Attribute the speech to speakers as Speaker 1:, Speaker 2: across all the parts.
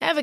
Speaker 1: Ever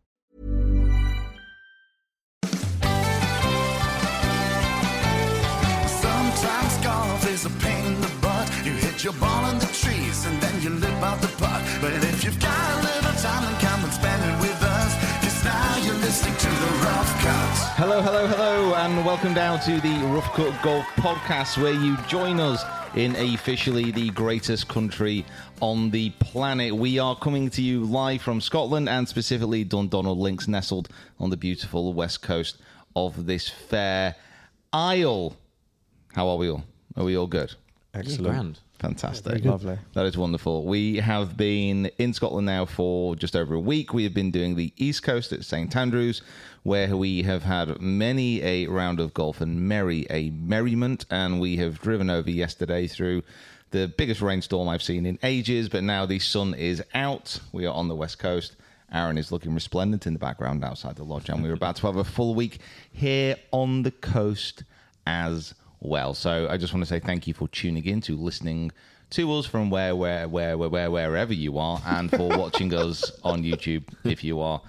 Speaker 2: Sometimes golf is a pain in the butt. You hit your ball in the trees and then you lip out the putt. But if you've got a little time, then come and spend it with us. Cause now you're listening to the rough cut.
Speaker 3: Hello, hello, hello, and welcome down to the Rough Cut Golf Podcast, where you join us in officially the greatest country on the planet. We are coming to you live from Scotland and specifically Dundonald Links, nestled on the beautiful west coast of this fair isle. How are we all? Are we all good?
Speaker 4: Excellent.
Speaker 3: Fantastic.
Speaker 4: Lovely.
Speaker 3: That is wonderful. We have been in Scotland now for just over a week. We have been doing the East Coast at St Andrews, where we have had many a round of golf and merry a merriment. And we have driven over yesterday through the biggest rainstorm I've seen in ages. But now the sun is out. We are on the West Coast. Aaron is looking resplendent in the background outside the lodge. And we're about to have a full week here on the coast as well. So I just want to say thank you for tuning in to listening to us from where, where, where, where, where wherever you are, and for watching us on YouTube if you are,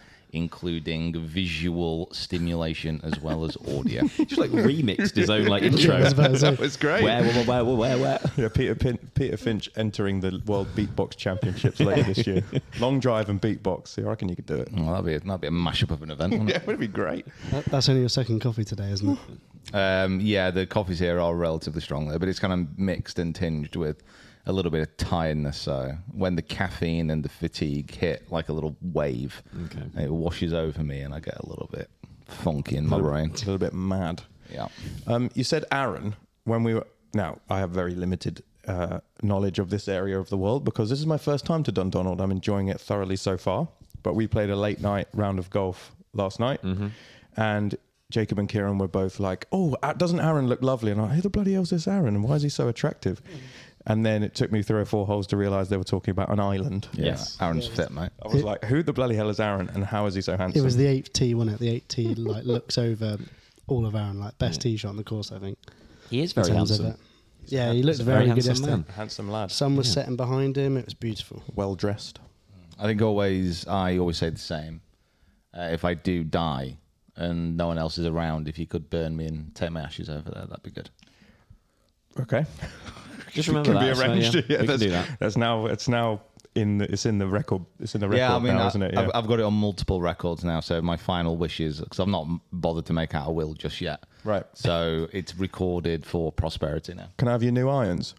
Speaker 3: including visual stimulation as well as audio.
Speaker 4: Just like remixed his own like intro. where,
Speaker 3: It's great.
Speaker 4: where, where, where, where?
Speaker 5: Yeah, Peter, Pin- Peter Finch entering the World Beatbox Championships later this year. Long drive and beatbox. See, I reckon you could do it.
Speaker 3: Well, that'd be a, that'd be a mashup of an event. wouldn't
Speaker 5: Yeah,
Speaker 3: it?
Speaker 5: it would be great.
Speaker 6: That, that's only your second coffee today, isn't it?
Speaker 3: Um, yeah, the coffees here are relatively strong though, but it's kind of mixed and tinged with a little bit of tiredness. So when the caffeine and the fatigue hit like a little wave, it washes over me and I get a little bit funky in my brain.
Speaker 5: It's a little bit mad.
Speaker 3: Yeah.
Speaker 5: Um, you said Aaron when we were. Now, I have very limited uh, knowledge of this area of the world because this is my first time to Dundonald. I'm enjoying it thoroughly so far. But we played a late night round of golf last night, and Jacob and Kieran were both like, "Oh, A- doesn't Aaron look lovely?" And I, "Who the bloody hell's this Aaron? And why is he so attractive?" And then it took me three or four holes to realize they were talking about an island.
Speaker 4: Yes.
Speaker 3: Aaron's fit, mate.
Speaker 5: I was like, "Who the bloody hell is Aaron? And how is he so handsome?"
Speaker 6: It was the eight tee, wasn't it? The eight tee like looks over all of Aaron, like best tee shot on the course, I think.
Speaker 4: He is
Speaker 6: in
Speaker 4: very
Speaker 6: terms of
Speaker 4: handsome.
Speaker 6: it. Yeah, he
Speaker 4: He's
Speaker 6: looked
Speaker 4: a
Speaker 6: very, good
Speaker 4: handsome
Speaker 6: yesterday.
Speaker 4: man.
Speaker 5: handsome lad,
Speaker 6: Sun was setting behind him. It was beautiful.
Speaker 5: well dressed.
Speaker 3: I think always I always say the same. Uh, if I do die and no one else is around, if you could burn me and take my ashes over there, that'd be good.
Speaker 5: Okay.
Speaker 4: Just remember
Speaker 5: can
Speaker 4: that.
Speaker 5: be
Speaker 4: as well,
Speaker 5: arranged.
Speaker 4: yeah.
Speaker 5: yeah,
Speaker 4: we can
Speaker 5: that's,
Speaker 4: do that.
Speaker 5: that's now it's now in the, it's in the record it's in the record
Speaker 3: Yeah, I mean,
Speaker 5: now,
Speaker 3: I,
Speaker 5: isn't it?
Speaker 3: I've,
Speaker 5: Yeah.
Speaker 3: I've got it on multiple records now. So my final wishes, because I've not bothered to make out a will just yet.
Speaker 5: Right.
Speaker 3: So it's recorded for prosperity now.
Speaker 5: Can I have your new irons?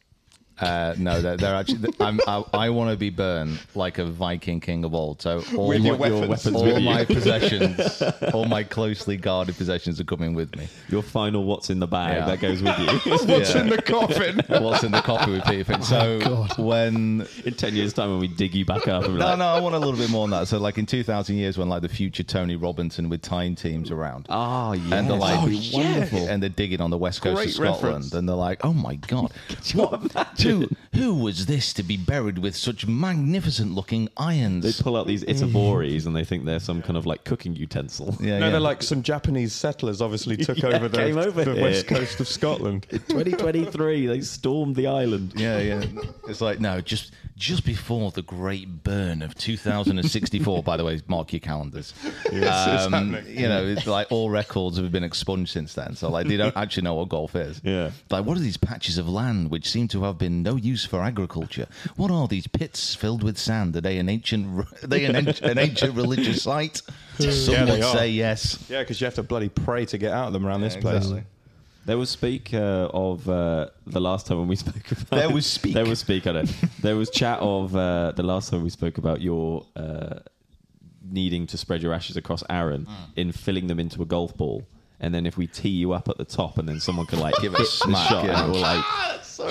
Speaker 3: Uh, no, they're, they're actually. I'm, I, I want to be burned like a Viking king of old. So all
Speaker 5: With
Speaker 3: my,
Speaker 5: your weapons.
Speaker 4: weapons
Speaker 3: all
Speaker 4: with you.
Speaker 3: my possessions, all my closely guarded possessions are coming with me.
Speaker 4: Your final what's in the bag
Speaker 3: Yeah.
Speaker 4: that goes with you.
Speaker 5: What's
Speaker 3: Yeah.
Speaker 5: in the coffin?
Speaker 3: What's in the coffee with Peter Finch? So when
Speaker 4: in 10 years' time when we dig you back up. And we're
Speaker 3: No,
Speaker 4: like,
Speaker 3: no, I want a little bit more than that. So, like in 2,000 years, when like the future Tony Robinson with time teams around.
Speaker 4: Ah, yes.
Speaker 3: And they're like,
Speaker 4: Oh, yes.
Speaker 3: And they're digging on the west coast
Speaker 5: Great
Speaker 3: of Scotland.
Speaker 5: reference.
Speaker 3: And they're like, oh my God. what? Do you Who who was this to be buried with such magnificent looking
Speaker 4: They
Speaker 3: irons?
Speaker 4: pull out these itaboris and they think they're some kind of like cooking utensil.
Speaker 3: Yeah,
Speaker 5: no,
Speaker 3: yeah.
Speaker 5: they're like some Japanese settlers obviously took
Speaker 4: Yeah,
Speaker 5: over the,
Speaker 4: came over
Speaker 5: the
Speaker 4: here.
Speaker 5: west coast of Scotland.
Speaker 4: 2023, they stormed the island.
Speaker 3: Yeah, yeah. It's like no, just just before the great burn of 2064. by the way, mark your calendars. Um,
Speaker 5: it's happening.
Speaker 3: you know, it's like all records have been expunged since then. So like they don't actually know what golf is.
Speaker 4: Yeah.
Speaker 3: Like what are these patches of land which seem to have been no use for agriculture? What are these pits filled with sand? Are they an ancient? Are they an, an- an ancient religious site? Some
Speaker 5: Yeah, they
Speaker 3: would
Speaker 5: are.
Speaker 3: say yes.
Speaker 5: Yeah, because you have to bloody pray to get out of them around this place.
Speaker 4: There was speak uh, of uh, the last time when we spoke about.
Speaker 3: There was speak.
Speaker 4: There was speak. I know. there was chat of uh, the last time we spoke about your uh, needing to spread your ashes across Aaron in filling them into a golf ball, and then if we tee you up at the top, and then someone could like give
Speaker 3: it a
Speaker 4: hit
Speaker 3: smack,
Speaker 4: the shot
Speaker 3: yeah.
Speaker 4: and it will like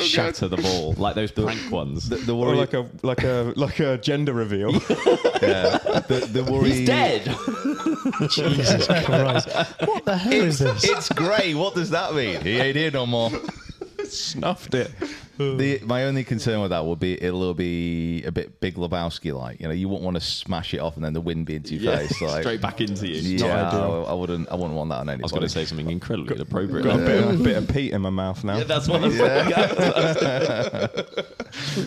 Speaker 4: shatter the ball, like those prank ones.
Speaker 3: The
Speaker 5: Or
Speaker 3: worry,
Speaker 5: like a like a like a gender reveal.
Speaker 3: yeah, the, the worry.
Speaker 4: He's dead.
Speaker 6: Jesus Christ. What the hell is this?
Speaker 3: It's grey. What does that mean? He ain't here no more.
Speaker 5: Snuffed it.
Speaker 3: The, my only concern with that would be it'll be a bit Big Lebowski like. You know, you wouldn't want to smash it off and then the wind be into your
Speaker 4: Yeah,
Speaker 3: face. Like,
Speaker 4: straight back into you.
Speaker 3: Yeah, I,
Speaker 5: ideal.
Speaker 3: I wouldn't. I wouldn't want that on anybody.
Speaker 4: I was going to say something incredibly inappropriate.
Speaker 5: Got a bit, of, bit of peat in my mouth now.
Speaker 4: Yeah, that's what I was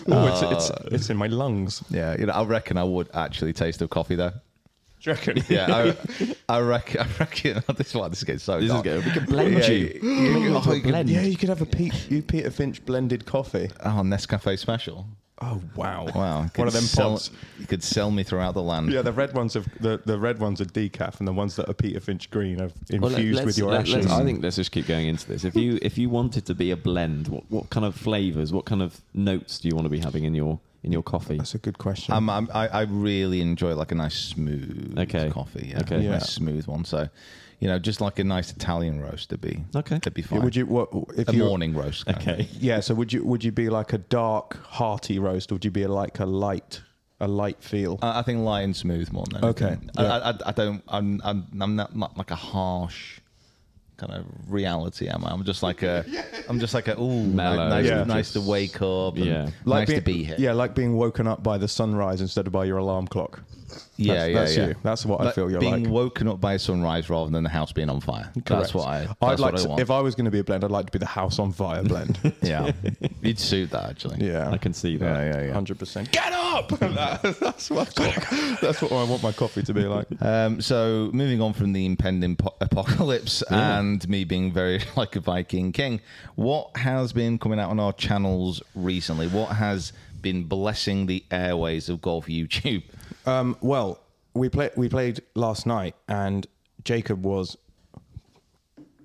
Speaker 5: oh, it's, it's it's in my lungs.
Speaker 3: Yeah, you know, I reckon I would actually taste of coffee though.
Speaker 5: Do you reckon?
Speaker 3: Yeah, I, I reckon. I reckon. This is why this is getting so.
Speaker 4: This is
Speaker 3: dark.
Speaker 4: good. We can blend
Speaker 3: Yeah,
Speaker 4: you.
Speaker 3: you- you-
Speaker 4: Make it into a
Speaker 3: you can-
Speaker 4: blend.
Speaker 5: Yeah, you could have a Pete, you Peter Finch blended coffee.
Speaker 3: Oh, Nescafe special.
Speaker 5: Oh wow,
Speaker 3: Wow, you
Speaker 5: One
Speaker 3: could
Speaker 5: of them
Speaker 3: sell-
Speaker 5: pods.
Speaker 3: You could sell me throughout the land.
Speaker 5: Yeah, the red ones have the, the red ones are decaf, and the ones that are Peter Finch green are infused
Speaker 4: Well, let- let's-
Speaker 5: with your
Speaker 4: let-
Speaker 5: ashes.
Speaker 4: let's- I think let's just keep going into this. If you if you wanted to be a blend, what, what kind of flavors, what kind of notes do you want to be having in your in your coffee?
Speaker 5: that's a good question.
Speaker 3: Um, I'm, I, I really enjoy like a nice smooth
Speaker 4: Okay.
Speaker 3: coffee. Yeah,
Speaker 4: Okay.
Speaker 3: A
Speaker 5: Yeah.
Speaker 3: nice smooth one. So, you know, just like a nice Italian roast would be
Speaker 4: Okay.
Speaker 3: That'd be fine.
Speaker 5: Yeah, would you what if
Speaker 3: a
Speaker 5: you
Speaker 3: morning roast? kind of.
Speaker 4: Okay.
Speaker 5: Yeah, so would you would you be like a dark hearty roast, or would you be like a light a light feel?
Speaker 3: I I think light and smooth more than
Speaker 5: Okay.
Speaker 3: anything. I,
Speaker 5: Yeah.
Speaker 3: I, I- I don't. I'm. I'm, I'm not, not like a harsh kind of reality. Am I? I'm just like a. I'm just like a. Ooh, ni-
Speaker 4: Mellow.
Speaker 3: nice,
Speaker 5: Yeah.
Speaker 3: nice to wake up. And
Speaker 4: Yeah.
Speaker 5: like
Speaker 3: nice
Speaker 5: being,
Speaker 3: to be here.
Speaker 5: Yeah, like being woken up by the sunrise instead of by your alarm clock.
Speaker 3: yeah,
Speaker 5: that's,
Speaker 3: yeah,
Speaker 5: that's
Speaker 3: yeah.
Speaker 5: you. That's what I
Speaker 3: Like
Speaker 5: feel you're
Speaker 3: being
Speaker 5: like.
Speaker 3: woken up by sunrise rather than the house being on fire. That's
Speaker 5: Correct.
Speaker 3: what I. That's
Speaker 5: I'd like
Speaker 3: what
Speaker 5: to-
Speaker 3: I want.
Speaker 5: if I was going to be a blend, I'd like to be the house on fire blend.
Speaker 3: yeah, you'd suit that actually. Um,
Speaker 5: yeah,
Speaker 4: I can see that.
Speaker 3: yeah, yeah, yeah.
Speaker 5: hundred percent. Get up! That- that's what that's what I want my coffee to be like.
Speaker 3: Um, so moving on from the impending po- apocalypse and me being very like a Viking king, what has been coming out on our channels recently? What has been blessing the airways of golf YouTube?
Speaker 5: Um, well, we played we played last night, and Jacob was.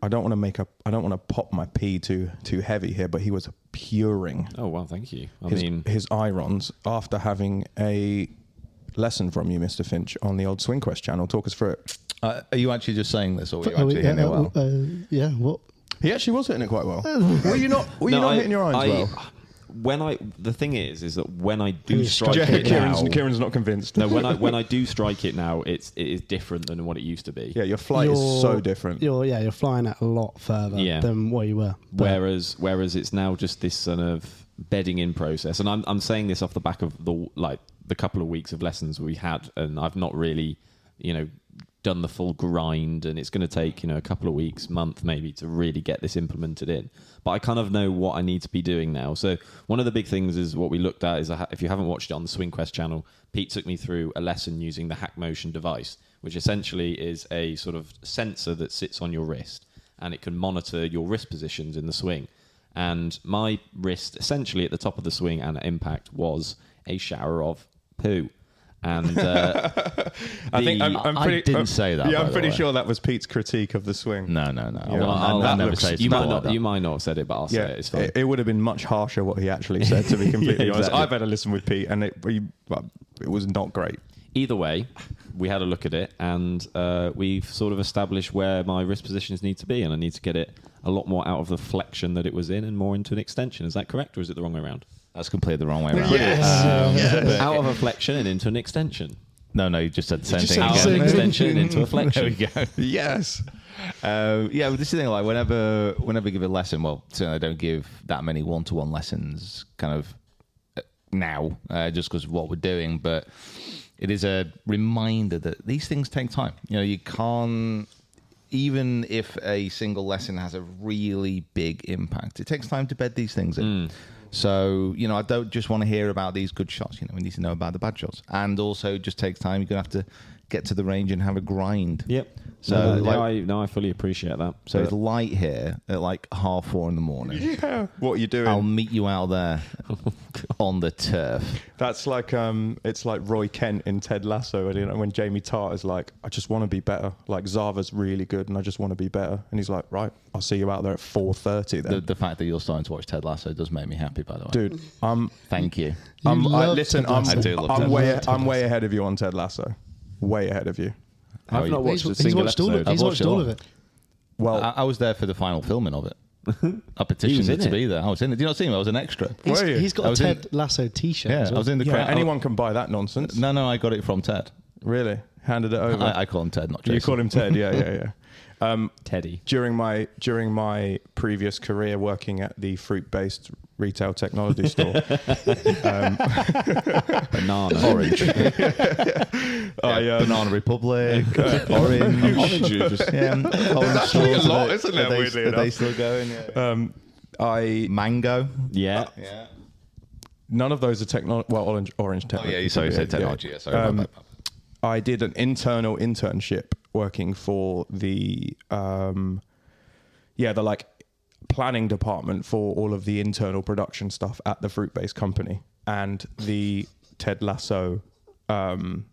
Speaker 5: I don't want to make a. I don't want to pop my pee too too heavy here, but he was puring
Speaker 4: Oh wow, thank you. I
Speaker 5: his,
Speaker 4: mean,
Speaker 5: his irons after having a lesson from you, Mister Finch, on the old Swing Quest channel. Talk us through it.
Speaker 3: Uh, are you actually just saying this, or are you
Speaker 6: Are we-
Speaker 3: actually hitting
Speaker 6: uh,
Speaker 3: it well?
Speaker 6: uh, yeah, what?
Speaker 5: He actually was hitting it quite well. were you not? Were you
Speaker 4: no,
Speaker 5: not
Speaker 4: I-
Speaker 5: hitting your irons
Speaker 4: I-
Speaker 5: well?
Speaker 4: When I the thing is, is that when I do
Speaker 6: He's
Speaker 4: strike
Speaker 6: Yeah,
Speaker 4: it now,
Speaker 5: not convinced.
Speaker 4: no, when I when I do strike it now, it's it is different than what it used to be.
Speaker 5: yeah, your flight is so different.
Speaker 6: You're, yeah, you're flying out a lot further
Speaker 4: Yeah.
Speaker 6: than where you were. But
Speaker 4: Whereas whereas it's now just this sort of bedding in process, and I'm I'm saying this off the back of the like the couple of weeks of lessons we had, and I've not really, you know, done the full grind, and it's going to take you know a couple of weeks, month maybe to really get this implemented in. But I kind of know what I need to be doing now. So one of the big things is what we looked at is I ha- if you haven't watched it on the Swing Quest channel, Pete took me through a lesson using the Hack Motion device, which essentially is a sort of sensor that sits on your wrist and it can monitor your wrist positions in the swing. And my wrist, essentially at the top of the swing and at impact, was a shower of poo. And uh,
Speaker 5: I think
Speaker 4: the-
Speaker 5: I'm, I'm
Speaker 3: I
Speaker 5: pretty.
Speaker 3: didn't
Speaker 5: I'm-
Speaker 3: say that,
Speaker 5: Yeah,
Speaker 3: by
Speaker 5: I'm
Speaker 3: the
Speaker 5: pretty
Speaker 3: way.
Speaker 5: sure that was Pete's critique of the swing.
Speaker 3: No, no, no. I
Speaker 5: Yeah.
Speaker 3: wouldn't-
Speaker 5: Well,
Speaker 3: I'd
Speaker 5: that
Speaker 3: never
Speaker 5: looks-
Speaker 3: say
Speaker 4: you might
Speaker 3: something
Speaker 4: not,
Speaker 3: like that.
Speaker 4: you might not have said it, but I'll say it. It's fine.
Speaker 5: it, it would have been much harsher what he actually said. To be completely
Speaker 4: Yeah,
Speaker 5: honest,
Speaker 4: exactly.
Speaker 5: I've had a listen with Pete, and it we, well, it was not great.
Speaker 4: Either way, we had a look at it, and uh, we've sort of established where my wrist positions need to be, and I need to get it a lot more out of the flexion that it was in, and more into an extension. Is that correct, or is it the wrong way around?
Speaker 3: That's completely the wrong way around.
Speaker 5: Uh,
Speaker 4: Out of a flexion and into an extension.
Speaker 3: No, no, you just said the same
Speaker 6: just
Speaker 3: thing
Speaker 6: said
Speaker 4: Out
Speaker 6: the
Speaker 4: of
Speaker 3: again.
Speaker 4: an
Speaker 6: same thing.
Speaker 4: extension into a flexion.
Speaker 3: There we go.
Speaker 5: Yes,
Speaker 3: Um, yeah, but this is the thing. Like whenever, whenever I give a lesson, well, certainly I don't give that many one-to-one lessons, kind of uh, now, uh, just because of what we're doing. But it is a reminder that these things take time. You know, you can't. Even if a single lesson has a really big impact, it takes time to bed these things in.
Speaker 4: Mm.
Speaker 3: So, you know, I don't just want to hear about these good shots. You know, we need to know about the bad shots. And also, it just takes time. You're going to have to get to the range and have a grind.
Speaker 4: Yep.
Speaker 3: So,
Speaker 4: So no,
Speaker 3: like-
Speaker 4: I, no, I fully appreciate that.
Speaker 3: So
Speaker 4: So
Speaker 3: it's light here at like half four in the morning.
Speaker 5: What are you doing?
Speaker 6: Um,
Speaker 3: I'll meet you out there
Speaker 4: Oh,
Speaker 3: on the turf.
Speaker 5: That's like um, it's like Roy Kent in Ted Lasso, and you know, when Jamie Tart is like, "I just want to be better." Like Zava's really good, and I just want to be better. And he's like, "Right, I'll see you out there at four thirty then."
Speaker 3: The, the fact that you're starting to watch Ted Lasso does make me happy, by the way.
Speaker 5: Dude, um, I'm,
Speaker 3: Thank you.
Speaker 5: I'm I,
Speaker 6: love
Speaker 5: listen.
Speaker 6: Ted
Speaker 5: I'm,
Speaker 6: Lasso.
Speaker 3: I do love
Speaker 5: I'm
Speaker 3: Ted
Speaker 5: way,
Speaker 3: Lasso. Ted
Speaker 5: I'm way ahead of you on Ted Lasso. Way ahead of you.
Speaker 3: How are
Speaker 4: I've
Speaker 3: you?
Speaker 4: not watched
Speaker 6: he's
Speaker 4: a
Speaker 6: he's
Speaker 4: single
Speaker 6: watched all,
Speaker 4: episode.
Speaker 6: of, he's
Speaker 3: I've
Speaker 6: watched all of it.
Speaker 5: Well,
Speaker 3: I, I was there for the final filming of it. I petitioned
Speaker 4: was in
Speaker 3: to
Speaker 4: it.
Speaker 3: be there. I was in it. Do you not see me? I was an extra.
Speaker 5: Were you?
Speaker 6: He's got
Speaker 3: I
Speaker 6: a
Speaker 3: was in-
Speaker 6: Ted Lasso T-shirt.
Speaker 3: Yeah,
Speaker 6: as
Speaker 3: I
Speaker 6: well.
Speaker 3: was in the
Speaker 5: yeah,
Speaker 3: crowd.
Speaker 5: anyone can buy that nonsense.
Speaker 3: No, no, I got it from Ted.
Speaker 5: Really, handed it over.
Speaker 3: I, I call him Ted, not Jason.
Speaker 5: you called him Ted. Yeah, yeah, yeah. Um,
Speaker 4: Teddy.
Speaker 5: during my during my previous career working at the fruit based retail technology store.
Speaker 4: Banana. Orange.
Speaker 5: I, um,
Speaker 3: Banana Republic, Orange, Orange juice. Yeah, um, orange
Speaker 5: actually a
Speaker 3: sauce. Are
Speaker 5: lot,
Speaker 3: they-
Speaker 5: isn't there,
Speaker 3: Are they,
Speaker 5: weirdly
Speaker 3: are they
Speaker 5: enough?
Speaker 3: still going? Yeah.
Speaker 5: um, I
Speaker 3: Mango.
Speaker 4: Yeah.
Speaker 3: Yeah.
Speaker 5: none of those are technology. Well, orange orange technology.
Speaker 3: Yeah, Um, sorry. my bad,
Speaker 5: Oh,
Speaker 3: my bad.
Speaker 5: I did an internal internship working for the um, yeah the like planning department for all of the internal production stuff at the fruit based company and the Ted Lasso um,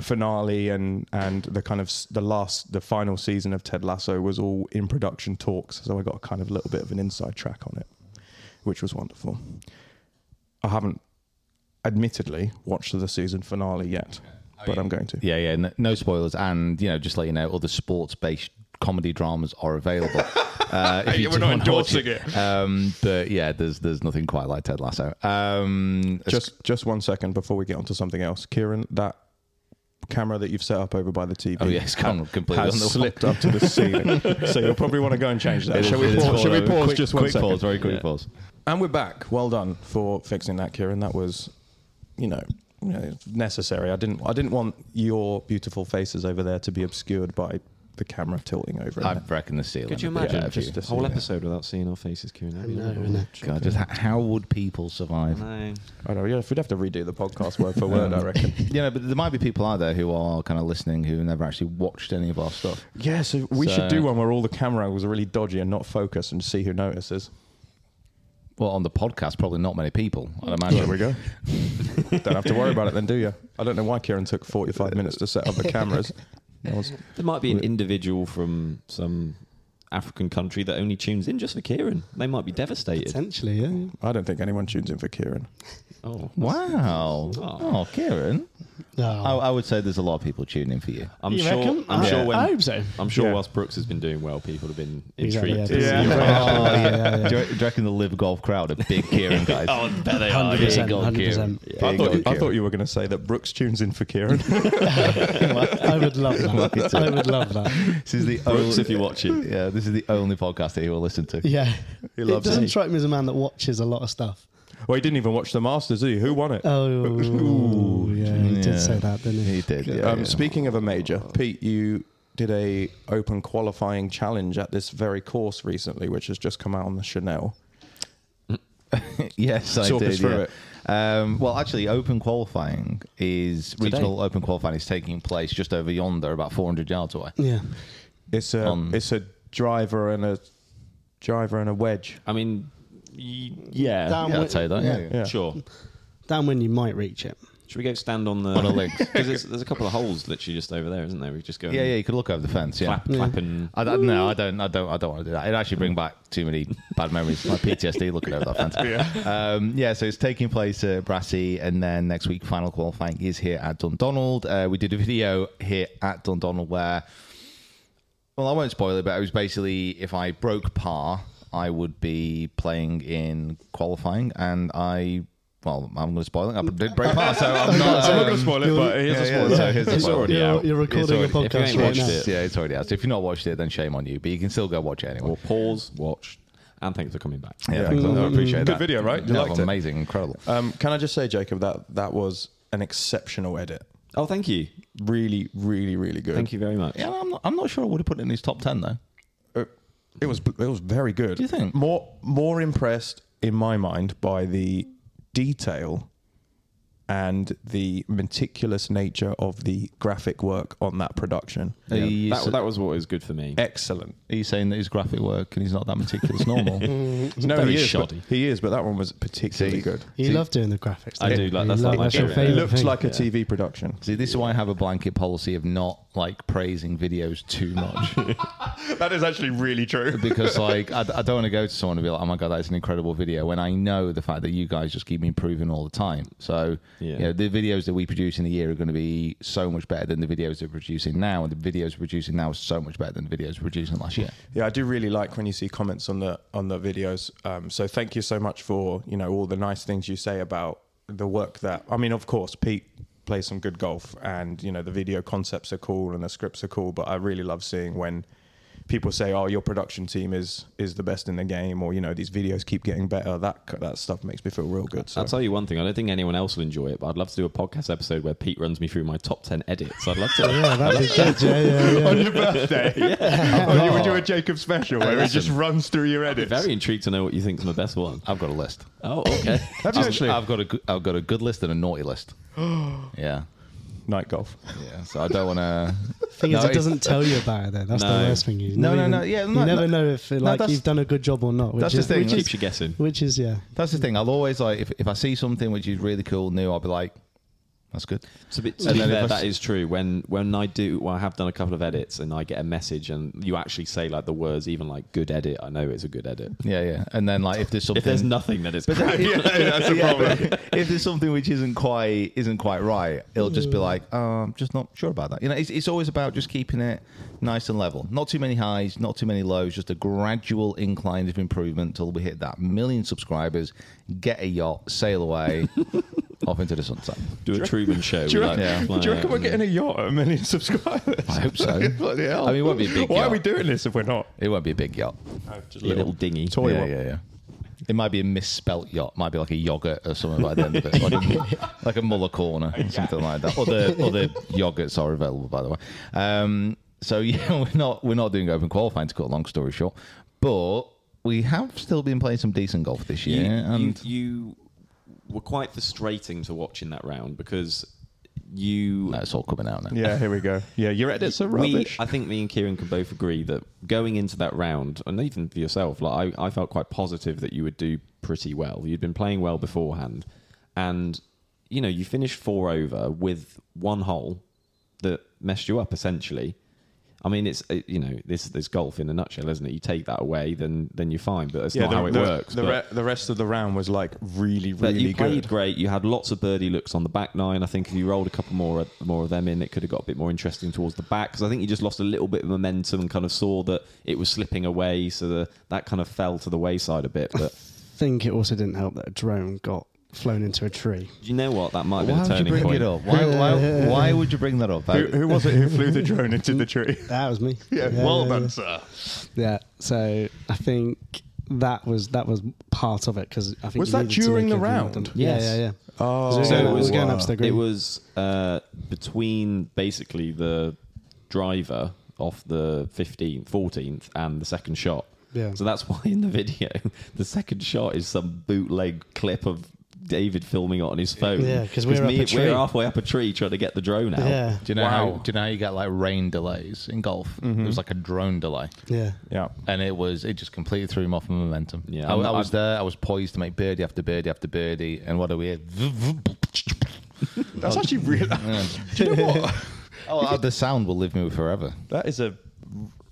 Speaker 5: finale and and the kind of s- the last the final season of Ted Lasso was all in production talks so I got a kind of little bit of an inside track on it which was wonderful I haven't admittedly watched the season finale yet but I'm going to
Speaker 3: Yeah, yeah. No, no spoilers, and you know, just let you know, other sports-based comedy dramas are available. Uh, if you
Speaker 5: we're not
Speaker 3: do wanna watch
Speaker 5: endorsing it.
Speaker 3: Um, but yeah, there's there's nothing quite like Ted Lasso. Um,
Speaker 5: just just one second before we get onto something else Kieran that camera that you've set up over by the TV
Speaker 3: Oh, yeah, it's gone
Speaker 5: ha-
Speaker 3: completely
Speaker 5: has
Speaker 3: on the wall.
Speaker 5: slipped up to the ceiling so you'll probably want to go and change that
Speaker 3: it
Speaker 5: shall
Speaker 3: is-
Speaker 5: we
Speaker 3: it is
Speaker 5: pause, shall we
Speaker 3: fallen over.
Speaker 5: pause
Speaker 3: Quick-
Speaker 5: just one
Speaker 3: quick
Speaker 5: second?
Speaker 3: pause, very quick pause.
Speaker 5: And we're back. Well done for fixing that, Kieran. That was, you know, you know, necessary. I didn't. I didn't want your beautiful faces over there to be obscured by the camera tilting over.
Speaker 3: I
Speaker 5: it.
Speaker 3: reckon the ceiling.
Speaker 4: Could you
Speaker 3: would be
Speaker 4: imagine
Speaker 3: better if
Speaker 4: just
Speaker 3: you-
Speaker 4: a whole episode without seeing our faces, Kieran? That'd be
Speaker 6: I know,
Speaker 4: horrible.
Speaker 6: innit?
Speaker 3: God, just h- how would people survive?
Speaker 4: No.
Speaker 5: I don't know. yeah, If we'd have to redo the podcast word for word,
Speaker 3: Um,
Speaker 5: I reckon.
Speaker 3: You know, but there might be people out there who are kind of listening who never actually watched any of our stuff.
Speaker 5: Yeah, so we should do one where all the camera angles are really dodgy and not focused, and see who notices.
Speaker 3: Well, on the podcast, probably not many people. I'd imagine.
Speaker 5: There we go. don't have to worry about it then, do you? I don't know why Kieran took
Speaker 6: Uh,
Speaker 5: forty-five minutes to set up the cameras. That was-
Speaker 4: There might be an individual from some African country that only tunes in just for Kieran. They might be devastated.
Speaker 6: Potentially, yeah.
Speaker 5: I don't think anyone tunes in for Kieran.
Speaker 4: Oh,
Speaker 3: Wow.
Speaker 4: Oh.
Speaker 3: Oh, Kieran. I,
Speaker 6: No,
Speaker 3: I would say there's a lot of people tuning in for you.
Speaker 4: I'm
Speaker 6: You
Speaker 4: sure.
Speaker 6: reckon?
Speaker 4: I'm
Speaker 6: I-
Speaker 4: sure when.
Speaker 6: I hope so.
Speaker 4: I'm sure
Speaker 5: Yeah.
Speaker 4: whilst Brooks has been doing well, people have been
Speaker 6: Exactly,
Speaker 4: intrigued.
Speaker 6: yeah.
Speaker 4: to see
Speaker 5: Yeah.
Speaker 4: you.
Speaker 3: Oh, yeah. Do, you, do you reckon the live golf crowd are big Kieran guys? oh,
Speaker 4: There they are.
Speaker 6: hundred percent,
Speaker 3: big old
Speaker 6: hundred
Speaker 3: Kieran.
Speaker 6: percent.
Speaker 5: I thought, I thought you were going to say that Brooks tunes in for Kieran.
Speaker 6: I would love that. I would love that.
Speaker 3: This is the
Speaker 4: Brooks,
Speaker 3: only,
Speaker 4: if you're watching.
Speaker 3: yeah, this is the only podcast that he will listen to.
Speaker 6: Yeah,
Speaker 5: loves
Speaker 6: it doesn't
Speaker 5: it.
Speaker 6: strike me as a man that watches a lot of stuff.
Speaker 5: Well, he didn't even watch the Masters, did he? Who won it?
Speaker 6: Oh, yeah, he
Speaker 3: Yeah.
Speaker 6: did say that, didn't he?
Speaker 3: He did. Yeah,
Speaker 5: um,
Speaker 3: yeah.
Speaker 5: Speaking of a major, Pete, you did a open qualifying challenge at this very course recently, which has just come out on the Chanel.
Speaker 3: yes, I
Speaker 5: Talk
Speaker 3: did.
Speaker 5: us through
Speaker 3: yeah. Um, well, actually, open qualifying is regional open qualifying is taking place just over yonder, about 400 yards away.
Speaker 6: Yeah,
Speaker 5: It's a
Speaker 3: On-
Speaker 5: it's a driver and a driver and a wedge.
Speaker 4: I mean, y- yeah.
Speaker 6: Down-
Speaker 3: Yeah, I'd say that. Yeah.
Speaker 5: Yeah.
Speaker 4: Sure.
Speaker 6: downwind you might reach it.
Speaker 4: Should we go stand on the
Speaker 3: On a link.
Speaker 4: Because there's, there's a couple of holes literally just over there, isn't there? We just go. and
Speaker 3: yeah, yeah. You could look over the fence. Yeah.
Speaker 4: Clap, clap, and
Speaker 3: I don't, no, I don't. I don't. I don't want to do that. It actually bring back too many bad memories. My PTSD looking over that fence. Yeah. Um, yeah. So it's taking place at Brassy, and then next week final qualifying is here at Dundonald. Uh, we did a video here at Dundonald where, well, I won't spoil it, but it was basically if I broke par, I would be playing in qualifying, and I well, I'm going to spoil it. I did break past, so I'm
Speaker 6: I'm
Speaker 3: not.
Speaker 6: not
Speaker 3: um,
Speaker 6: saying- gonna spoil it, but here's a spoiler.
Speaker 3: so here's the
Speaker 4: It's
Speaker 3: spoiler.
Speaker 4: already
Speaker 6: You're-
Speaker 4: out.
Speaker 6: you're
Speaker 4: It's
Speaker 6: recording a
Speaker 4: already- if you
Speaker 6: podcast
Speaker 4: ain't
Speaker 6: right
Speaker 4: watched
Speaker 6: now.
Speaker 4: it,
Speaker 3: Yeah, it's already out. So if you've not watched it, then shame on you. But you can still go watch it anyway.
Speaker 4: We'll pause, watch, and thanks for coming back.
Speaker 3: yeah, thanks. a lot. I appreciate
Speaker 5: Mm. Good
Speaker 3: that.
Speaker 5: video, right? You
Speaker 3: Yeah,
Speaker 5: liked it?
Speaker 3: amazing, incredible.
Speaker 5: Um, can I just say, Jacob, that that was an exceptional edit.
Speaker 4: Oh, thank you,
Speaker 5: Really, really, really good.
Speaker 4: thank you very much.
Speaker 3: Yeah, I'm not, I'm not sure I would have put it in his top ten though.
Speaker 5: It, it was it was very good.
Speaker 3: Do you think?
Speaker 5: more more impressed in my mind by the detail and the meticulous nature of the graphic work on that production?
Speaker 3: Are, Uh, you,
Speaker 4: That, that was what was good for me.
Speaker 5: Excellent.
Speaker 3: are you saying that his graphic work and he's not that meticulous normal?
Speaker 5: no,
Speaker 4: very
Speaker 5: he is, but-
Speaker 4: shoddy.
Speaker 5: He is, but that one was particularly
Speaker 3: See?
Speaker 5: good.
Speaker 6: You love doing the graphics.
Speaker 4: I
Speaker 6: don't
Speaker 4: do
Speaker 6: you?
Speaker 4: like-
Speaker 6: You
Speaker 4: that's
Speaker 6: love-
Speaker 4: like my
Speaker 6: your
Speaker 4: favourite.
Speaker 6: favorite.
Speaker 5: It
Speaker 4: Favorite
Speaker 5: looks like a TV production.
Speaker 3: See, this is why I have a blanket policy of not like praising videos too much
Speaker 5: That is actually really true.
Speaker 3: because, like, I, I don't want to go to someone and be like, "Oh my god, that's an incredible video," when I know the fact that you guys just keep improving all the time. So,
Speaker 4: Yeah.
Speaker 3: you know, the videos that we produce in a year are going to be so much better than the videos that we're producing now, and the videos we're producing now are so much better than the videos we're producing last year.
Speaker 5: Yeah, I do really like when you see comments on the on the videos. Um, so thank you so much for you know all the nice things you say about the work that I mean, of course, Pete plays some good golf, and you know the video concepts are cool and the scripts are cool. But I really love seeing when people say, "Oh, your production team is is the best in the game," or you know these videos keep getting better. That that stuff makes me feel real good. So
Speaker 4: I'll tell you one thing. I don't think anyone else will enjoy it, but I'd love to do a podcast episode where Pete runs me through my top ten edits. I'd love to.
Speaker 6: Yeah, that'd be good. Yeah, yeah, yeah.
Speaker 5: on your birthday,
Speaker 3: you- we do a
Speaker 5: Jacob special
Speaker 3: where he Oh. listen. just
Speaker 5: runs through your edits.
Speaker 4: Very intrigued to know what you think's my best one.
Speaker 3: I've got a list.
Speaker 4: Oh, okay.
Speaker 5: Have you
Speaker 3: I've,
Speaker 5: actually
Speaker 3: I've got a good, I've got a good list and a naughty list. yeah,
Speaker 5: night golf?
Speaker 3: yeah. So I don't want to.
Speaker 6: thing is,
Speaker 3: No,
Speaker 6: it
Speaker 3: it-
Speaker 6: doesn't tell you about it. Though. That's
Speaker 4: No.
Speaker 6: the worst thing. You
Speaker 3: No,
Speaker 6: never
Speaker 3: no,
Speaker 6: even-
Speaker 3: no, yeah,
Speaker 6: you
Speaker 3: no,
Speaker 6: never
Speaker 3: no,
Speaker 6: know if
Speaker 3: no,
Speaker 6: like
Speaker 3: that's-
Speaker 6: you've done a good job or not. Which
Speaker 3: that's the
Speaker 6: is,
Speaker 3: thing,
Speaker 6: Which
Speaker 3: like-
Speaker 4: Keeps
Speaker 6: is,
Speaker 4: you guessing.
Speaker 6: which is yeah.
Speaker 3: That's the thing. I'll always like if, if I see something which is really cool new, I'll be like, "That's good."
Speaker 4: To be, to
Speaker 3: And
Speaker 4: be
Speaker 3: then if I
Speaker 4: fair,
Speaker 3: s-
Speaker 4: that is true. When when I do, well, I have done a couple of edits, and I get a message, and you actually say like the words, even like "good edit." I know it's a good edit.
Speaker 3: Yeah, yeah. And then like if there's something,
Speaker 4: If there's nothing, then it's crap.
Speaker 3: yeah, that's a problem. if there's something which isn't quite isn't quite right, it'll just be like, oh, "I'm just not sure about that." You know, it's, it's always about just keeping it nice and level. Not too many highs, not too many lows. Just a gradual incline of improvement till we hit that million subscribers, get a yacht, sail away off into the sunset.
Speaker 4: Do a Truman show.
Speaker 5: Do you,
Speaker 4: like,
Speaker 5: reckon,
Speaker 4: fly
Speaker 5: do you reckon
Speaker 4: out
Speaker 5: we're
Speaker 4: and-
Speaker 5: getting a yacht at a million subscribers?
Speaker 3: I hope so.
Speaker 5: Bloody hell.
Speaker 3: I mean, it won't be a big
Speaker 5: Why are
Speaker 3: yacht.
Speaker 5: we doing this if we're not?
Speaker 3: It won't be a big yacht.
Speaker 4: a little dinghy?
Speaker 5: toy
Speaker 3: yeah,
Speaker 5: one.
Speaker 3: yeah, yeah. It might be a misspelt yacht. Might be like a yogurt or something like that. Like a, like a muller corner or something like that. Other other yogurts are available, by the way. Um, so yeah, we're not we're not doing open qualifying to cut a long story short, but we have still been playing some decent golf this year. and
Speaker 4: you, you were quite frustrating to watch in that round because you.
Speaker 3: that's all coming out now.
Speaker 5: Yeah, here we go. Yeah, your edits are
Speaker 4: We,
Speaker 5: rubbish.
Speaker 4: I think me and Kieran can both agree that going into that round, and even for yourself, like I, I felt quite positive that you would do pretty well. You'd been playing well beforehand, and you know you finished four over with one hole that messed you up essentially. I mean, it's it, you know this this golf in a nutshell, isn't it? You take that away, then then you're fine. But that's not how it
Speaker 5: the,
Speaker 4: works.
Speaker 5: The,
Speaker 4: but-
Speaker 5: re- the rest of the round was like really,
Speaker 4: but
Speaker 5: really
Speaker 4: you played
Speaker 5: good.
Speaker 4: great. You had lots of birdie looks on the back nine. I think if you rolled a couple more more of them in, it could have got a bit more interesting towards the back. Because I think you just lost a little bit of momentum and kind of saw that it was slipping away. So the, that kind of fell to the wayside a bit. But
Speaker 6: think it also didn't help that a drone got flown into a tree.
Speaker 4: you know what? That might have been a
Speaker 3: Why would you
Speaker 4: turning
Speaker 3: bring
Speaker 4: point.
Speaker 3: it up? Why, why, why would you bring that up?
Speaker 5: Who, who was it who flew the drone into the tree?
Speaker 6: That was me.
Speaker 5: Yeah, well
Speaker 6: yeah,
Speaker 5: done,
Speaker 6: yeah.
Speaker 5: sir.
Speaker 6: Yeah. So I think that was that was part of it because I think
Speaker 5: Was
Speaker 6: you
Speaker 5: that
Speaker 6: needed to
Speaker 5: during
Speaker 6: make
Speaker 5: the
Speaker 6: it
Speaker 5: round?
Speaker 6: random.
Speaker 4: Yes.
Speaker 6: Yeah, yeah, yeah.
Speaker 5: Oh,
Speaker 6: So it was
Speaker 5: wow.
Speaker 6: going up to the green.
Speaker 4: It was uh, between basically the driver off the 15th, 14th, and the second shot.
Speaker 6: Yeah.
Speaker 4: So that's why in the video, the second shot is some bootleg clip of David filming it on his phone.
Speaker 6: Yeah, 'cause we're up
Speaker 4: me-
Speaker 6: a tree.
Speaker 4: we're halfway up a tree trying to get the drone out.
Speaker 6: Yeah.
Speaker 3: do you know how
Speaker 5: Wow.
Speaker 3: do you know how you get like rain delays in golf? It was like a drone delay.
Speaker 6: Yeah.
Speaker 5: Yeah.
Speaker 3: and it was it just completely threw him off my momentum.
Speaker 4: Yeah,
Speaker 3: I,
Speaker 4: I'm-
Speaker 3: I was
Speaker 4: I'm-
Speaker 3: there. I was poised to make birdie after birdie after birdie, and what are we? Here?
Speaker 5: That's actually really.
Speaker 3: Oh, oh, the sound will live me forever.
Speaker 5: That is a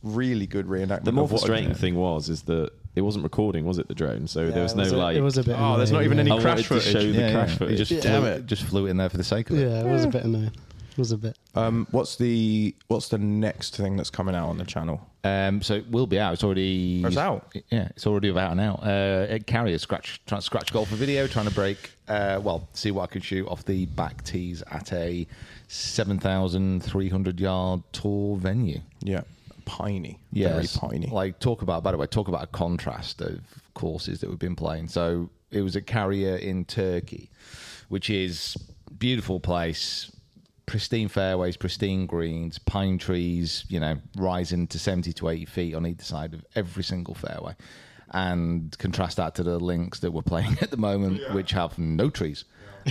Speaker 5: really good reenactment.
Speaker 4: The more
Speaker 5: of what-
Speaker 4: frustrating thing was is that it wasn't recording, was it? The drone, so there was
Speaker 6: it
Speaker 4: no
Speaker 6: was a,
Speaker 4: like.
Speaker 6: It was a bit.
Speaker 5: Oh, there's not
Speaker 6: annoying,
Speaker 5: even
Speaker 6: yeah.
Speaker 5: any
Speaker 4: I
Speaker 5: crash
Speaker 4: wanted to show
Speaker 5: footage.
Speaker 4: the crash footage.
Speaker 3: It just,
Speaker 6: Yeah.
Speaker 3: flew,
Speaker 6: Damn
Speaker 3: it. just flew in there for the sake of it.
Speaker 6: Yeah, it was a bit annoying. It was a bit.
Speaker 5: Um, what's the what's the next thing that's coming out on the channel?
Speaker 3: Um, so it will be out. It's already
Speaker 5: It's out?
Speaker 3: Yeah, it's already about now. Uh, at Carrier scratch try, scratch golfer video, trying to break. Uh, well, see what I can shoot off the back tees at a seven thousand three hundred yard tour venue.
Speaker 5: Yeah, piney.
Speaker 3: Yes.
Speaker 5: very piney.
Speaker 3: Like talk about by the way, talk about a contrast of courses that we've been playing. So it was a carrier in Turkey, which is beautiful place, pristine fairways, pristine greens, pine trees, you know, rising to seventy to eighty feet on either side of every single fairway. And contrast that to the links that we're playing at the moment, which have no trees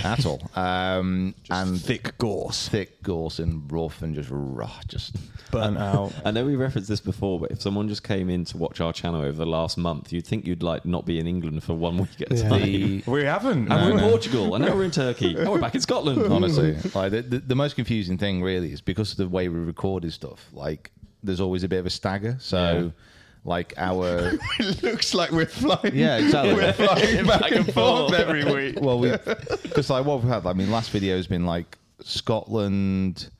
Speaker 3: at all. Um, and
Speaker 5: thick gorse,
Speaker 3: thick gorse and rough and just raw, just
Speaker 5: burnt out.
Speaker 4: I know we referenced this before, but if someone just came in to watch our channel over the last month, you'd think you'd like not be in England for one week at a
Speaker 6: Yeah.
Speaker 4: time.
Speaker 3: the
Speaker 5: We haven't.
Speaker 4: And we're in Portugal, and now we're in Turkey, and we're back in Scotland.
Speaker 3: honestly. like the, the, the most confusing thing really is because of the way we record is stuff. Like there's always a bit of a stagger. So
Speaker 4: Yeah.
Speaker 3: like our
Speaker 5: it looks like we're flying.
Speaker 3: yeah exactly.
Speaker 5: flying back and
Speaker 4: forth.
Speaker 5: forth every week.
Speaker 3: well, we because like what we've had. I mean, last video has been like Scotland.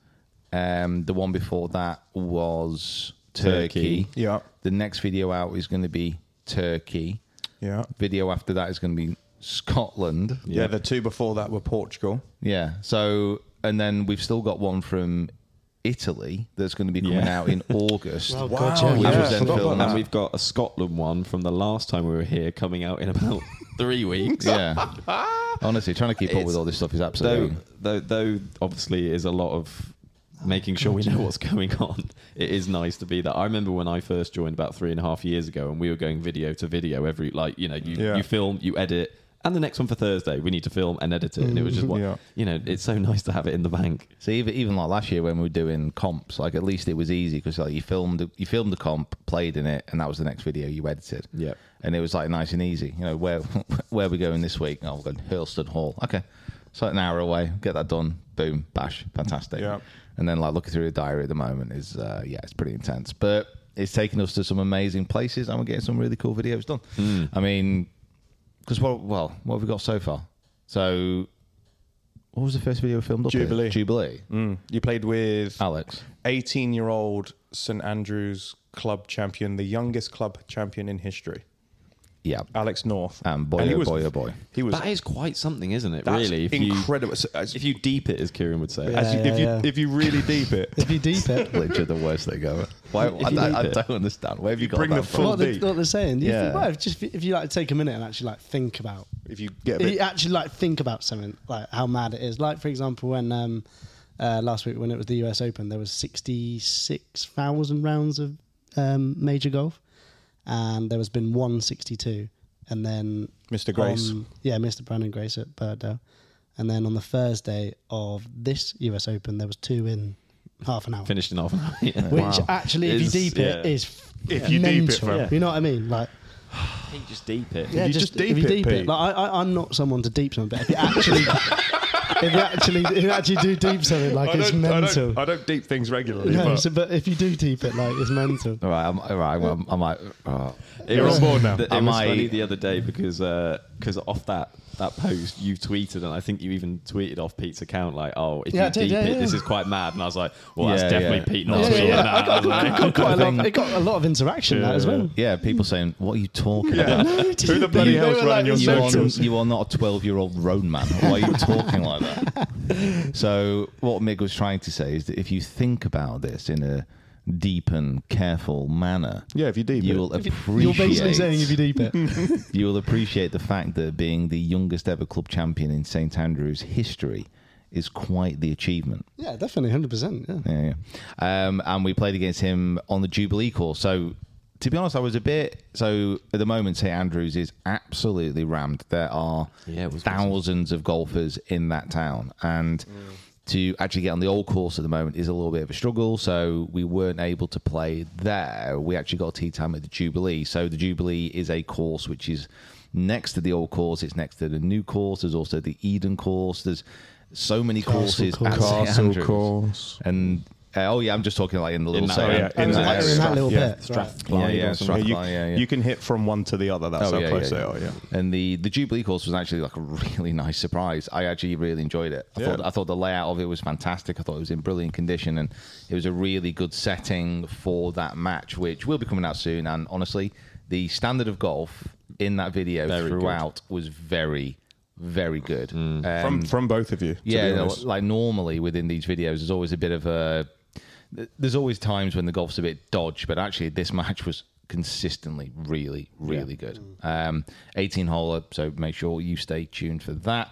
Speaker 3: Um, the one before that was Turkey.
Speaker 4: Turkey.
Speaker 5: Yeah.
Speaker 3: The next video out is going to be Turkey.
Speaker 5: Yeah.
Speaker 3: Video after that is going to be Scotland.
Speaker 5: Yeah, the two before that were Portugal.
Speaker 3: Yeah. So, and then we've still got one from Italy that's going to be coming
Speaker 4: Yeah.
Speaker 3: out in August.
Speaker 6: Wow, God, yeah,
Speaker 3: Which
Speaker 6: yeah.
Speaker 3: was then
Speaker 5: Forgot
Speaker 3: filmed.
Speaker 5: about
Speaker 4: And we've got a Scotland one from the last time we were here coming out in about three weeks.
Speaker 3: yeah. Honestly, trying to keep up
Speaker 4: It's-
Speaker 3: with all this stuff is
Speaker 4: Though,
Speaker 3: absolutely.
Speaker 4: though, though, obviously, it is a lot of
Speaker 6: Oh,
Speaker 4: making sure we know what's going on. It is nice to be that. I remember when I first joined about three and a half years ago, and we were going video to video every like you know you,
Speaker 5: Yeah.
Speaker 4: you film, you edit, and the next one for Thursday we need to film and edit it, and it was
Speaker 6: Mm-hmm.
Speaker 4: just what
Speaker 5: Yeah.
Speaker 4: you know. It's so nice to have it in the bank.
Speaker 3: So even even like last year when we were doing comps, like at least it was easy because like you filmed you filmed the comp, played in it, and that was the next video you edited.
Speaker 4: Yeah.
Speaker 3: and it was like nice and easy. You know where where are we going this week? Oh, we're going to Hurlston Hall. Okay, so an hour away, get that done. Boom, bash, fantastic.
Speaker 5: Yeah.
Speaker 3: And then like looking through the diary at the moment is uh, yeah, it's pretty intense, but it's taking us to some amazing places, and we're getting some really cool videos done. I mean, because what well what have we got so far? So. What was the first video we filmed up here?
Speaker 5: Jubilee.
Speaker 3: Jubilee. Mm.
Speaker 5: You played with
Speaker 3: Alex.
Speaker 5: 18 year old St Andrews club champion, the youngest club champion in history,
Speaker 3: Yeah.
Speaker 5: Alex North.
Speaker 3: And boy,
Speaker 5: he
Speaker 3: oh
Speaker 5: was-
Speaker 3: boy, oh boy.
Speaker 5: He was
Speaker 4: That is quite something, isn't it?
Speaker 5: that's
Speaker 4: really, if
Speaker 5: incredible. So,
Speaker 4: you
Speaker 5: as-
Speaker 4: if you deep it, as Kieran would say.
Speaker 5: as you-
Speaker 6: Yeah,
Speaker 5: if, you,
Speaker 6: yeah, yeah.
Speaker 5: if you really deep it,
Speaker 6: If you deep it,
Speaker 3: Literally the worst thing ever. Why, I,
Speaker 4: you
Speaker 3: I, I
Speaker 4: leave it.
Speaker 3: don't understand. Where have you got
Speaker 5: bring
Speaker 3: that
Speaker 5: the
Speaker 3: from?
Speaker 5: full-
Speaker 6: what, they, what they're saying, you
Speaker 3: Yeah.
Speaker 6: think, well, if just if you like take a minute and actually like think about
Speaker 5: if you get a
Speaker 6: you
Speaker 5: bit.
Speaker 6: actually like think about something like how mad it is. Like for example, when um, uh, last week when it was the U.S. Open, there was sixty-six thousand rounds of um, major golf, and there was been one sixty-two, and then
Speaker 5: Mr. Grace.
Speaker 6: on- yeah, Mr. Brandon Grace at Birdo, and then on the Thursday of this U.S. Open, there was two in half an hour.
Speaker 4: Finished in half an hour. Yeah.
Speaker 6: Which actually, if
Speaker 4: Is-
Speaker 6: you deep it,
Speaker 4: yeah.
Speaker 6: is
Speaker 5: If you deep it,
Speaker 6: mental.
Speaker 5: man.
Speaker 6: you know what I mean, like.
Speaker 4: Hey, just deep it.
Speaker 6: Yeah,
Speaker 5: you just deep
Speaker 6: if you
Speaker 5: it,
Speaker 6: deep it.
Speaker 5: Pete?
Speaker 6: Like I, I, I'm not someone to deep something, but if you actually, if you actually, if you actually do deep something, like it's mental.
Speaker 5: I don't deep things regularly.
Speaker 6: no,
Speaker 5: but
Speaker 6: so, but if you do deep it, like it's mental.
Speaker 3: All right, I'm, all right, I'm, I'm like, oh.
Speaker 4: It
Speaker 5: You're
Speaker 4: was,
Speaker 5: on board now.
Speaker 4: It
Speaker 3: Am
Speaker 4: was
Speaker 3: I-
Speaker 4: funny the other day because because off that that post you tweeted and I think you even tweeted off Pete's account like, oh, if
Speaker 6: Yeah, I
Speaker 4: you
Speaker 6: did,
Speaker 4: deep
Speaker 6: yeah,
Speaker 4: it,
Speaker 6: yeah.
Speaker 4: this is quite mad. And I was like, well,
Speaker 3: Yeah,
Speaker 4: that's definitely
Speaker 3: yeah.
Speaker 4: Pete
Speaker 3: No,
Speaker 4: not
Speaker 3: yeah,
Speaker 4: tweeting
Speaker 3: yeah.
Speaker 4: that. I was like,
Speaker 6: It got quite a
Speaker 3: thing-
Speaker 6: lot. It got a lot of interaction that as well.
Speaker 3: yeah, people saying, what are you talking
Speaker 6: No,
Speaker 3: about?
Speaker 6: you
Speaker 5: Who the
Speaker 6: didn't.
Speaker 5: bloody
Speaker 6: You
Speaker 5: hell's
Speaker 6: were
Speaker 5: running your
Speaker 6: it's
Speaker 3: You are,
Speaker 5: socials?
Speaker 3: you are not a 12 year old road man. Why are you talking like that? So, what Mig was trying to say is that if you think about this in a deep and careful manner,
Speaker 5: Yeah, if you deep
Speaker 3: you
Speaker 5: it.
Speaker 3: will appreciate.
Speaker 6: You're basically saying if you deep eh? it,
Speaker 3: you will appreciate the fact that being the youngest ever club champion in St Andrews history is quite the achievement.
Speaker 6: yeah, definitely, hundred percent. Yeah.
Speaker 3: Yeah, yeah. Um, and we played against him on the Jubilee course. So, to be honest, I was a bit. So, at the moment, St Andrews is absolutely rammed. There are
Speaker 4: Yeah, it was
Speaker 3: thousands of golfers in that town. And
Speaker 4: Mm.
Speaker 3: to actually get on the old course at the moment is a little bit of a struggle. So, we weren't able to play there. We actually got a tea time at the Jubilee. So, the Jubilee is a course which is next to the old course, it's next to the new course. There's also the Eden course. There's so many courses at St
Speaker 6: course.
Speaker 3: Andrews.
Speaker 5: course.
Speaker 3: And Uh, oh yeah, I'm just talking like in the little
Speaker 4: that-
Speaker 3: section.
Speaker 4: yeah,
Speaker 6: in
Speaker 3: the
Speaker 6: that area. In that little
Speaker 5: yeah,
Speaker 6: bit,
Speaker 5: Strath
Speaker 6: right.
Speaker 5: Clyde
Speaker 3: Yeah, yeah,
Speaker 5: or something.
Speaker 3: Strath
Speaker 5: you,
Speaker 3: Clyde, yeah, yeah.
Speaker 5: you can hit from one to the other. That's
Speaker 4: Oh,
Speaker 5: how close they are. Yeah.
Speaker 3: And the the Jubilee course was actually like a really nice surprise. I actually really enjoyed it. I
Speaker 5: Yeah.
Speaker 3: thought I thought the layout of it was fantastic. I thought it was in brilliant condition, and it was a really good setting for that match, which will be coming out soon. And honestly, the standard of golf in that video
Speaker 4: Very good.
Speaker 3: throughout was very, very good. Um,
Speaker 5: From from both of you. To
Speaker 3: yeah,
Speaker 5: Be
Speaker 3: no,
Speaker 5: honest.
Speaker 3: like normally within these videos, there's always a bit of a. th- There's always times when the golf's a bit dodge, but actually this match was consistently really, really good. Um, 18 holer, so make sure you stay tuned for that.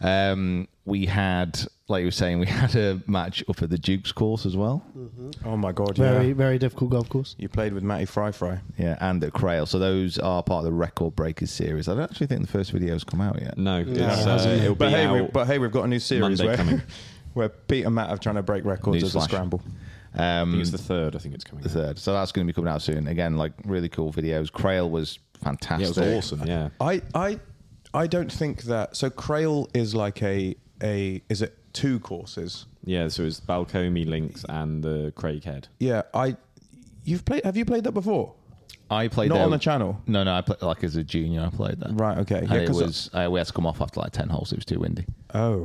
Speaker 3: Um, we had, like you were saying, we had a match up at the Duke's course as well.
Speaker 5: oh my god.
Speaker 6: Very,
Speaker 5: yeah.
Speaker 6: very difficult golf course.
Speaker 5: You played with Matty Fry Fry.
Speaker 3: Yeah, and at Crail. So those are part of the Record Breakers series. I don't actually think the first video's come out yet.
Speaker 4: No, it's, uh,
Speaker 6: hasn't.
Speaker 4: it'll be
Speaker 5: but hey,
Speaker 4: out.
Speaker 5: we, but hey, we've got a new series
Speaker 4: Monday coming.
Speaker 5: where where Pete and Matt are trying to break records as a
Speaker 3: Newsflash.
Speaker 5: scramble.
Speaker 4: I think it's the third. I think it's coming.
Speaker 3: The third. So that's going to be coming out soon. Again, like really cool videos. Crail was
Speaker 4: Yeah,
Speaker 3: fantastic.
Speaker 4: it was awesome. Yeah,
Speaker 5: I I I don't think that so Crail is like a a is it two courses?
Speaker 4: yeah. So it's Balcomi Links and the Craighead.
Speaker 5: Yeah, I you've played have you played that before?
Speaker 3: I played
Speaker 5: Not
Speaker 3: there-
Speaker 5: on the channel?
Speaker 3: No, no. I played like as a junior. I played that.
Speaker 5: Right, okay.
Speaker 3: And
Speaker 5: Yeah,
Speaker 3: it
Speaker 5: 'cause I-
Speaker 3: was uh, we had to come off after like ten holes. It was too windy.
Speaker 5: Oh.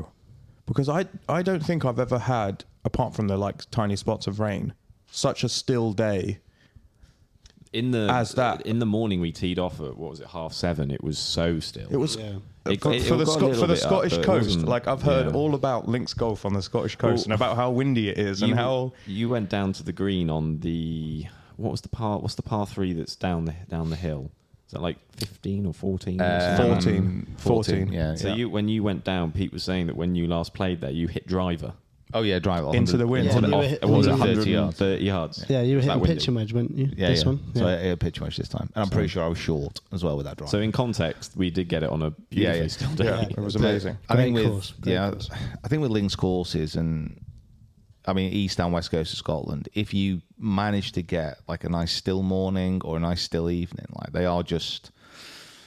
Speaker 5: Because I I don't think I've ever had apart from the like tiny spots of rain such a still day.
Speaker 4: In the
Speaker 5: As that-
Speaker 4: in the morning, we teed off at what was it half seven? It was so still.
Speaker 5: It was uh,
Speaker 6: Yeah.
Speaker 4: It
Speaker 5: for,
Speaker 4: got- it
Speaker 5: for the
Speaker 4: got a
Speaker 5: Sco-
Speaker 4: little
Speaker 5: for the
Speaker 4: bit up,
Speaker 5: Scottish
Speaker 4: but it
Speaker 5: coast.
Speaker 4: wasn't-
Speaker 5: Like I've heard
Speaker 4: yeah.
Speaker 5: all about links golf on the Scottish coast and about how windy it is
Speaker 4: you,
Speaker 5: and how
Speaker 4: you went down to the green on the what was the par? What's the par three that's down the down the hill? Is that like fifteen or fourteen?
Speaker 6: Uh,
Speaker 4: or something?
Speaker 5: 14, 14.
Speaker 3: Um, Yeah.
Speaker 4: So
Speaker 3: yeah.
Speaker 4: you when you went down, Pete was saying that when you last played there, you hit driver.
Speaker 3: Oh yeah, drive it
Speaker 5: Into
Speaker 3: 100
Speaker 5: the wind.
Speaker 3: into
Speaker 6: Yeah,
Speaker 3: the
Speaker 6: you
Speaker 3: off-
Speaker 6: were hit-
Speaker 3: it was
Speaker 6: you
Speaker 3: at
Speaker 6: were hit-
Speaker 3: 130 yards.
Speaker 4: 130 yards.
Speaker 6: Yeah, you were
Speaker 4: That
Speaker 6: hitting
Speaker 4: windy.
Speaker 6: pitch and wedge, weren't you?
Speaker 3: Yeah,
Speaker 6: this
Speaker 3: yeah.
Speaker 6: one. Yeah.
Speaker 3: So I hit a pitch much this time, and I'm pretty sure I was short as well with that drive.
Speaker 4: So in context, we did get it on a
Speaker 3: Yeah,
Speaker 4: beautifully
Speaker 3: yeah.
Speaker 4: still day.
Speaker 5: Yeah, it was
Speaker 3: But
Speaker 5: amazing.
Speaker 3: I think
Speaker 6: Great
Speaker 3: with
Speaker 6: course, great
Speaker 3: yeah,
Speaker 6: course.
Speaker 3: I think with links courses and I mean east and west coast of Scotland, if you manage to get like a nice still morning or a nice still evening, like they are just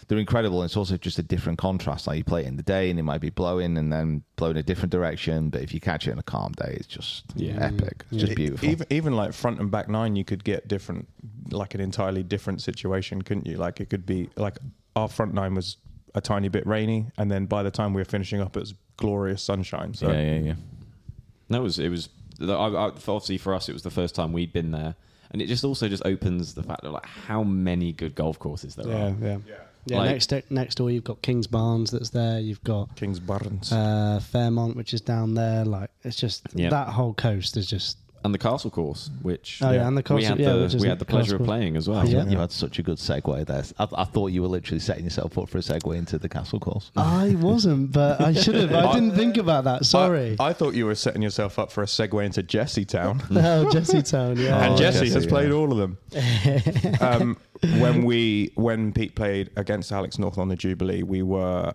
Speaker 3: they're incredible. And it's also just a different contrast. Like you play it in the day and it might be blowing and then blowing a different direction, but if you catch it on a calm day, it's just
Speaker 4: Yeah.
Speaker 3: epic. It's just beautiful.
Speaker 5: Even even like front and back nine, you could get different, like an entirely different situation, couldn't you? Like it could be like our front nine was a tiny bit rainy, and then by the time we were finishing up, it was glorious sunshine. So
Speaker 3: yeah, yeah.
Speaker 4: No, it was it was the- I, I, obviously for us it was the first time we'd been there, and it just also just opens the fact of like how many good golf courses there
Speaker 6: Yeah,
Speaker 4: are.
Speaker 6: yeah. Yeah,
Speaker 4: Like-
Speaker 6: next door- next door you've got King's Barnes that's there. You've got
Speaker 5: Kings Barnes.
Speaker 6: uh, Fairmont, which is down there. Like it's just
Speaker 4: Yeah.
Speaker 6: that whole coast is just.
Speaker 4: And the castle course, which
Speaker 6: Oh, yeah, and the
Speaker 4: we
Speaker 6: castle-
Speaker 4: had
Speaker 6: yeah,
Speaker 4: the,
Speaker 6: which is
Speaker 4: we
Speaker 6: the
Speaker 4: had the pleasure
Speaker 6: castle.
Speaker 4: of playing as well.
Speaker 6: Yeah.
Speaker 3: You had such a good segue there. I, I thought you were literally setting yourself up for a segue into the castle course.
Speaker 6: I wasn't, but I should have. I didn't think about that. Sorry.
Speaker 5: I, I thought you were setting yourself up for a segue into Jesse Town.
Speaker 6: oh, Jesse Town. Yeah.
Speaker 5: and
Speaker 3: Oh,
Speaker 5: Jesse
Speaker 3: Jesse,
Speaker 5: has
Speaker 3: yeah.
Speaker 5: played all of them. um, when we when Pete played against Alex North on the Jubilee, we were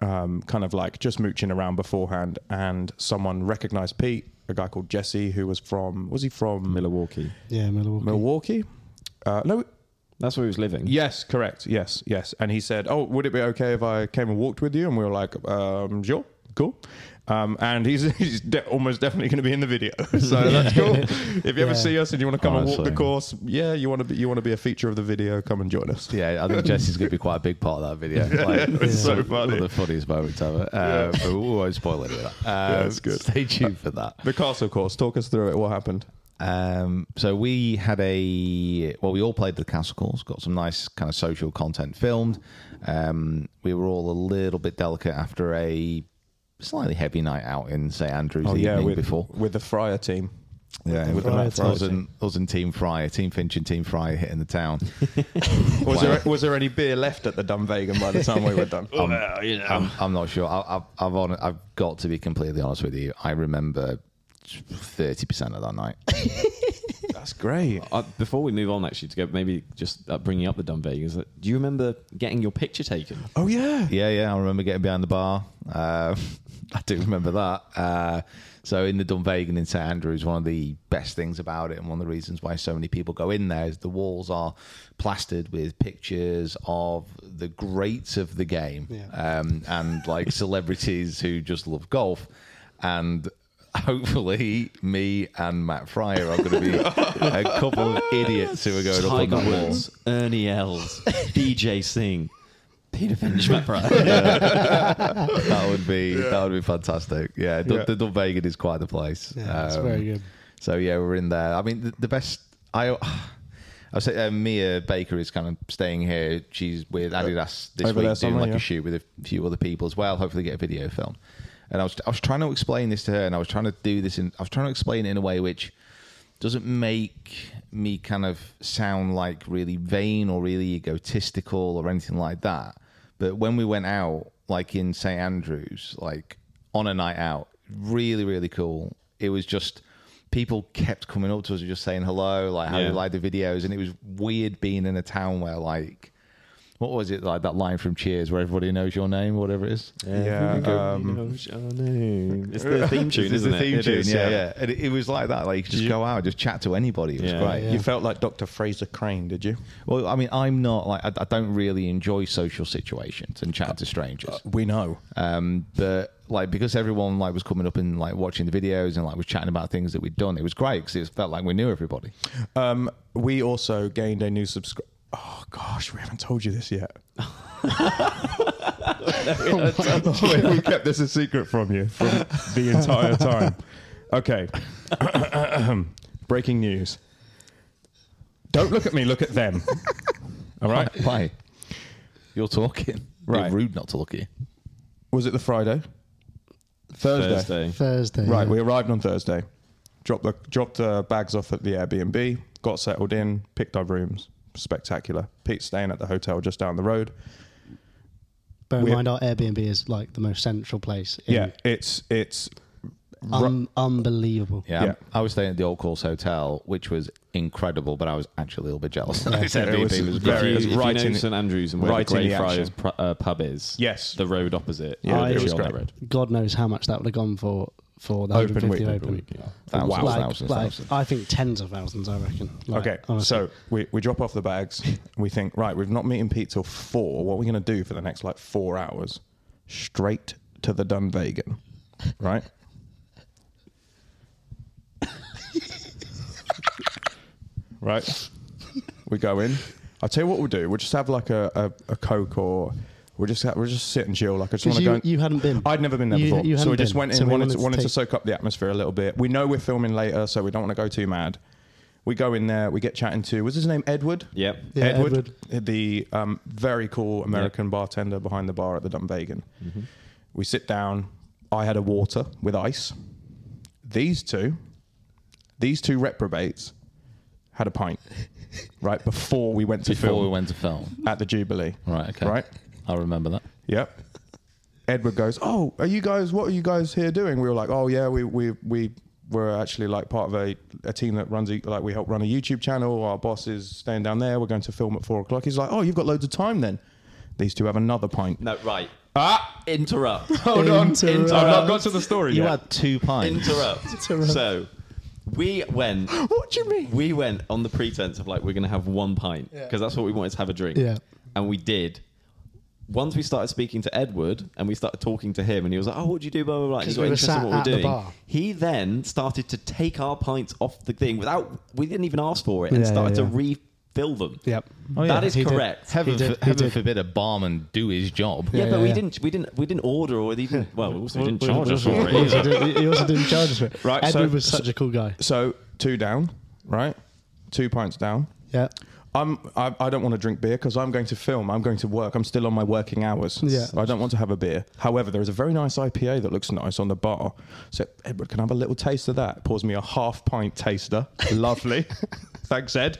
Speaker 5: um, kind of like just mooching around beforehand, and someone recognised Pete, a guy called Jesse, who was from was he from
Speaker 4: Milwaukee.
Speaker 6: yeah, Milwaukee.
Speaker 5: Milwaukee? Uh, no.
Speaker 4: That's where he was living.
Speaker 5: Yes, correct. Yes, yes. And he said, "Oh, would it be okay if I came and walked with you?" And we were like, um, "Sure, cool." Um, and he's, he's de- almost definitely going to be in the video, so that's cool. If you ever
Speaker 6: Yeah.
Speaker 5: see us and you want to come and walk
Speaker 3: Honestly.
Speaker 5: the course, yeah, you want to be you want to be a feature of the video. Come and join us.
Speaker 3: Yeah, I think Jesse's going to be quite a big part of that video. Like,
Speaker 5: It's so
Speaker 3: One
Speaker 5: funny.
Speaker 3: of the funniest moments ever. Uh, But we won't spoil any of that. Uh,
Speaker 5: it's good.
Speaker 3: Stay tuned for that.
Speaker 5: The castle course. Talk us through it. What happened?
Speaker 3: Um, so we had a well, we all played the castle calls, got some nice kind of social content filmed. Um, we were all a little bit delicate after a slightly heavy night out in St Andrews the evening
Speaker 5: Oh, with,
Speaker 3: before.
Speaker 5: with the Friar team.
Speaker 3: Yeah,
Speaker 5: with the
Speaker 6: Fryer
Speaker 5: Matt
Speaker 6: team.
Speaker 5: Fryer
Speaker 3: us
Speaker 5: team.
Speaker 3: and us and Team Fryer, Team Finch and Team Fryer hitting the town.
Speaker 5: Was there was there any beer left at the Dunvegan by the time we were done?
Speaker 3: I'm, I'm not sure. I, I've, I've, on, I've got to be completely honest with you. I remember 30% of that night.
Speaker 5: That's great.
Speaker 4: Uh, before we move on, actually, to go maybe just uh, bringing up the Dunvegans, uh, do you remember getting your picture taken?
Speaker 5: Oh yeah.
Speaker 3: yeah, yeah. I remember getting behind the bar. Uh, I do remember that. Uh, so in the Dunvegan in St Andrews, one of the best things about it, and one of the reasons why so many people go in there, is the walls are plastered with pictures of the greats of the game
Speaker 6: Yeah.
Speaker 3: um, and like celebrities who just love golf. And I hopefully me and Matt Fryer are going to be a couple of idiots who are going up on
Speaker 4: Tiger
Speaker 3: the wall.
Speaker 4: Woods, Ernie Els, DJ Singh, Peter Finch, Matt Pryor.
Speaker 3: That would be that would be fantastic. Yeah, Dun-
Speaker 5: Yeah.
Speaker 3: the Dunvegan is quite the place. Um,
Speaker 6: Yeah,
Speaker 5: um,
Speaker 6: it's very good.
Speaker 3: So yeah, we're in there. I mean, the, the best. I I say uh, Mia Baker is kind of staying here. She's with Adidas
Speaker 5: Over
Speaker 3: this
Speaker 5: there
Speaker 3: week, doing
Speaker 5: somewhere,
Speaker 3: like
Speaker 5: yeah.
Speaker 3: a shoot with a few other people as well. Hopefully, get a video film. And I was I was trying to explain this to her, and I was trying to do this in I was trying to explain it in a way which doesn't make me kind of sound like really vain or really egotistical or anything like that. But when we went out, like in St Andrews, like on a night out, really really cool. It was just people kept coming up to us and just saying hello, like how do
Speaker 4: Yeah.
Speaker 3: you like the videos, and it was weird being in a town where like. What was it like that line from Cheers where everybody knows your name, whatever it is?
Speaker 5: Yeah, um,
Speaker 4: it's the theme tune,
Speaker 3: It's
Speaker 4: isn't
Speaker 3: the
Speaker 4: it?
Speaker 3: theme
Speaker 4: It
Speaker 3: tune,
Speaker 4: is,
Speaker 3: yeah, yeah. And it, it was like that. Like you could just go out, and just chat to anybody. It was
Speaker 4: Yeah.
Speaker 3: great.
Speaker 5: You felt like Dr. Fraser Crane, did you?
Speaker 3: Well, I mean, I'm not like I, I don't really enjoy social situations and chatting to strangers.
Speaker 5: Uh, We know.
Speaker 3: Um, but like because everyone like was coming up and like watching the videos and like was chatting about things that we'd done, it was great because it felt like we knew everybody.
Speaker 5: Um, we also gained a new subscriber. Oh gosh, we haven't told you this yet. we kept this a secret from you from the entire time. Okay. Breaking news. Don't look at me, look at them. All right.
Speaker 3: Why? You're talking.
Speaker 5: Right.
Speaker 3: Be rude not to look at you.
Speaker 5: Was it the Friday? Thursday.
Speaker 4: Thursday.
Speaker 6: Thursday.
Speaker 5: Right,
Speaker 6: yeah.
Speaker 5: we arrived on Thursday. Dropped the dropped the bags off at the Airbnb. Got settled in. Picked our rooms. Spectacular. Pete's staying at the hotel just down the road.
Speaker 6: Bear in
Speaker 5: we-
Speaker 6: mind, our Airbnb is like the most central place. In,
Speaker 5: Yeah, it's it's
Speaker 6: Um, unbelievable.
Speaker 3: Yeah,
Speaker 5: Yeah.
Speaker 3: I was staying at the Old Course Hotel, which was incredible, but I was actually a little bit jealous. It's
Speaker 5: it
Speaker 3: Airbnb
Speaker 5: was
Speaker 3: great.
Speaker 4: If
Speaker 5: Very-
Speaker 4: you,
Speaker 5: it's
Speaker 4: if you
Speaker 5: right
Speaker 4: know
Speaker 5: in the-
Speaker 4: St Andrews and where
Speaker 5: right in
Speaker 4: the
Speaker 5: the
Speaker 4: Greyfriars
Speaker 5: action.
Speaker 4: pr- uh, pub is,
Speaker 5: Yes.
Speaker 4: the road opposite.
Speaker 5: Yeah,
Speaker 4: literally
Speaker 6: it was
Speaker 4: on
Speaker 5: great.
Speaker 4: that road.
Speaker 6: God knows how much that would have gone for for the
Speaker 5: Open
Speaker 6: 150
Speaker 5: week,
Speaker 6: open.
Speaker 5: open
Speaker 3: Thousands,
Speaker 5: Wow.
Speaker 6: Like,
Speaker 3: thousands,
Speaker 6: like,
Speaker 3: thousands.
Speaker 6: I think tens of thousands. I reckon. Like,
Speaker 5: okay.
Speaker 6: honestly.
Speaker 5: So we, we drop off the bags. We think right. We've not meeting Pete till four. What are we going to do for the next like four hours? Straight to the Dunvegan, right? right. We go in. I'll tell you what we'll do. We'll just have like a, a, a coke or. We'll just have, we'll just sit and chill. Like I just
Speaker 6: Because
Speaker 5: want to
Speaker 6: you,
Speaker 5: go. and-
Speaker 6: you hadn't been.
Speaker 5: I'd never been there
Speaker 6: You-
Speaker 5: before,
Speaker 6: you
Speaker 5: so we
Speaker 6: hadn't
Speaker 5: just
Speaker 6: been.
Speaker 5: went in
Speaker 6: So we
Speaker 5: wanted, to, wanted to
Speaker 6: take-
Speaker 5: soak up the atmosphere a little bit. We know we're filming later, so we don't want to go too mad. We go in there, we get chatting to was his name Edward?
Speaker 4: Yep.
Speaker 6: Yeah,
Speaker 5: Edward, the um, very cool American bartender behind the bar at the Dunvegan.
Speaker 3: Mm-hmm.
Speaker 5: We sit down. I had a water with ice. These two, these two reprobates, had a pint right before we went to
Speaker 3: Before
Speaker 5: film
Speaker 3: we went to film,
Speaker 5: at the Jubilee.
Speaker 3: right? Okay,
Speaker 5: Right.
Speaker 3: I remember that.
Speaker 5: Yep. Edward goes, "Oh, are you guys? What are you guys here doing?" We were like, "Oh yeah, we we we we're actually like part of a, a team that runs a, like we help run a YouTube channel. Our boss is staying down there. We're going to film at four o'clock." He's like, "Oh, you've got loads of time then." These two have another pint.
Speaker 4: No, right.
Speaker 5: Ah,
Speaker 4: Interrupt.
Speaker 5: hold on.
Speaker 6: Interrupt.
Speaker 5: I've not got to the story
Speaker 3: You
Speaker 5: yet.
Speaker 3: had two pints.
Speaker 4: Interrupt.
Speaker 6: Interrupt.
Speaker 4: So we went.
Speaker 5: what do you mean?
Speaker 4: We went on the pretense of like we're gonna have one pint because that's what we wanted to have a drink.
Speaker 6: Yeah.
Speaker 4: And we did. Once we started speaking to Edward and we started talking to him, and he was like, "Oh, what do you do?" Blah blah blah. And He
Speaker 6: 'Cause
Speaker 4: got
Speaker 6: we were
Speaker 4: interested in
Speaker 6: sat
Speaker 4: what we we're
Speaker 6: at the
Speaker 4: doing.
Speaker 6: bar.
Speaker 4: He then started to take our pints off the thing without we didn't even ask for it, and
Speaker 6: Yeah,
Speaker 4: started
Speaker 6: yeah,
Speaker 4: to refill them.
Speaker 6: Yep.
Speaker 3: Oh,
Speaker 4: that is
Speaker 6: He did.
Speaker 4: correct.
Speaker 3: Heaven,
Speaker 6: did,
Speaker 3: for-
Speaker 6: he
Speaker 3: heaven
Speaker 6: did.
Speaker 3: forbid a barman do his job.
Speaker 4: Yeah, but we
Speaker 6: yeah.
Speaker 4: didn't, we didn't, we didn't order or they didn't. Well, also we didn't
Speaker 6: We-
Speaker 4: charge
Speaker 6: we-
Speaker 4: us for it.
Speaker 6: He also
Speaker 4: either.
Speaker 6: didn't, he also didn't charge us for it.
Speaker 5: Right, so-
Speaker 6: Edward was such a cool guy.
Speaker 5: So two down, right? Two pints down.
Speaker 6: Yeah.
Speaker 5: I'm, I, I don't want to drink beer because I'm going to film. I'm going to work. I'm still on my working hours.
Speaker 6: Yeah.
Speaker 5: I don't want to have a beer. However, there is a very nice IPA that looks nice on the bar. So, Edward, can I have a little taste of that? Pours me a half pint taster. Lovely. Thanks, Ed.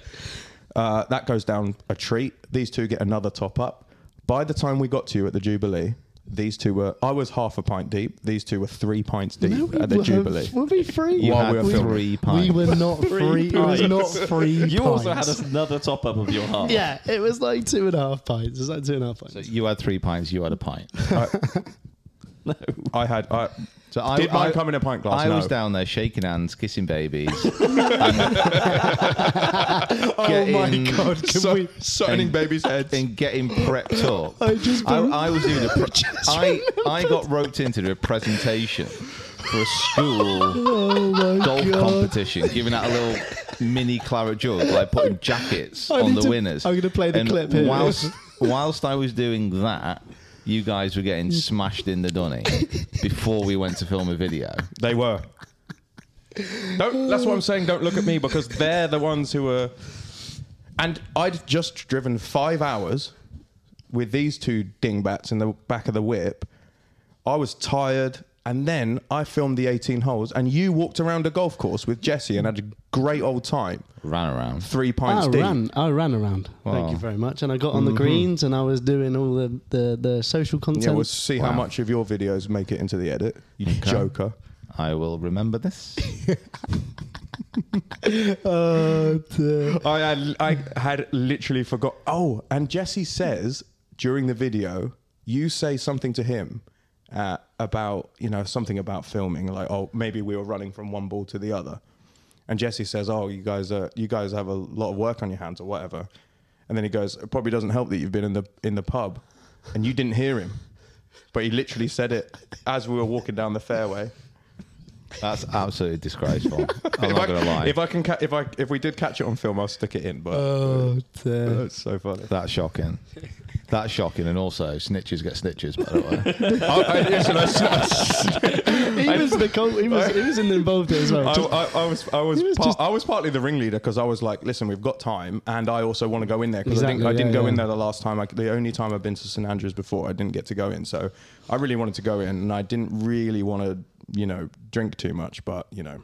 Speaker 5: Uh, that goes down a treat. These two get another top up. By the time we got to you at the Jubilee, these two were, I was half a pint deep. These two were three pints deep at the Jubilee.
Speaker 6: Were we free?
Speaker 3: You
Speaker 5: While
Speaker 3: had
Speaker 5: we were filming.
Speaker 3: three
Speaker 6: We
Speaker 3: pints.
Speaker 6: were not free. It was not free.
Speaker 4: You also had
Speaker 6: pints.
Speaker 4: another top up of your half.
Speaker 6: Yeah, it was like two and a half pints. It was like two and a half pints.
Speaker 3: you had three pints. You had a pint.
Speaker 4: No.
Speaker 5: I had, I,
Speaker 3: So I,
Speaker 5: did mine
Speaker 3: I-
Speaker 5: come in a pint glass?
Speaker 3: I
Speaker 5: No.
Speaker 3: was down there shaking hands, kissing babies,
Speaker 6: oh my
Speaker 3: getting-
Speaker 6: god! Can
Speaker 5: So,
Speaker 6: we?
Speaker 5: signing babies' heads.
Speaker 3: and getting prepped up.
Speaker 6: I just
Speaker 3: I,
Speaker 6: rem-
Speaker 3: I was doing a. Pre-
Speaker 6: just
Speaker 3: I I got roped into a presentation for a school golf competition, giving out a little mini claret jug, like putting jackets
Speaker 6: I
Speaker 3: on
Speaker 6: need
Speaker 3: the
Speaker 6: to-
Speaker 3: winners.
Speaker 6: I'm gonna play the
Speaker 3: And
Speaker 6: clip here.
Speaker 3: Whilst, whilst I was doing that, you guys were getting smashed in the dunny before we went to film a video.
Speaker 5: They were. Don't, that's what I'm saying. Don't look at me because they're the ones who were. And I'd just driven five hours with these two dingbats in the back of the whip. I was tired. And then I filmed the 18 holes, and you walked around a golf course with Jesse and had a great old time.
Speaker 3: Ran around.
Speaker 5: Three pints
Speaker 6: I
Speaker 5: deep.
Speaker 6: ran, I ran around. Thank you very much. And I got on the greens and I was doing all the, the, the social content.
Speaker 5: Yeah, we'll see how
Speaker 3: Wow.
Speaker 5: much of your videos make it into the edit. You joker.
Speaker 3: I will remember this.
Speaker 5: I had, I had literally forgot. Oh, and Jesse says during the video, you say something to him uh, about you know something about filming, like oh maybe we were running from one ball to the other, and Jesse says, oh you guys are you guys have a lot of work on your hands or whatever, and then he goes, it probably doesn't help that you've been in the in the pub, and you didn't hear him, but he literally said it as we were walking down the fairway.
Speaker 3: That's absolutely disgraceful. I'm
Speaker 5: if
Speaker 3: not
Speaker 5: I,
Speaker 3: going to lie. Uh,
Speaker 5: If I can, ca- if I if we did catch it on film, I'll stick it in. But
Speaker 6: uh,
Speaker 5: that's so funny.
Speaker 3: That's shocking. That's shocking. And also, snitches get snitches, by the way.
Speaker 5: I, I, listen, I, s-
Speaker 6: he, was the co- he, was, he was in- involved in it as well.
Speaker 5: I-
Speaker 6: Just-
Speaker 5: I- I was, I was,
Speaker 6: was
Speaker 5: par-
Speaker 6: just-
Speaker 5: I was partly the ringleader because I was like, listen, we've got time, and I also want to go in there because I
Speaker 6: Exactly,
Speaker 5: didn't, I didn't
Speaker 6: yeah,
Speaker 5: go in
Speaker 6: yeah.
Speaker 5: there the last time. I, the only time I've been to St Andrews before, I didn't get to go in, so I really wanted to go in, and I didn't really want to, you know, drink too much, but you know,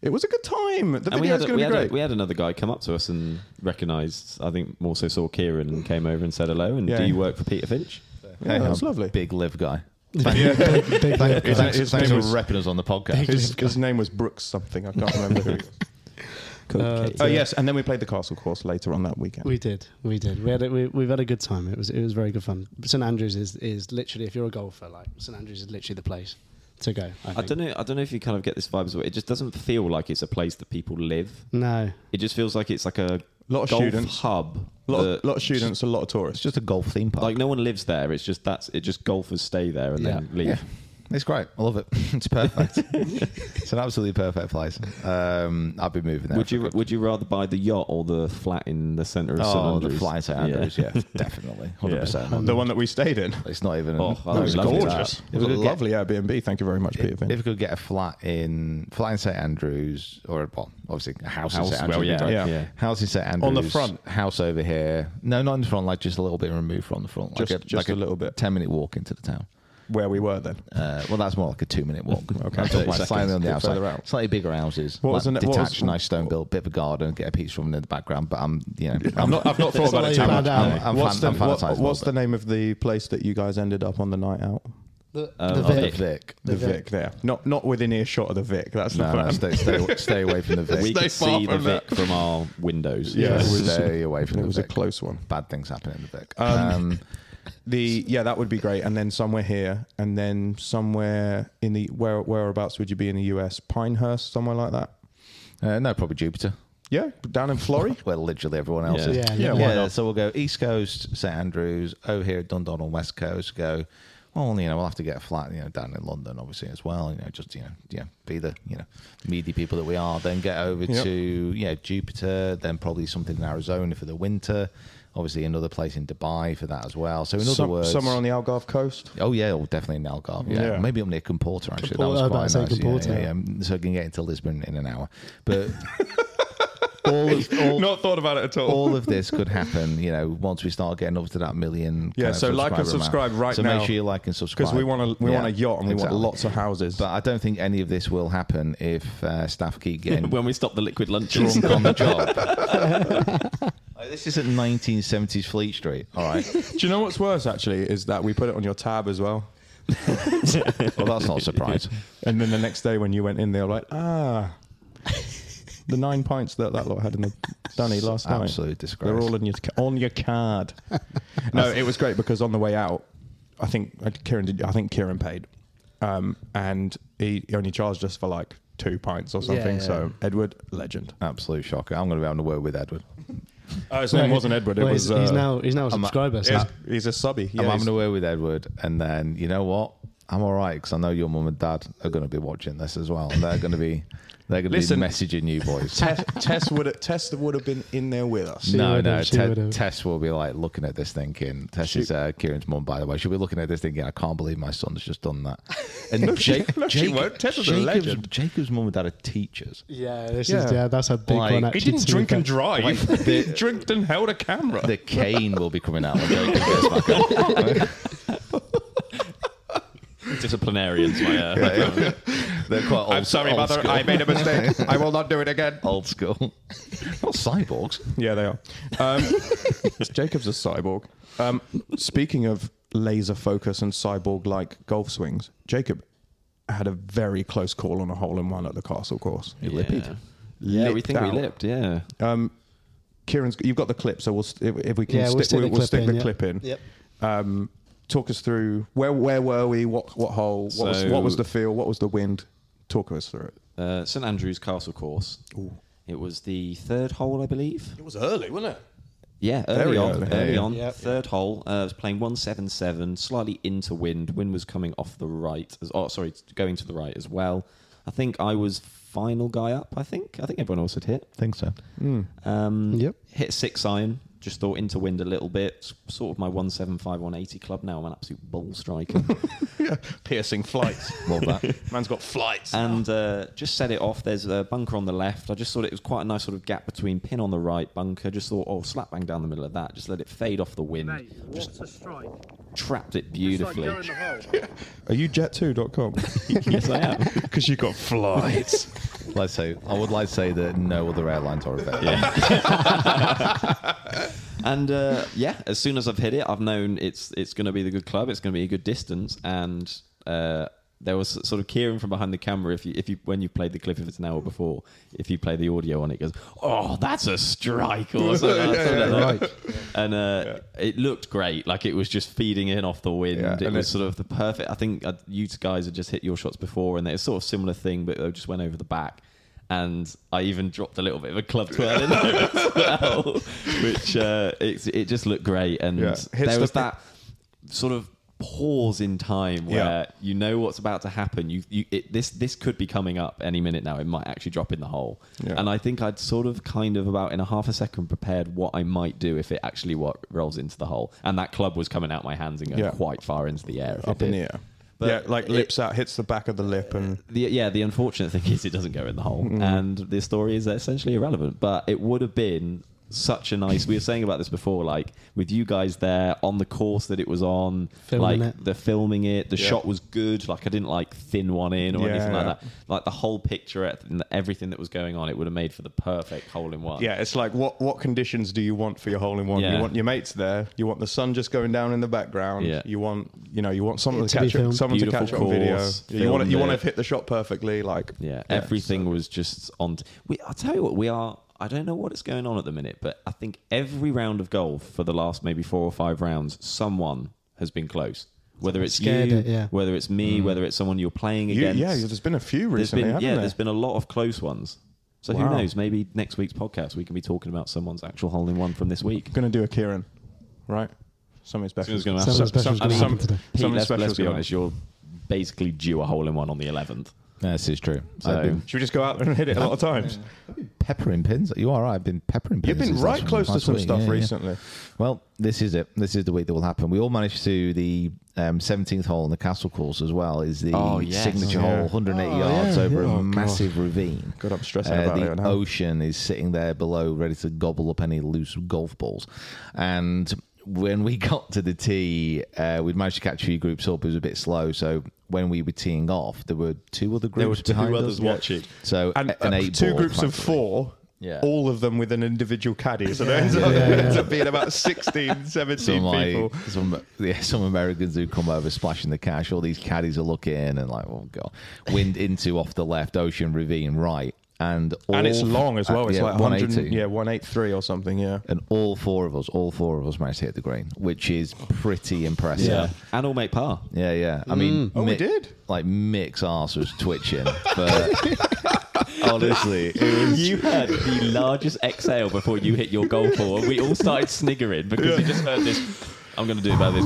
Speaker 5: it was a good time. The
Speaker 4: And we had,
Speaker 5: video's
Speaker 4: a-
Speaker 5: going
Speaker 4: we,
Speaker 5: to be
Speaker 4: had a-
Speaker 5: great.
Speaker 4: we had another guy come up to us and recognised, I think more so saw Kieran and came over and said hello. And do
Speaker 5: Yeah.
Speaker 4: you work for Peter Finch?
Speaker 5: yeah, it was lovely.
Speaker 3: Big live guy.
Speaker 6: big lip.
Speaker 3: Thanks,
Speaker 5: his name
Speaker 3: thanks for
Speaker 5: was-
Speaker 3: repping us on the podcast.
Speaker 5: His, his name was Brooks something. I can't remember who. He was.
Speaker 4: Okay.
Speaker 5: Oh yes, and then we played the castle course later on that weekend.
Speaker 6: Uh, We did, we did. We had a, we, we've had a good time. It was it was very good fun. St Andrews is is literally if you're a golfer, like St Andrews is literally the place to go. I,
Speaker 4: I
Speaker 6: think.
Speaker 4: don't know. I don't know if you kind of get this vibe as well. It just doesn't feel like it's a place that people live.
Speaker 6: No,
Speaker 4: It just feels like it's like a
Speaker 5: Lot of
Speaker 4: golf
Speaker 5: students.
Speaker 4: hub.
Speaker 5: a lot,
Speaker 4: that-
Speaker 5: of, lot of students, a lot of
Speaker 3: It's
Speaker 5: tourists.
Speaker 3: just a golf theme park.
Speaker 4: like no one lives there. It's just that's it. Just golfers stay there and then leave.
Speaker 3: yeah, it's great. I love it. It's perfect. it's an absolutely perfect place. Um, I've been moving there.
Speaker 4: Would
Speaker 3: for
Speaker 4: you
Speaker 3: good-
Speaker 4: Would you rather buy the yacht or the flat in the center of St
Speaker 3: Oh,
Speaker 4: Andrews?
Speaker 3: the fly St
Speaker 4: Yeah.
Speaker 3: Andrews. Yeah, definitely, hundred percent.
Speaker 5: The one that we stayed in.
Speaker 3: It's not even.
Speaker 4: Oh, I
Speaker 3: No,
Speaker 4: would
Speaker 3: it's
Speaker 4: love to do
Speaker 3: gorgeous.
Speaker 4: that.
Speaker 5: It was a lovely Airbnb. Thank you very much, Peter. Finn.
Speaker 3: If we could get a flat in flat in St Andrews, or well, obviously a house,
Speaker 4: House,
Speaker 3: in St
Speaker 4: well,
Speaker 3: Andrews, would be
Speaker 4: yeah,
Speaker 3: great.
Speaker 5: yeah. Yeah.
Speaker 3: house in St Andrews
Speaker 5: On the front.
Speaker 3: house over here. No, not in the front, like just a little bit removed from the front, like
Speaker 5: Just- just a little bit.
Speaker 3: ten minute walk into the town.
Speaker 5: where we were then.
Speaker 3: Uh, well, that's more like a two minute walk.
Speaker 5: Okay.
Speaker 3: That's
Speaker 5: 30
Speaker 3: like slightly on the
Speaker 5: seconds,
Speaker 3: outside,
Speaker 5: further out.
Speaker 3: slightly bigger houses.
Speaker 5: What
Speaker 3: like
Speaker 5: was the ne- what was-
Speaker 3: detached, nice stone built, bit of a garden, get a piece from in the background. But I'm, you know,
Speaker 5: I'm not, I've not thought about it too
Speaker 6: I'm-
Speaker 5: much.
Speaker 6: I'm-
Speaker 5: no.
Speaker 3: I'm
Speaker 5: what's
Speaker 3: fan- I'm
Speaker 5: the, what-
Speaker 3: fanatised
Speaker 5: what's
Speaker 3: about
Speaker 5: the name of the place that you guys ended up on the night out?
Speaker 6: the,
Speaker 4: Um,
Speaker 6: the Uh,
Speaker 4: I
Speaker 6: Vic.
Speaker 4: think-
Speaker 3: Vic.
Speaker 5: The, Vic. there. Not not within earshot of the Vic. That's the
Speaker 3: No, no,
Speaker 5: plan.
Speaker 3: stay, stay, stay away from the
Speaker 4: We
Speaker 3: Vic.
Speaker 5: Stay
Speaker 4: could
Speaker 5: far
Speaker 4: see the
Speaker 5: from that.
Speaker 4: Vic from our windows.
Speaker 5: Yeah. Yes.
Speaker 3: stay away from
Speaker 5: it
Speaker 3: the
Speaker 5: was a
Speaker 3: Vic.
Speaker 5: close one.
Speaker 3: Bad things happen in the Vic.
Speaker 5: Um,
Speaker 3: um,
Speaker 5: The yeah, that would be great. And then somewhere here, and then somewhere in the where whereabouts would you be in the US? Pinehurst, somewhere like that.
Speaker 3: Uh, no, probably Jupiter,
Speaker 5: Yeah, down in Florrie.
Speaker 3: where literally everyone else
Speaker 4: Yeah.
Speaker 3: is.
Speaker 6: Yeah,
Speaker 5: yeah, why not?
Speaker 3: so we'll go East Coast, St Andrews, over here at Dundon on West Coast, go, well, you know, we'll have to get a flat, you know, down in London, obviously, as well, you know, just, you know, yeah, be the, you know, meaty people that we are, then get over
Speaker 5: Yep.
Speaker 3: to, yeah, Jupiter, then probably something in Arizona for the winter, obviously another place in Dubai for that as well. So, in other
Speaker 5: Some-
Speaker 3: words,
Speaker 5: somewhere on the Algarve coast.
Speaker 3: Oh yeah, well, definitely in Algarve. Yeah.
Speaker 5: Yeah.
Speaker 3: maybe up near Comporta actually.
Speaker 6: Comporta, I was
Speaker 3: that was
Speaker 6: about
Speaker 3: quite
Speaker 6: to say
Speaker 3: nice. Yeah, yeah,
Speaker 6: Comporta.
Speaker 3: yeah. So I can get into Lisbon in an hour. But all, of- all,
Speaker 5: Not thought about it at all.
Speaker 3: all of this could happen, you know, once we start getting up to that million.
Speaker 5: Yeah,
Speaker 3: kind of
Speaker 5: so like and
Speaker 3: subscriber amount.
Speaker 5: subscribe right
Speaker 3: so
Speaker 5: now.
Speaker 3: So make sure you like and subscribe
Speaker 5: Because we want a we
Speaker 3: Yeah,
Speaker 5: want a yacht and we
Speaker 3: exactly.
Speaker 5: want lots of houses.
Speaker 3: But I don't think any of this will happen if uh, staff keep getting
Speaker 4: when we stop the liquid lunches.
Speaker 3: drunk on the job. Like, this isn't 1970s Fleet Street. All right.
Speaker 5: Do you know what's worse actually is that we put it on your tab as well.
Speaker 3: Well, that's not a surprise.
Speaker 5: And then the next day when you went in, they were like, ah, the nine pints that that lot had in the dunny last night.
Speaker 3: Absolute disgrace.
Speaker 5: They're all on your on your card. no, it was great because on the way out, I think uh, Kieran did. I think Kieran paid, um, and he, he only charged us for like two pints or something.
Speaker 6: yeah.
Speaker 5: So Edward, legend.
Speaker 3: Absolute shocker. I'm going to be on the word with Edward.
Speaker 5: Oh, his name wasn't Edward. It
Speaker 6: Well,
Speaker 5: was. uh,
Speaker 6: he's, he's now he's now a subscriber.
Speaker 5: he's,
Speaker 6: so
Speaker 5: he's a subby. Yeah,
Speaker 3: I'm
Speaker 5: he's-
Speaker 3: having a word with Edward, and then you know what? I'm all right because I know your mum and dad are going to be watching this as well. They're going to be they're going to be
Speaker 5: Listen.
Speaker 3: messaging you boys.
Speaker 5: Tess, Tess would Tess would have been in there with us.
Speaker 3: no,
Speaker 6: would've,
Speaker 3: no.
Speaker 6: she
Speaker 3: Te-
Speaker 6: would've.
Speaker 3: Tess will be like looking at this thinking. Tess is uh, Kieran's mum, by the way. She'll be looking at this thinking, I can't believe my son's just done that. And
Speaker 5: No, she- no, she won't. Tess is a
Speaker 3: Jacob's,
Speaker 5: legend.
Speaker 3: Jacob's mum and dad are teachers.
Speaker 6: Yeah, this
Speaker 5: Yeah.
Speaker 6: is yeah. That's a big
Speaker 3: Like,
Speaker 6: one.
Speaker 3: he
Speaker 6: Actually,
Speaker 5: He didn't
Speaker 6: to be
Speaker 5: drink and
Speaker 6: fair.
Speaker 5: drive.
Speaker 3: Like, the-
Speaker 5: he drank and held a camera.
Speaker 3: The cane will be coming out when Jacob gets back up.
Speaker 4: Disciplinarians, my uh,
Speaker 3: They're quite old.
Speaker 5: I'm sorry,
Speaker 3: old
Speaker 5: mother.
Speaker 3: School.
Speaker 5: I made a mistake. I will not do it again.
Speaker 3: old school. Not cyborgs.
Speaker 5: Yeah, they are. Um, Jacob's a cyborg. Um, speaking of laser focus and cyborg-like golf swings, Jacob had a very close call on a hole-in-one at the Castle Course. He
Speaker 4: Yeah, yeah we
Speaker 5: Lipped
Speaker 4: think
Speaker 5: out. Uh,
Speaker 4: we lipped. Yeah,
Speaker 5: Kieran's, you've got the clip, so we'll st- if, if we can
Speaker 6: Yeah,
Speaker 5: stick,
Speaker 6: we'll stick the
Speaker 5: we'll,
Speaker 6: clip
Speaker 5: stick
Speaker 6: in,
Speaker 5: the
Speaker 6: yeah.
Speaker 5: clip in.
Speaker 6: Yep.
Speaker 5: Um, talk us through where where were we? What what hole? What, was,
Speaker 4: So-
Speaker 5: what was the feel? What was the wind? Talk us through it.
Speaker 4: uh, St Andrew's Castle course. It was the third hole, I believe.
Speaker 5: It was early, wasn't it?
Speaker 4: Yeah,
Speaker 5: Very
Speaker 4: early on.
Speaker 5: early.
Speaker 4: Early,
Speaker 5: Yeah.
Speaker 4: on.
Speaker 6: Yep.
Speaker 4: Third hole. Uh, I was playing 177, slightly into wind. Wind was coming off the right. As, oh, sorry, going to the right as well. I think I was final guy up, I think. I think everyone else had hit.
Speaker 3: think so.
Speaker 4: Um,
Speaker 6: Yep.
Speaker 4: Hit six iron. Just thought into wind a little bit. S- Sort of my 175, 180 club now. I'm an absolute ball striker.
Speaker 5: Piercing flights.
Speaker 3: Love that.
Speaker 5: Man's got flights.
Speaker 4: and uh, just set it off. There's a bunker on the left. I just thought it was quite a nice sort of gap between pin on the right, bunker. Just thought, oh, slap bang down the middle of that. Just let it fade off the wind.
Speaker 7: What's a strike?
Speaker 4: Trapped it beautifully.
Speaker 5: Are you jet2.com?
Speaker 4: yes, I am.
Speaker 5: Because you got flights.
Speaker 3: Let's say I would like to say that no other airlines are available.
Speaker 4: And uh, yeah, as soon as I've hit it, I've known it's it's going to be the good club. It's going to be a good distance. And uh, there was sort of Kieran from behind the camera. If you if you when you played the clip, if it's an hour before, if you play the audio on it, goes, oh, that's a strike or something. like that. And uh, it looked great. Like it was just feeding in off the wind.
Speaker 5: Yeah,
Speaker 4: it
Speaker 5: and
Speaker 4: was
Speaker 5: it-
Speaker 4: sort of the perfect. I think uh, you guys had just hit your shots before, and it's sort of similar thing, but they just went over the back. And I even dropped a little bit of a club twirl in there as well, which uh, it, it just looked great. And
Speaker 5: Yeah, hits
Speaker 4: there
Speaker 5: the-
Speaker 4: was that sort of pause in time where
Speaker 5: Yeah.
Speaker 4: you know what's about to happen. You, you it, this this could be coming up any minute now. It might actually drop in the hole.
Speaker 5: Yeah.
Speaker 4: And I think I'd sort of kind of about in a half a second prepared what I might do if it actually what rolls into the hole. And that club was coming out my hands and going
Speaker 5: Yeah.
Speaker 4: quite far into the air. if it
Speaker 5: Up in the
Speaker 4: did.
Speaker 5: air.
Speaker 4: But
Speaker 5: yeah, like
Speaker 4: it-
Speaker 5: lips out, hits the back of the lip, and
Speaker 4: The, yeah, the unfortunate thing is it doesn't go in the hole,
Speaker 5: Mm.
Speaker 4: and the story is essentially irrelevant. But it would have been such a nice. We were saying about this before, like with you guys there on the course that it was on,
Speaker 6: Filming
Speaker 4: like
Speaker 6: it.
Speaker 4: the filming it. The
Speaker 5: Yeah.
Speaker 4: shot was good. Like I didn't like thin one in or
Speaker 5: Yeah,
Speaker 4: anything like
Speaker 5: yeah.
Speaker 4: that. Like the whole picture and everything that was going on, it would have made for the perfect hole in one.
Speaker 5: yeah, it's like what what conditions do you want for your hole in one?
Speaker 4: Yeah.
Speaker 5: You want your mates there. You want the sun just going down in the background.
Speaker 4: Yeah.
Speaker 5: You want you know you want someone
Speaker 6: It
Speaker 5: to
Speaker 6: to be
Speaker 5: catch it,
Speaker 6: filmed.
Speaker 5: someone
Speaker 4: Beautiful
Speaker 5: to catch it on video.
Speaker 4: course,
Speaker 5: You want to, you
Speaker 4: filmed
Speaker 5: want to
Speaker 4: it.
Speaker 5: hit the shot perfectly. Like
Speaker 4: Yeah, everything was just on. T- we, I'll tell you what, we are. I don't know what is going on at the minute, but I think every round of golf for the last maybe four or five rounds, someone has been close. Whether it's
Speaker 6: Scared
Speaker 4: you,
Speaker 6: it, yeah.
Speaker 4: whether it's me, whether it's someone you're playing
Speaker 5: You-
Speaker 4: against.
Speaker 5: yeah, there's been a few
Speaker 4: There's
Speaker 5: recently,
Speaker 4: been-
Speaker 5: haven't
Speaker 4: yeah,
Speaker 5: there?
Speaker 4: there's been a lot of close ones. So
Speaker 5: Wow.
Speaker 4: who knows? Maybe next week's podcast we can be talking about someone's actual hole in one from this week.
Speaker 5: going to do a Kieran, right? Something special.
Speaker 4: Someone's gonna
Speaker 6: Something
Speaker 4: some-
Speaker 6: special's
Speaker 4: some-
Speaker 6: gonna
Speaker 4: some-
Speaker 6: happen today.
Speaker 4: Pete,
Speaker 5: Something
Speaker 4: let's,
Speaker 5: special's
Speaker 4: let's be
Speaker 5: gonna-
Speaker 4: honest, you're basically due a hole in one on the 11th.
Speaker 3: This is true. I've
Speaker 4: So-
Speaker 3: been
Speaker 5: Should we just go out there and hit it a lot of times?
Speaker 3: peppering pins. You are right. I've been peppering pins.
Speaker 5: You've been
Speaker 3: since
Speaker 5: right
Speaker 3: last-
Speaker 5: close to
Speaker 3: last
Speaker 5: some
Speaker 3: week.
Speaker 5: stuff
Speaker 3: Yeah, yeah.
Speaker 5: recently.
Speaker 3: Well, this is it. This is the week that will happen. We all managed to the um, 17th hole in the castle course as well. Is the
Speaker 4: Oh, yes.
Speaker 3: signature
Speaker 5: Yeah.
Speaker 3: hole, 180 yards over
Speaker 5: yeah.
Speaker 3: a
Speaker 5: Oh, God.
Speaker 3: massive ravine. Uh,
Speaker 5: God, I'm stressing about
Speaker 3: the
Speaker 5: it now.
Speaker 3: ocean is sitting there below, ready to gobble up any loose golf balls. And when we got to the tee, uh, we'd managed to catch a few groups up. It was a bit slow, so when we were teeing off, there were two other groups.
Speaker 4: There were two
Speaker 3: behind
Speaker 4: others
Speaker 3: us.
Speaker 4: watching.
Speaker 3: So
Speaker 5: and
Speaker 3: a- an
Speaker 5: uh,
Speaker 3: eight
Speaker 5: two
Speaker 3: ball,
Speaker 5: groups of
Speaker 3: practically.
Speaker 5: four
Speaker 3: Yeah.
Speaker 5: all of them with an individual caddy so there ends, up, ends up being about 16 17
Speaker 3: some
Speaker 5: people
Speaker 3: like some yeah, some Americans who come over splashing the cash. All these caddies are looking and like, oh god, wind into off the left, ocean ravine right, and all,
Speaker 5: and it's long as well
Speaker 3: uh,
Speaker 5: it's
Speaker 3: yeah,
Speaker 5: like 100
Speaker 3: 180.
Speaker 5: yeah 183 or something yeah
Speaker 3: And all four of us, all four of us managed to hit the green, which is pretty impressive.
Speaker 4: And all make par.
Speaker 3: Yeah, yeah. I mean,
Speaker 5: Oh, we did?
Speaker 3: Like Mick's arse was twitching, but honestly, it was
Speaker 4: You heard the largest exhale before you hit your goal ball, and we all started sniggering because you just heard this. I'm going to do about this.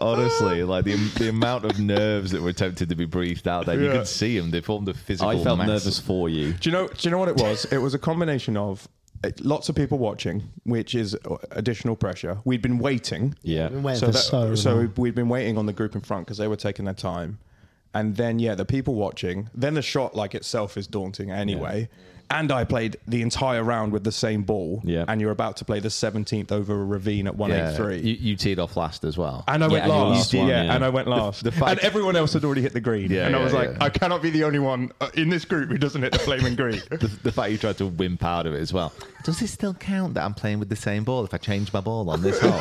Speaker 3: Honestly, like the, the amount of nerves that were tempted to be breathed out there, you
Speaker 5: Yeah.
Speaker 3: could see them. They formed a physical.
Speaker 4: I felt
Speaker 3: mass.
Speaker 4: nervous for you.
Speaker 5: Do you know? Do you know what it was? It was a combination of uh, lots of people watching, which is uh, additional pressure. We'd been waiting.
Speaker 4: Yeah.
Speaker 6: Been waiting for so long.
Speaker 5: we'd been waiting on the group in front because they were taking their time, and then yeah, the people watching. Then the shot like itself is daunting anyway. And I played the entire round with the same ball.
Speaker 4: Yeah.
Speaker 5: And you're about to play the 17th over a ravine at
Speaker 3: Yeah.
Speaker 5: 183.
Speaker 3: You, you teed off last as well.
Speaker 5: And I
Speaker 4: Yeah,
Speaker 5: went
Speaker 4: and you were
Speaker 5: last.
Speaker 4: last one,
Speaker 5: yeah,
Speaker 4: yeah.
Speaker 5: and I went last.
Speaker 3: the fact-
Speaker 5: and everyone else had already hit the green.
Speaker 3: Yeah,
Speaker 5: and I
Speaker 3: yeah,
Speaker 5: was like,
Speaker 3: yeah.
Speaker 5: I cannot be the only one uh, in this group who doesn't hit the flaming green.
Speaker 3: the, the fact you tried to wimp out of it as well. Does it still count that I'm playing with the same ball if I change my ball on this hole?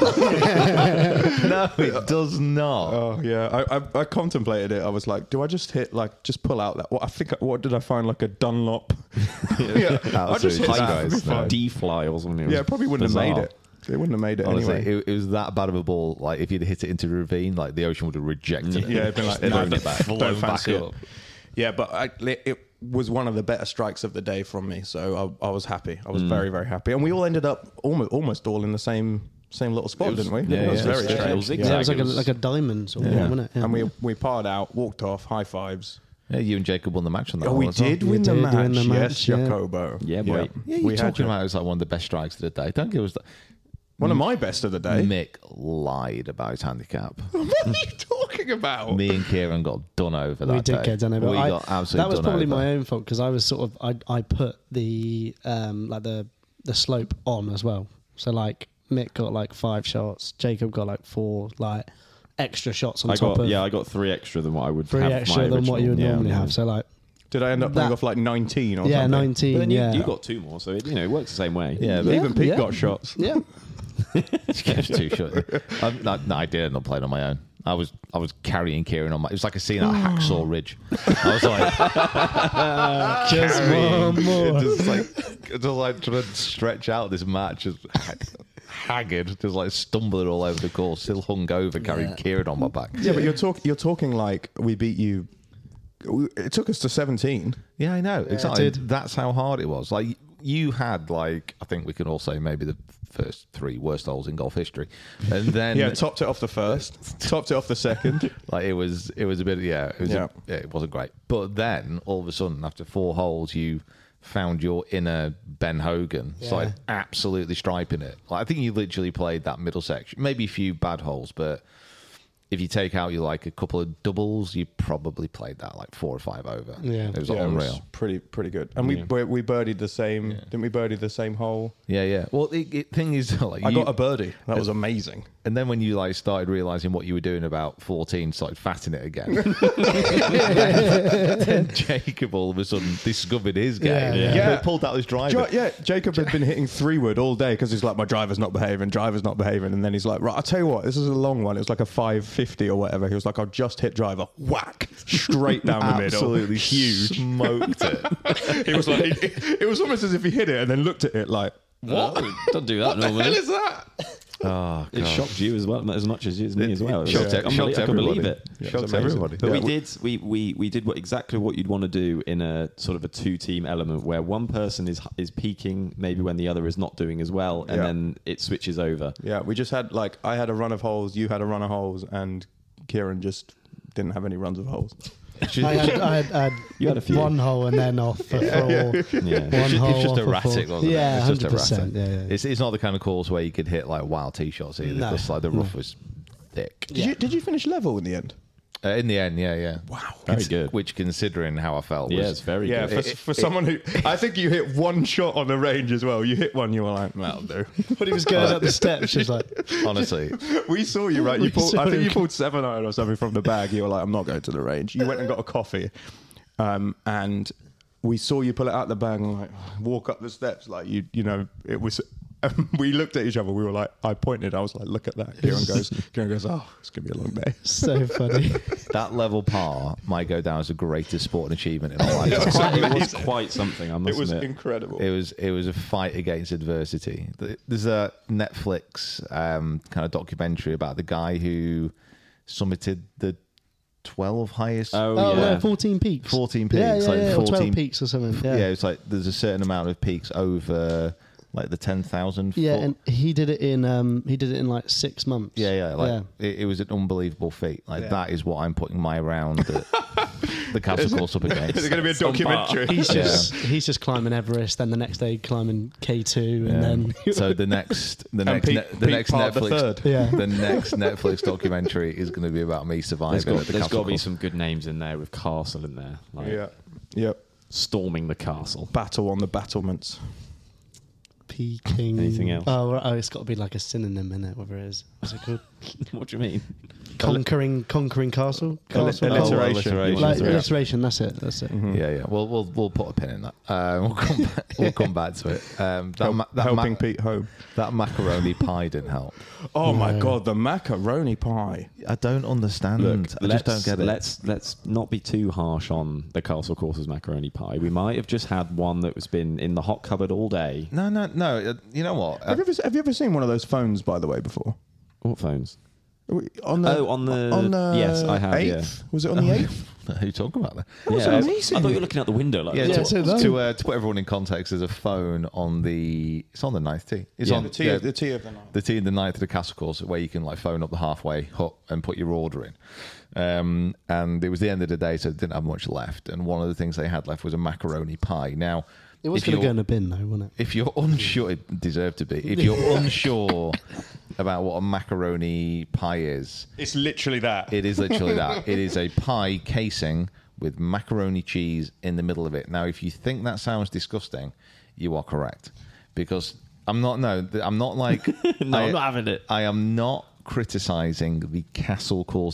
Speaker 3: no, it does not.
Speaker 5: oh yeah, I, I, I contemplated it. I was like, do I just hit like just pull out that? What I think. What did I find like a Dunlop? yeah, I just hit
Speaker 3: Absolutely.
Speaker 5: that. It'd be
Speaker 3: Nice,
Speaker 5: fine.
Speaker 4: D fly or something. It was
Speaker 5: Yeah, I probably wouldn't have made
Speaker 4: bizarre.
Speaker 5: it. They wouldn't have made it
Speaker 3: Honestly,
Speaker 5: anyway.
Speaker 3: it, it was that bad of a ball. Like if you'd hit it into the ravine, like the ocean would have rejected it.
Speaker 5: yeah, it'd been like
Speaker 3: Just
Speaker 5: no,
Speaker 3: thrown it back,
Speaker 5: don't
Speaker 3: blown back
Speaker 5: fancy it.
Speaker 3: up.
Speaker 5: Yeah, but I, li- it was one of the better strikes of the day from me, so I, I was happy. I was very very happy, and we all ended up almost almost all in the same same little spot, didn't we?
Speaker 4: yeah,
Speaker 5: it was
Speaker 4: yeah.
Speaker 5: very
Speaker 4: Yeah, it
Speaker 5: strange.
Speaker 4: was
Speaker 6: Yeah, it was
Speaker 4: Zag,
Speaker 6: like
Speaker 4: it
Speaker 6: a
Speaker 4: was-
Speaker 6: like a diamond sort of
Speaker 5: Yeah.
Speaker 6: thing, wasn't it? Yeah.
Speaker 5: And we we parred out, walked off, high fives.
Speaker 3: Yeah, you and Jacob won the match on that.
Speaker 5: Oh,
Speaker 3: one
Speaker 5: we
Speaker 3: as well.
Speaker 5: did
Speaker 6: We
Speaker 5: win the,
Speaker 6: did
Speaker 5: match.
Speaker 6: win the
Speaker 5: Yes,
Speaker 6: match, yeah.
Speaker 5: Jacobo.
Speaker 4: Yeah, boy.
Speaker 3: Yeah, you're
Speaker 5: we had
Speaker 3: talking
Speaker 5: Jacobo.
Speaker 3: about it was like one of the best strikes of the day. Don't give us that.
Speaker 5: one of my best of the day.
Speaker 3: Mick lied about his handicap.
Speaker 5: what are you talking about?
Speaker 3: Me and Kieran got done over that
Speaker 6: Oh. we did
Speaker 3: day.
Speaker 6: get done over.
Speaker 3: We
Speaker 6: I-
Speaker 3: got
Speaker 6: that
Speaker 3: absolutely
Speaker 6: was
Speaker 3: done
Speaker 6: probably
Speaker 3: over.
Speaker 6: my own fault because I was sort of I, I put the um like the the slope on as well. So like Mick got like five shots, Jacob got like four like extra shots on
Speaker 4: I
Speaker 6: top
Speaker 4: got
Speaker 6: of
Speaker 4: yeah, I got three extra than what I would
Speaker 6: three
Speaker 4: have
Speaker 6: extra
Speaker 4: my
Speaker 6: than what you would
Speaker 4: original.
Speaker 6: normally
Speaker 4: Yeah.
Speaker 6: have. So like
Speaker 5: Did I end up playing
Speaker 6: That-
Speaker 5: off like 19 or
Speaker 6: yeah,
Speaker 5: something?
Speaker 6: nineteen.
Speaker 4: But then you,
Speaker 6: yeah,
Speaker 4: you got two more, so it, you know it works the same way.
Speaker 3: Yeah, but
Speaker 5: But
Speaker 3: yeah.
Speaker 5: Even Pete
Speaker 6: yeah.
Speaker 5: got shots.
Speaker 6: yeah.
Speaker 3: too short. Um, no, no, I did not play it on my own. I was I was carrying Kieran on my. It was like a scene out of Hacksaw Ridge. I was like,
Speaker 6: Just one more.
Speaker 3: just like, just like trying to stretch out this match, just ha- haggard, just like stumbling all over the course, still hung over, carrying Kieran on my back.
Speaker 5: Yeah, but you're talking you're talking like we beat you. we- It took us to 17.
Speaker 3: Yeah, I know. exactly.
Speaker 6: did.
Speaker 3: That's how hard it was. Like you had like I think we can all say maybe the first three worst holes in golf history, and then
Speaker 5: Yeah, topped it off the first, topped it off the second.
Speaker 3: like it was it was a bit yeah it was
Speaker 5: Yeah.
Speaker 3: a- yeah, it wasn't great. But then all of a sudden after four holes you found your inner Ben Hogan, it's like absolutely striping it. Like I think you literally played that middle section, maybe a few bad holes, but. If you take out you like a couple of doubles, you probably played that like four or five over.
Speaker 6: Yeah.
Speaker 3: it was
Speaker 5: Yeah, it was
Speaker 3: unreal.
Speaker 5: pretty pretty good. And we we we birdied the same. Didn't we birdie the same hole?
Speaker 3: Yeah, yeah. Well, the the thing is, like,
Speaker 5: I
Speaker 3: you-
Speaker 5: got a birdie. That was amazing.
Speaker 3: And then when you like started realizing what you were doing about 14, started fatting it again. then Jacob all of a sudden discovered his game.
Speaker 6: Yeah, yeah.
Speaker 5: Yeah.
Speaker 3: He pulled out his driver.
Speaker 5: Jo- yeah, Jacob had been hitting three wood all day because he's like, my driver's not behaving, driver's not behaving, and then he's like, right, I'll tell you what, this is a long one. It was like a five fifty or whatever. He was like, I'll just hit driver, whack, straight down the middle,
Speaker 3: Absolutely
Speaker 5: huge.
Speaker 3: smoked it.
Speaker 5: It was like, it, it- it was almost as if he hit it and then looked at it like,
Speaker 4: What? Don't do that normally.
Speaker 5: that?
Speaker 4: It shocked you as well, as much as you, as me as well. It was like,
Speaker 3: shocked e-
Speaker 4: unbelie-
Speaker 3: shocked
Speaker 4: I can believe
Speaker 3: everybody.
Speaker 4: it.
Speaker 3: Shocked
Speaker 5: amazing.
Speaker 3: everybody.
Speaker 4: But
Speaker 5: Yeah.
Speaker 4: we did we, we we did what exactly what you'd want to do in a sort of a two team element where one person is is peaking maybe when the other is not doing as well, and
Speaker 5: Yeah.
Speaker 4: then it switches over.
Speaker 5: Yeah, we just had like, I had a run of holes, you had a run of holes, and Kieran just didn't have any runs of holes.
Speaker 6: I had, I had, I had,
Speaker 4: You had a few.
Speaker 6: one hole and then off for four.
Speaker 4: Yeah.
Speaker 6: One
Speaker 3: It's just,
Speaker 6: hole
Speaker 3: it's just
Speaker 6: off a
Speaker 3: erratic,
Speaker 6: four.
Speaker 3: wasn't
Speaker 6: yeah,
Speaker 3: it? It's
Speaker 6: 100%,
Speaker 3: just erratic.
Speaker 6: Yeah, yeah.
Speaker 3: It's, it's not the kind of course where you could hit like wild tee shots either.
Speaker 6: No,
Speaker 3: Because like the rough was thick.
Speaker 5: Did, you, did you finish level in the end?
Speaker 3: Uh, in the end, yeah, yeah.
Speaker 5: Wow.
Speaker 4: Very good.
Speaker 3: Which, considering how I felt,
Speaker 4: yeah,
Speaker 3: was
Speaker 4: it's very
Speaker 5: Yeah,
Speaker 4: good.
Speaker 5: for, for someone who I think you hit one shot on the range as well. You hit one, you were like, "That'll do." Uh,
Speaker 6: But he was going up the steps. She was like,
Speaker 3: honestly.
Speaker 5: we saw you, right? You
Speaker 6: We
Speaker 5: pulled,
Speaker 6: saw
Speaker 5: I think
Speaker 6: him.
Speaker 5: you pulled seven iron or something from the bag. You were like, "I'm not going to the range." You went and got a coffee, um, and we saw you pull it out the bag and like walk up the steps. Like you, you know, it was. um, we looked at each other. We were like, I pointed. I was like, "Look at that." Kieran goes. Kieran goes. Oh, it's gonna be a long day.
Speaker 6: so funny.
Speaker 3: That level par might go down as the greatest sporting achievement in my life.
Speaker 4: It's quite- it was quite something. I
Speaker 5: It
Speaker 4: must
Speaker 5: was
Speaker 4: admit.
Speaker 5: incredible.
Speaker 3: It was it was a fight against adversity. Th- There's a Netflix um, kind of documentary about the guy who summited the 12 highest.
Speaker 4: Oh,
Speaker 6: Oh,
Speaker 4: yeah.
Speaker 6: no, 14 peaks.
Speaker 3: 14
Speaker 6: Yeah,
Speaker 3: peaks,
Speaker 6: yeah,
Speaker 3: like
Speaker 6: yeah, or
Speaker 3: 14
Speaker 6: 12 peaks or something.
Speaker 3: yeah.
Speaker 6: Yeah.
Speaker 3: it's like there's a certain amount of peaks over like the ten thousand.
Speaker 6: Yeah, and he did it in um, he did it in like six months.
Speaker 3: Yeah, yeah, like It, it was an unbelievable feat. Like that is what I'm putting my round at the Castle Course up against.
Speaker 5: There's going to be a documentary.
Speaker 6: He's just he's just climbing Everest, then the next day climbing K two, and then
Speaker 3: so the next, the next,
Speaker 5: Pete-
Speaker 3: ne- the
Speaker 5: Pete
Speaker 3: next
Speaker 5: Parr the
Speaker 3: Netflix,
Speaker 5: third.
Speaker 3: the,
Speaker 6: Yeah.
Speaker 3: next Netflix documentary is going to be about me surviving.
Speaker 4: There's got,
Speaker 3: at the
Speaker 4: there's
Speaker 3: Castle
Speaker 4: got to be
Speaker 3: Course.
Speaker 4: some good names in there with castle in there, like
Speaker 5: yeah. Yep.
Speaker 4: storming the castle.
Speaker 5: Battle on the battlements.
Speaker 6: peaking.
Speaker 4: Anything else?
Speaker 6: Oh, right. oh, it's got to be like a synonym in it. Whatever it is, what's it called?
Speaker 4: what do you mean?
Speaker 6: conquering, conquering castle, castle,
Speaker 5: Alliteration.
Speaker 6: Oh,
Speaker 3: alliteration. Mm-hmm.
Speaker 6: like
Speaker 3: Yeah.
Speaker 6: alliteration. That's it. That's it.
Speaker 4: Mm.
Speaker 3: Yeah, yeah. We'll we'll we'll put a pin in that. Uh, we'll come back. We'll come back to it. Um, that ma- that
Speaker 5: helping
Speaker 3: ma-
Speaker 5: Pete home.
Speaker 3: That macaroni pie didn't help.
Speaker 5: Oh my god, the macaroni pie.
Speaker 3: I don't understand. Mm, I just don't get it.
Speaker 4: Let's let's not be too harsh on the castle courses macaroni pie. We might have just had one that was been in the hot cupboard all day.
Speaker 3: no, no, no. uh, You know what?
Speaker 5: Have you ever have you ever seen one of those phones by the way before?
Speaker 4: What phones?
Speaker 5: On the
Speaker 4: Oh, on the-
Speaker 5: on the
Speaker 4: yes, I have, yeah.
Speaker 5: eighth. Was it on the eighth?
Speaker 3: Uh, Who you talking about? There?
Speaker 4: Yeah,
Speaker 5: was
Speaker 4: I-
Speaker 5: amazing.
Speaker 4: I thought you were looking out the window. Like,
Speaker 3: Yeah,
Speaker 4: yeah,
Speaker 3: to,
Speaker 6: so that-
Speaker 3: to, uh, to put everyone in context, there's a phone on the. It's on the ninth tee. It's
Speaker 4: Yeah.
Speaker 3: on
Speaker 4: The
Speaker 5: Tea of, the tea of the night.
Speaker 3: the tea in the ninth of the castle course where you can like phone up the halfway hut and put your order in um, and it was the end of the day so they didn't have much left and one of the things they had left was a macaroni pie now
Speaker 6: It was
Speaker 3: if
Speaker 6: going to
Speaker 3: you're-
Speaker 6: go in a bin though, wasn't it?
Speaker 3: if you're unsure it deserved to be if you're unsure about what a macaroni pie is
Speaker 5: It's literally that.
Speaker 3: it is literally that. It is a pie casing with macaroni cheese in the middle of it. Now, if you think that sounds disgusting, you are correct because I'm not. No, th- I'm not like.
Speaker 4: No,
Speaker 3: I,
Speaker 4: I'm not having it.
Speaker 3: I am not criticizing the castle course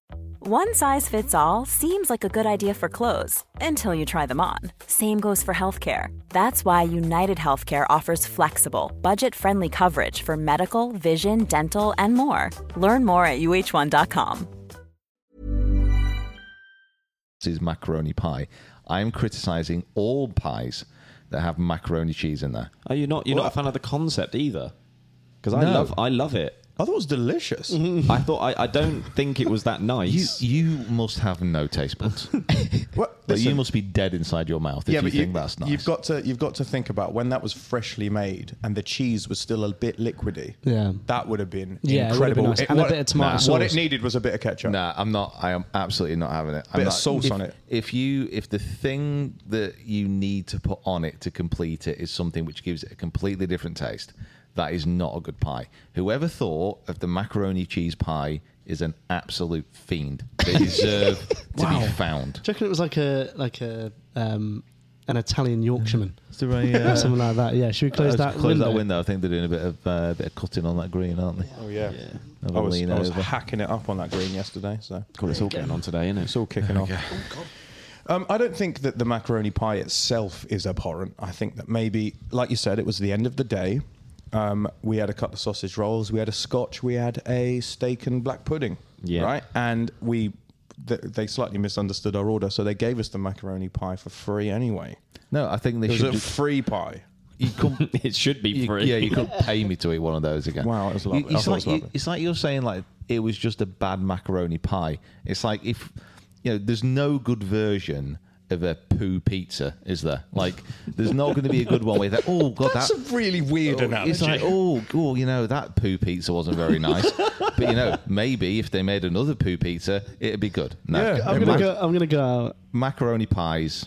Speaker 8: One size fits all seems like a good idea for clothes until you try them on. Same goes for healthcare. That's why United Healthcare offers flexible, budget friendly coverage for medical, vision, dental, and more. Learn more at uh1.com.
Speaker 3: is macaroni pie. I am criticizing all pies that have macaroni cheese in there.
Speaker 4: Are you not? You're
Speaker 5: Well,
Speaker 4: not a fan of the concept either? Because I
Speaker 3: No.
Speaker 4: love I love it.
Speaker 5: I thought it was delicious.
Speaker 4: I thought I, I don't think it was that
Speaker 3: You,
Speaker 4: nice.
Speaker 3: you must have no taste buds.
Speaker 5: What?
Speaker 3: Like, you
Speaker 5: Listen.
Speaker 3: must be dead inside your mouth if you think that's nice.
Speaker 5: You've got to you've got to think about when that was freshly made and the cheese was still a bit liquidy.
Speaker 6: Yeah.
Speaker 5: that would have been
Speaker 6: Yeah, it would have
Speaker 5: incredible.
Speaker 6: been nice. And a bit of tomato
Speaker 5: What
Speaker 6: sauce.
Speaker 5: it needed was a bit of ketchup.
Speaker 3: Nah, I'm not. I am absolutely not having it. I'm
Speaker 5: Bit of
Speaker 3: not-
Speaker 5: sauce
Speaker 3: if-
Speaker 5: on it.
Speaker 3: If you, if the thing that you need to put on it to complete it is something which gives it a completely different taste, that is not a good pie. Whoever thought of the macaroni cheese pie is an absolute fiend. They deserve to be found.
Speaker 6: Do you reckon it was like a like a um, an Italian Yorkshireman,
Speaker 5: uh,
Speaker 3: Yeah.
Speaker 6: something like that? Yeah. Should we close that window?
Speaker 3: that window. I think they're doing a bit of uh, bit of cutting on that green, aren't they?
Speaker 5: Oh yeah.
Speaker 3: Have a
Speaker 5: I was,
Speaker 3: lean
Speaker 5: I was
Speaker 3: over.
Speaker 5: hacking it up on that green yesterday, so
Speaker 4: God, it's all going on today, isn't
Speaker 5: it's all kicking off.
Speaker 6: Oh,
Speaker 5: Um, I don't think that the macaroni pie itself is abhorrent. I think that maybe, like you said, it was the end of the day. Um, we had a couple of sausage rolls, we had a scotch, we had a steak and black pudding,
Speaker 4: Yeah.
Speaker 5: right? And we, th- they slightly misunderstood our order, so they gave us the macaroni pie for free anyway.
Speaker 3: No, I think they
Speaker 5: It was
Speaker 3: should.
Speaker 5: a
Speaker 3: just-
Speaker 5: free pie.
Speaker 3: you come,
Speaker 4: It should be
Speaker 3: You-
Speaker 4: free.
Speaker 3: Yeah, you could pay me to eat one of those again.
Speaker 5: Wow, that was
Speaker 3: You-
Speaker 5: lovely. I
Speaker 3: It's
Speaker 5: thought it
Speaker 3: like,
Speaker 5: was
Speaker 3: you,
Speaker 5: lovely.
Speaker 3: it's like you're saying like it was just a bad macaroni pie. It's like if you know, there's no good version of a poo pizza, is there? Like, there's not going to be a good one where that. Oh god,
Speaker 5: That's
Speaker 3: that.
Speaker 5: a really weird analogy.
Speaker 3: It's like, oh, oh, you know, that poo pizza wasn't very nice. but, you know, maybe if they made another poo pizza, it'd be good. No,
Speaker 5: Yeah,
Speaker 6: I'm
Speaker 3: mac-
Speaker 6: gonna go. I'm gonna go. Out,
Speaker 3: macaroni pies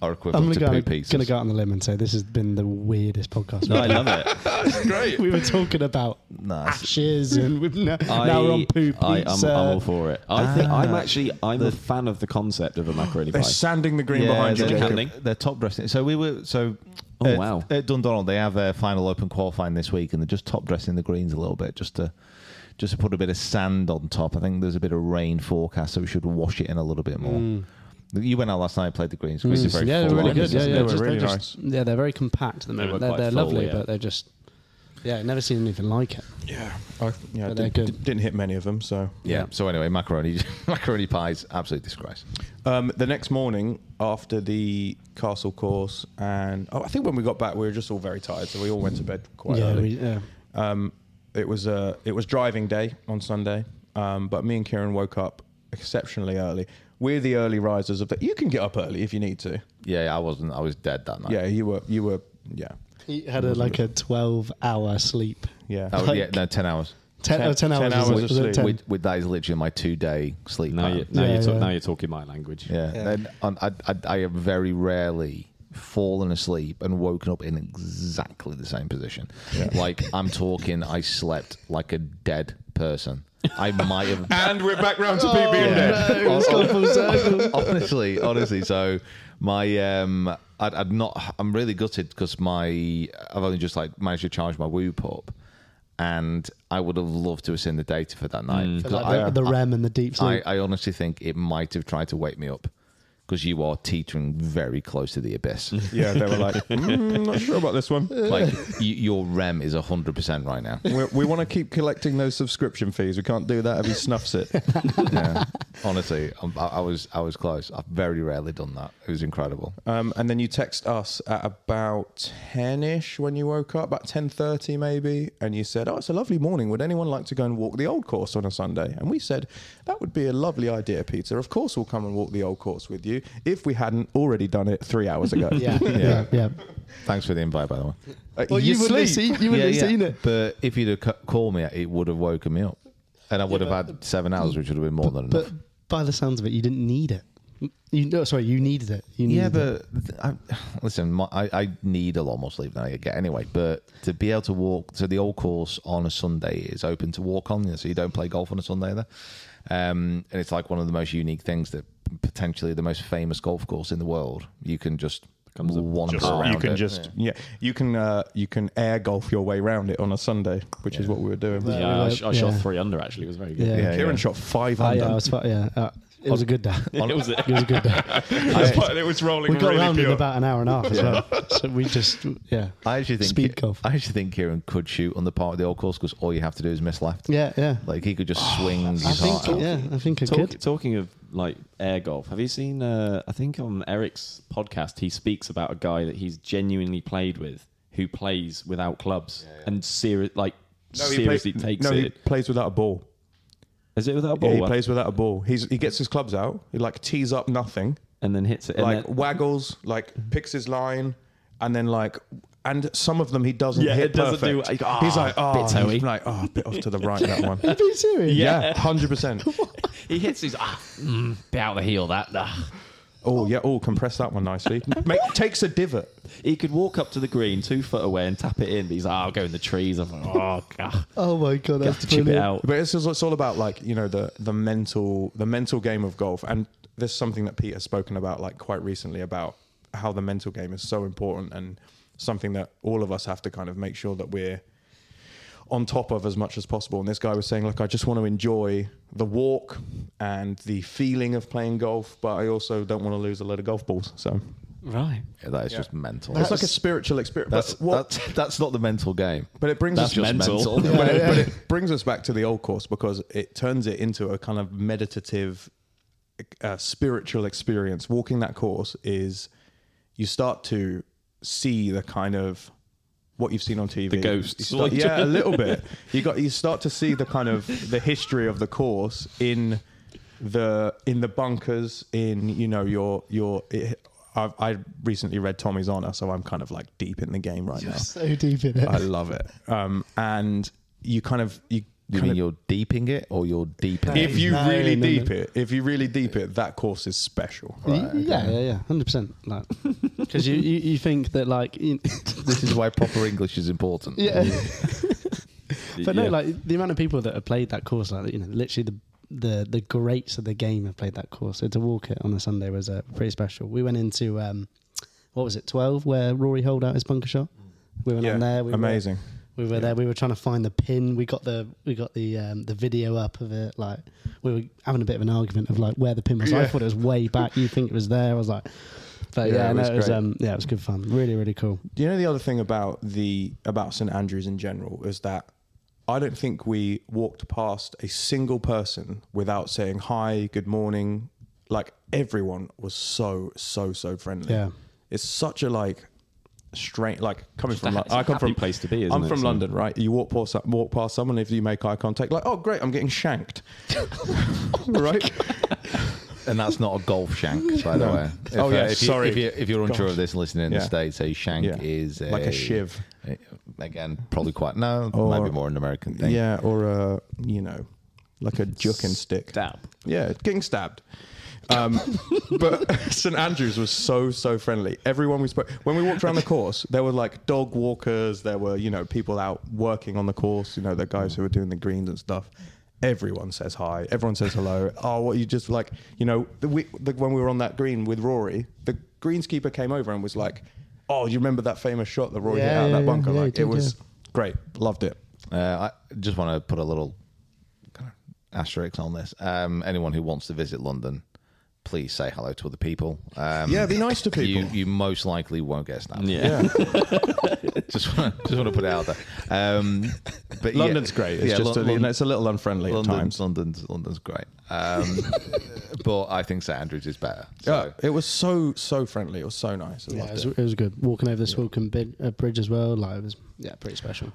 Speaker 3: are
Speaker 6: I'm
Speaker 3: equivalent
Speaker 6: gonna
Speaker 3: to
Speaker 6: go.
Speaker 3: poo
Speaker 6: Out,
Speaker 3: pizzas.
Speaker 6: gonna go out on the limb and say this has been the weirdest podcast.
Speaker 4: No, I love it.
Speaker 5: great.
Speaker 6: we were talking about
Speaker 3: Nice.
Speaker 6: ashes, and we've now, now we're on poo pizza.
Speaker 4: I, am all for it. I think I'm actually I'm a fan of the concept of a macaroni
Speaker 5: They're
Speaker 4: pie.
Speaker 5: sanding the green behind you,
Speaker 3: they're,
Speaker 5: Jacob.
Speaker 4: handling.
Speaker 3: they're top dressing. So we were so.
Speaker 4: Oh,
Speaker 3: at,
Speaker 4: wow.
Speaker 3: At Dundonald, they have their final open qualifying this week, and they're just top dressing the greens a little bit just to just to put a bit of sand on top. I think there's a bit of rain forecast, so we should wash it in a little bit more. You went out last night. Played the greens. Greens are very
Speaker 6: yeah, they're
Speaker 3: full
Speaker 6: really
Speaker 3: on,
Speaker 6: good.
Speaker 3: isn't
Speaker 6: Yeah,
Speaker 3: it?
Speaker 6: yeah,
Speaker 5: They were
Speaker 6: just,
Speaker 5: really
Speaker 6: they're just, yeah, they're very compact at the moment.
Speaker 4: were
Speaker 6: They are
Speaker 4: quite
Speaker 6: they're
Speaker 4: full,
Speaker 6: lovely,
Speaker 4: yeah.
Speaker 6: but they're just yeah, never seen anything like it.
Speaker 5: Yeah, I, yeah. I
Speaker 6: But they're
Speaker 5: did,
Speaker 6: good.
Speaker 5: did- didn't hit many of them. So
Speaker 3: Yeah. So anyway, macaroni, macaroni pies, absolute disgrace.
Speaker 5: um, the next morning after the castle course, and oh, I think when we got back, we were just all very tired, so we all went to bed quite
Speaker 6: yeah,
Speaker 5: early.
Speaker 6: we, yeah,
Speaker 5: Um, it was uh, it was driving day on Sunday, um, but me and Kieran woke up exceptionally early. We're the early risers of the. You can get up early if you need to.
Speaker 3: Yeah, I wasn't. I was dead that night.
Speaker 5: Yeah, you were you were yeah
Speaker 6: he had a, like a twelve-hour sleep.
Speaker 5: yeah.
Speaker 3: Oh, yeah.
Speaker 6: Like-
Speaker 3: No, ten hours.
Speaker 6: Ten,
Speaker 5: Ten-
Speaker 6: oh, 10
Speaker 5: ten
Speaker 6: hours,
Speaker 5: hours
Speaker 6: was it?
Speaker 5: of
Speaker 6: Was it
Speaker 5: sleep.
Speaker 6: 10?
Speaker 3: With, with that is literally my two day sleep.
Speaker 4: Now,
Speaker 3: pattern.
Speaker 4: you, now,
Speaker 6: Uh, Yeah,
Speaker 4: you're talk,
Speaker 6: yeah.
Speaker 4: now you're talking my language.
Speaker 3: Yeah. Then on, I, I, I have very rarely fallen asleep and woken up in exactly the same position. Like I'm talking, I slept like a dead person. I might have.
Speaker 5: And we're back round to
Speaker 6: Oh,
Speaker 5: PB and
Speaker 3: Yeah.
Speaker 5: Dead.
Speaker 3: Hon- honestly, honestly. So my um, I'd, I'd not. I'm really gutted because my I've only just like managed to charge my Whoop up, and I would have loved to have seen the data for Mm. that night. 'Cause
Speaker 6: Like
Speaker 3: I,
Speaker 6: the, the REM and the deep
Speaker 3: I,
Speaker 6: sleep.
Speaker 3: I honestly think it might have tried to wake me up because you are teetering very close to the abyss.
Speaker 5: Yeah, they were like, mm, not sure about this one.
Speaker 3: like y- your REM is hundred percent right now.
Speaker 5: We, we want to keep collecting those subscription fees. We can't do that if he snuffs it.
Speaker 3: Yeah. Honestly, I'm- I, I was I was close. I've very rarely done that. It was incredible.
Speaker 5: Um, and then you text us at about ten ish when you woke up, about ten thirty maybe, and you said, "Oh, it's a lovely morning. Would anyone like to go and walk the old course on a Sunday?" And we said, "That would be a lovely idea, Peter. Of course, we'll come and walk the old course with you if we hadn't already done it three hours ago."
Speaker 6: yeah, yeah, yeah.
Speaker 3: Thanks for the invite, by the way.
Speaker 5: Uh,
Speaker 6: Well, you wouldn't have seen- you wouldn't have seen it.
Speaker 3: But if you'd have cu- called me, it would have woken me up, and I would have had seven hours, which would have been more than
Speaker 6: But
Speaker 3: enough.
Speaker 6: by the sounds of it, you didn't need it. You no, sorry, you needed it. You needed
Speaker 3: Yeah,
Speaker 6: it.
Speaker 3: but th- I, listen, my, I, I need a lot more sleep than I get anyway. But to be able to walk, so the old course on a Sunday is open to walk on, so you don't play golf on a Sunday there. Um, and it's like one of the most unique things that potentially the most famous golf course in the world. You can just wander around.
Speaker 5: you can
Speaker 3: it.
Speaker 5: just yeah, you can uh, you can air golf your way around it on a Sunday, which is what we were doing.
Speaker 4: Yeah,
Speaker 6: we
Speaker 4: I,
Speaker 6: were-
Speaker 4: sh- I shot
Speaker 6: yeah.
Speaker 4: three under actually. It was very good.
Speaker 6: Yeah.
Speaker 3: Yeah,
Speaker 5: Kieran
Speaker 3: yeah.
Speaker 5: shot five
Speaker 6: Oh,
Speaker 5: under.
Speaker 6: yeah, I was, fu- yeah, uh, it was a good day.
Speaker 4: It was it.
Speaker 6: It was a good day.
Speaker 4: it was rolling
Speaker 6: we got round in about an hour and a half as well. So we just, yeah.
Speaker 3: I actually think
Speaker 6: speed golf.
Speaker 3: I actually think Kieran could shoot on the part of the old course because all you have to do is miss left.
Speaker 6: yeah, yeah.
Speaker 3: Like he could just
Speaker 5: Oh,
Speaker 3: swing his
Speaker 6: I
Speaker 3: heart
Speaker 6: think,
Speaker 3: out.
Speaker 6: yeah, I think I
Speaker 4: Talk,
Speaker 6: could.
Speaker 4: talking of like air golf, have you seen? Uh, I think on Eric's podcast, he speaks about a guy that he's genuinely played with who plays without clubs and serious like seriously
Speaker 5: plays,
Speaker 4: takes
Speaker 5: no, he
Speaker 4: it.
Speaker 5: plays without a ball.
Speaker 4: Is it without a
Speaker 5: Yeah,
Speaker 4: ball? uh,
Speaker 5: he plays without a ball. He's he gets his clubs out. He like tees up nothing,
Speaker 4: and then hits it. And
Speaker 5: like
Speaker 4: then-
Speaker 5: waggles, like picks his line, and then like. And some of them he doesn't
Speaker 4: Yeah,
Speaker 5: hit
Speaker 4: it doesn't do-
Speaker 5: perfect.
Speaker 4: ah,
Speaker 5: he's like, oh,
Speaker 4: bit
Speaker 5: he's
Speaker 4: toey.
Speaker 5: like, oh, bit off to the right that one.
Speaker 6: Are you serious?
Speaker 5: Yeah, hundred percent.
Speaker 4: he hits his ah, mm, bit out the heel. That ah.
Speaker 5: Oh yeah, oh, compress that one nicely. Make, takes a divot.
Speaker 4: he could walk up to the green two foot away and tap it in. But he's like, "Ah, I'll go in the trees. I'm like, oh god,
Speaker 6: Oh my God,
Speaker 4: have
Speaker 6: that's
Speaker 4: to chip it
Speaker 6: brilliant.
Speaker 4: out.
Speaker 5: But it's, it's all about like you know the the mental the mental game of golf, and there's something that Pete has spoken about like quite recently about how the mental game is so important and something that all of us have to kind of make sure that we're on top of as much as possible. And this guy was saying, look, I just want to enjoy the walk and the feeling of playing golf, but I also don't want to lose a load of golf balls. So
Speaker 4: Right.
Speaker 3: Yeah, that is just mental.
Speaker 5: it's like a spiritual experience.
Speaker 3: That's
Speaker 5: but, what-
Speaker 3: that's that's not the mental game.
Speaker 5: but it brings
Speaker 3: That's
Speaker 5: us
Speaker 3: just mental.
Speaker 5: but, it, but it brings us back to the old course because it turns it into a kind of meditative, uh, spiritual experience. Walking that course is you start to see the kind of what you've seen on TV. The
Speaker 4: ghosts.
Speaker 5: yeah, a little bit. You got you start to see the kind of the history of the course in the in the bunkers in you know your your. It, I've, I recently read Tommy's Honor, so I'm kind of like deep in the game right now.
Speaker 6: So deep in it.
Speaker 5: I love it. Um, and you kind of you.
Speaker 3: You mean you're deeping it or you're deeping it?
Speaker 5: if you
Speaker 6: No,
Speaker 5: really
Speaker 6: no, no.
Speaker 5: deep it, if you really deep it, that course is special.
Speaker 6: Yeah, yeah, yeah, hundred percent. Like, because you, you, you think that like, you,
Speaker 3: This is why proper English is important.
Speaker 6: yeah, but no,
Speaker 4: Yeah.
Speaker 6: like the amount of people that have played that course, like you know, literally the the the greats of the game have played that course. So to walk it on a Sunday was uh, pretty special. We went into um, what was it, twelve, where Rory held out his bunker shot. We went
Speaker 5: Yeah,
Speaker 6: on there. We were-
Speaker 5: amazing.
Speaker 6: We were there. We were trying to find the pin. We got the we got the um, the video up of it. Like we were having a bit of an argument of like where the pin was. I thought it was way back. You think it was there? I was like, but
Speaker 5: Yeah,
Speaker 6: yeah,
Speaker 5: it
Speaker 6: no,
Speaker 5: was
Speaker 6: it was
Speaker 5: great.
Speaker 6: um, yeah, it was good fun. Really, really cool.
Speaker 5: Do you know the other thing about the about St Andrews in general is that I don't think we walked past a single person without saying hi, good morning. Like everyone was so so so friendly.
Speaker 6: Yeah.
Speaker 5: it's such a like strange like coming
Speaker 4: a
Speaker 5: from.
Speaker 4: ha-
Speaker 5: Lo-
Speaker 4: it's a
Speaker 5: I come
Speaker 4: happy
Speaker 5: from
Speaker 4: place to be, isn't
Speaker 5: I'm
Speaker 4: it?
Speaker 5: from
Speaker 4: So-
Speaker 5: London, right? You walk past walk past someone if you make eye contact, like oh great, I'm getting shanked, right?
Speaker 3: And that's not a golf shank, by the way. If, uh,
Speaker 5: Oh, yeah,
Speaker 3: if you,
Speaker 5: sorry.
Speaker 3: If, you, if you're unsure
Speaker 5: Gosh.
Speaker 3: of this, listening in
Speaker 5: Yeah.
Speaker 3: the states, a shank
Speaker 5: Yeah.
Speaker 3: is
Speaker 5: Like a shiv.
Speaker 3: Again, probably quite no.
Speaker 5: Or-
Speaker 3: might be more an American thing.
Speaker 5: Yeah, or a you know, like a juking stick.
Speaker 4: Stab.
Speaker 5: Yeah, getting stabbed. Um, but St Andrews was so so friendly. Everyone we spoke when we walked around the course, there were like dog walkers. There were you know people out working on the course. You know the guys who were doing the greens and stuff. Everyone says hi. Everyone says hello. Oh, what you just like you know the, we, the, when we were on that green with Rory, the greenskeeper came over and was like, "Oh, you remember that famous shot that Rory hit
Speaker 6: Yeah,
Speaker 5: out of that
Speaker 6: yeah,
Speaker 5: bunker?
Speaker 6: yeah,
Speaker 5: like
Speaker 6: yeah, he
Speaker 5: it
Speaker 6: did,
Speaker 5: was
Speaker 6: yeah.
Speaker 5: great. Loved it.
Speaker 3: Uh, I just want to put a little kind of asterisk on this. Um, anyone who wants to visit London, please say hello to other people. Um,
Speaker 5: Yeah, be nice to
Speaker 3: You,
Speaker 5: people.
Speaker 3: you most likely won't get snapped.
Speaker 4: Yeah.
Speaker 3: Just want to just want to put it out there. Um, but yeah.
Speaker 5: London's great. It's
Speaker 3: Yeah,
Speaker 5: just
Speaker 3: Lon-
Speaker 5: a, you
Speaker 3: Lon-
Speaker 5: know, it's a little unfriendly
Speaker 3: London,
Speaker 5: at times.
Speaker 3: London's London's great, um, but I think St Andrews is better.
Speaker 5: Yeah,
Speaker 3: So
Speaker 5: it was so so friendly. It was so nice. I
Speaker 6: Yeah,
Speaker 5: loved
Speaker 6: it was,
Speaker 5: it.
Speaker 6: it was good. Walking over the Swilcombe bid, uh, Bridge as well. Like it was yeah, pretty special.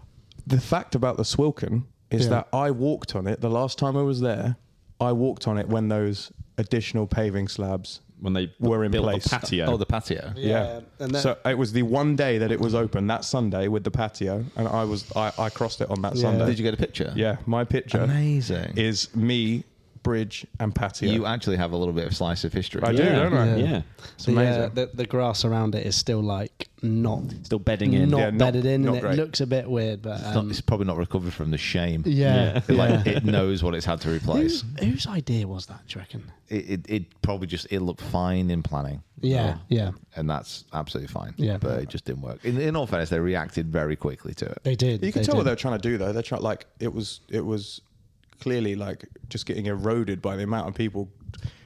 Speaker 5: The fact about the Swilkin is
Speaker 6: Yeah.
Speaker 5: that I walked on it the last time I was there. I walked on it when those additional paving slabs
Speaker 4: When they
Speaker 5: were in
Speaker 4: built
Speaker 5: place.
Speaker 4: the patio.
Speaker 3: oh, the patio.
Speaker 5: Yeah,
Speaker 6: and
Speaker 5: so it was the one day that it was open that Sunday with the patio, and I was I, I crossed it on that Sunday.
Speaker 3: Did you get a picture?
Speaker 5: Yeah, my picture
Speaker 3: Amazing.
Speaker 5: is me, bridge, and patio.
Speaker 3: You actually have a little bit of slice of history.
Speaker 5: I do,
Speaker 4: yeah.
Speaker 5: don't I?
Speaker 4: Yeah.
Speaker 5: It's
Speaker 6: the,
Speaker 5: amazing.
Speaker 6: uh, the the grass around it is still like not
Speaker 4: Still bedding in.
Speaker 6: not
Speaker 5: Yeah, not-
Speaker 6: bedded in,
Speaker 5: not
Speaker 6: and
Speaker 5: great.
Speaker 6: it looks a bit weird. But
Speaker 3: It's,
Speaker 6: um,
Speaker 3: not, it's probably not recovered from the shame.
Speaker 6: yeah, yeah.
Speaker 3: Like it knows what it's had to replace.
Speaker 6: Who- whose idea was that? Do you reckon?
Speaker 3: it, it, it probably just it looked fine in planning.
Speaker 6: Yeah, yeah,
Speaker 3: And that's absolutely fine.
Speaker 6: Yeah.
Speaker 3: But it just didn't work. In, in all fairness, they reacted very quickly to it.
Speaker 6: they did.
Speaker 5: You can
Speaker 6: they
Speaker 5: tell what
Speaker 6: did.
Speaker 5: they're trying to do though. They're trying like it was it was clearly like just getting eroded by the amount of people.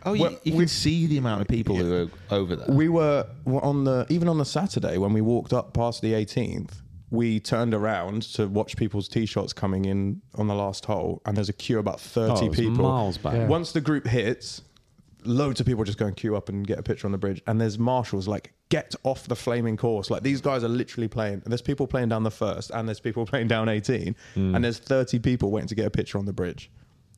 Speaker 3: Oh, you,
Speaker 5: Well,
Speaker 3: you can see the amount of people who are over there.
Speaker 5: we were were on the even on the Saturday when we walked up past the 18th. We turned around to watch people's t-shirts coming in on the last hole, and there's a queue of about 30
Speaker 4: Oh, it was
Speaker 5: people.
Speaker 4: miles back. Yeah.
Speaker 5: Once the group hits, loads of people just go and queue up and get a picture on the bridge. And there's marshals like, get off the flaming course. Like these guys are literally playing. There's people playing down the first, and there's people playing down 18, and there's 30 people waiting to get a picture on the bridge.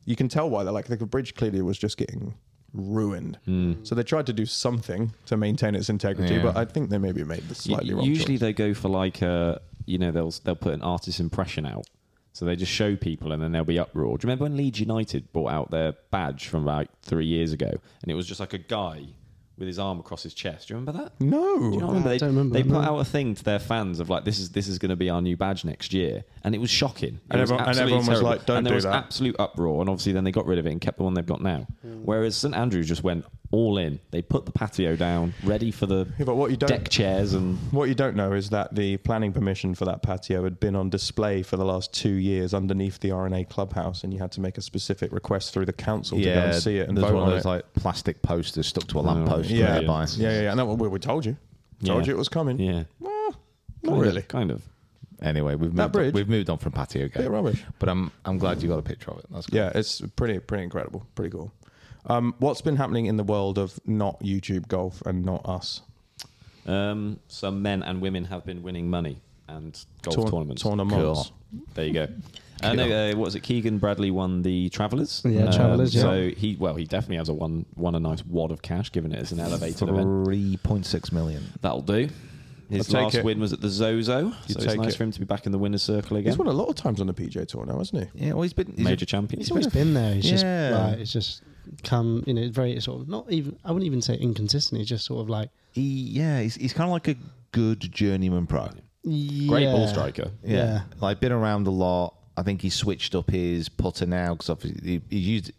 Speaker 5: You can tell why they're like the bridge clearly was just getting ruined. So they tried to do something to maintain its integrity,
Speaker 3: Yeah.
Speaker 5: but I think they maybe made the slightly
Speaker 4: U-
Speaker 5: wrong.
Speaker 4: Usually
Speaker 5: choice.
Speaker 4: they go for like a, you know, they'll they'll put an artist impression out. So they just show people and then they'll be uproar. Do you remember when Leeds United brought out their badge from about three years ago and it was just like a guy with his arm across his chest? Do you remember that?
Speaker 5: No.
Speaker 4: Do you not remember?
Speaker 6: I
Speaker 4: They,
Speaker 6: don't remember
Speaker 4: they
Speaker 6: that,
Speaker 4: put
Speaker 6: no.
Speaker 4: out a thing to their fans of like this is this is going to be our new badge next year, and it was shocking. It
Speaker 5: And
Speaker 4: was
Speaker 5: everyone- and everyone
Speaker 4: absolutely
Speaker 5: was
Speaker 4: terrible.
Speaker 5: like, "Don't
Speaker 4: And there
Speaker 5: do
Speaker 4: was
Speaker 5: that."
Speaker 4: absolute uproar, and obviously then they got rid of it and kept the one they've got now.
Speaker 6: Hmm.
Speaker 4: Whereas St Andrews just went all in. They put the patio down, ready for the
Speaker 5: Yeah, but what you don't-
Speaker 4: deck chairs and
Speaker 5: What you don't know is that the planning permission for that patio had been on display for the last two years underneath the RNA clubhouse, and you had to make a specific request through the council to go and see it and
Speaker 3: there's
Speaker 5: vote
Speaker 3: one
Speaker 5: on
Speaker 3: of those
Speaker 5: it.
Speaker 3: like plastic posters stuck to a lamppost
Speaker 5: yeah.
Speaker 3: nearby.
Speaker 5: yeah, yeah, yeah. And that we, we told you, told
Speaker 4: Yeah.
Speaker 5: you it was coming.
Speaker 4: Yeah.
Speaker 5: Well, not
Speaker 4: Kind of-
Speaker 5: really.
Speaker 4: kind of.
Speaker 3: Anyway, we've moved
Speaker 5: bridge.
Speaker 3: we've moved on from patio game.
Speaker 5: Bit rubbish.
Speaker 3: But I'm I'm glad you got a picture of it. That's good.
Speaker 5: Yeah, it's pretty pretty incredible, pretty cool. Um, what's been happening in the world of not YouTube golf and not us
Speaker 4: Um, some men and women have been winning money and golf
Speaker 5: Tour-
Speaker 4: tournaments.
Speaker 5: tournaments?
Speaker 4: There you go. Uh, no, uh, what was it? Keegan Bradley won the Travelers.
Speaker 6: Yeah, Travelers, yeah.
Speaker 4: So he, well, he definitely has a one, won a nice wad of cash, given it as an elevated event.
Speaker 3: Three point six million.
Speaker 4: That'll do. His
Speaker 5: I'll take
Speaker 4: last
Speaker 5: it.
Speaker 4: win was at the Zozo, so it's
Speaker 5: take
Speaker 4: nice
Speaker 5: it.
Speaker 4: for him to be back in the winner's circle again.
Speaker 5: He's won a lot of times on the PJ Tour now, hasn't he?
Speaker 3: Yeah, well he's been he's
Speaker 4: Major
Speaker 3: a-
Speaker 4: champion.
Speaker 6: He's always been there. He's
Speaker 3: Yeah.
Speaker 6: just like it's just come. You know, it's very sort of not even. I wouldn't even say inconsistent. He's just sort of like
Speaker 3: he yeah, he's he's kinda like a good journeyman pro.
Speaker 4: Great
Speaker 6: yeah.
Speaker 4: ball striker.
Speaker 3: Yeah.
Speaker 6: Yeah.
Speaker 3: Like been around a lot. I think he switched up his putter now because obviously he, he used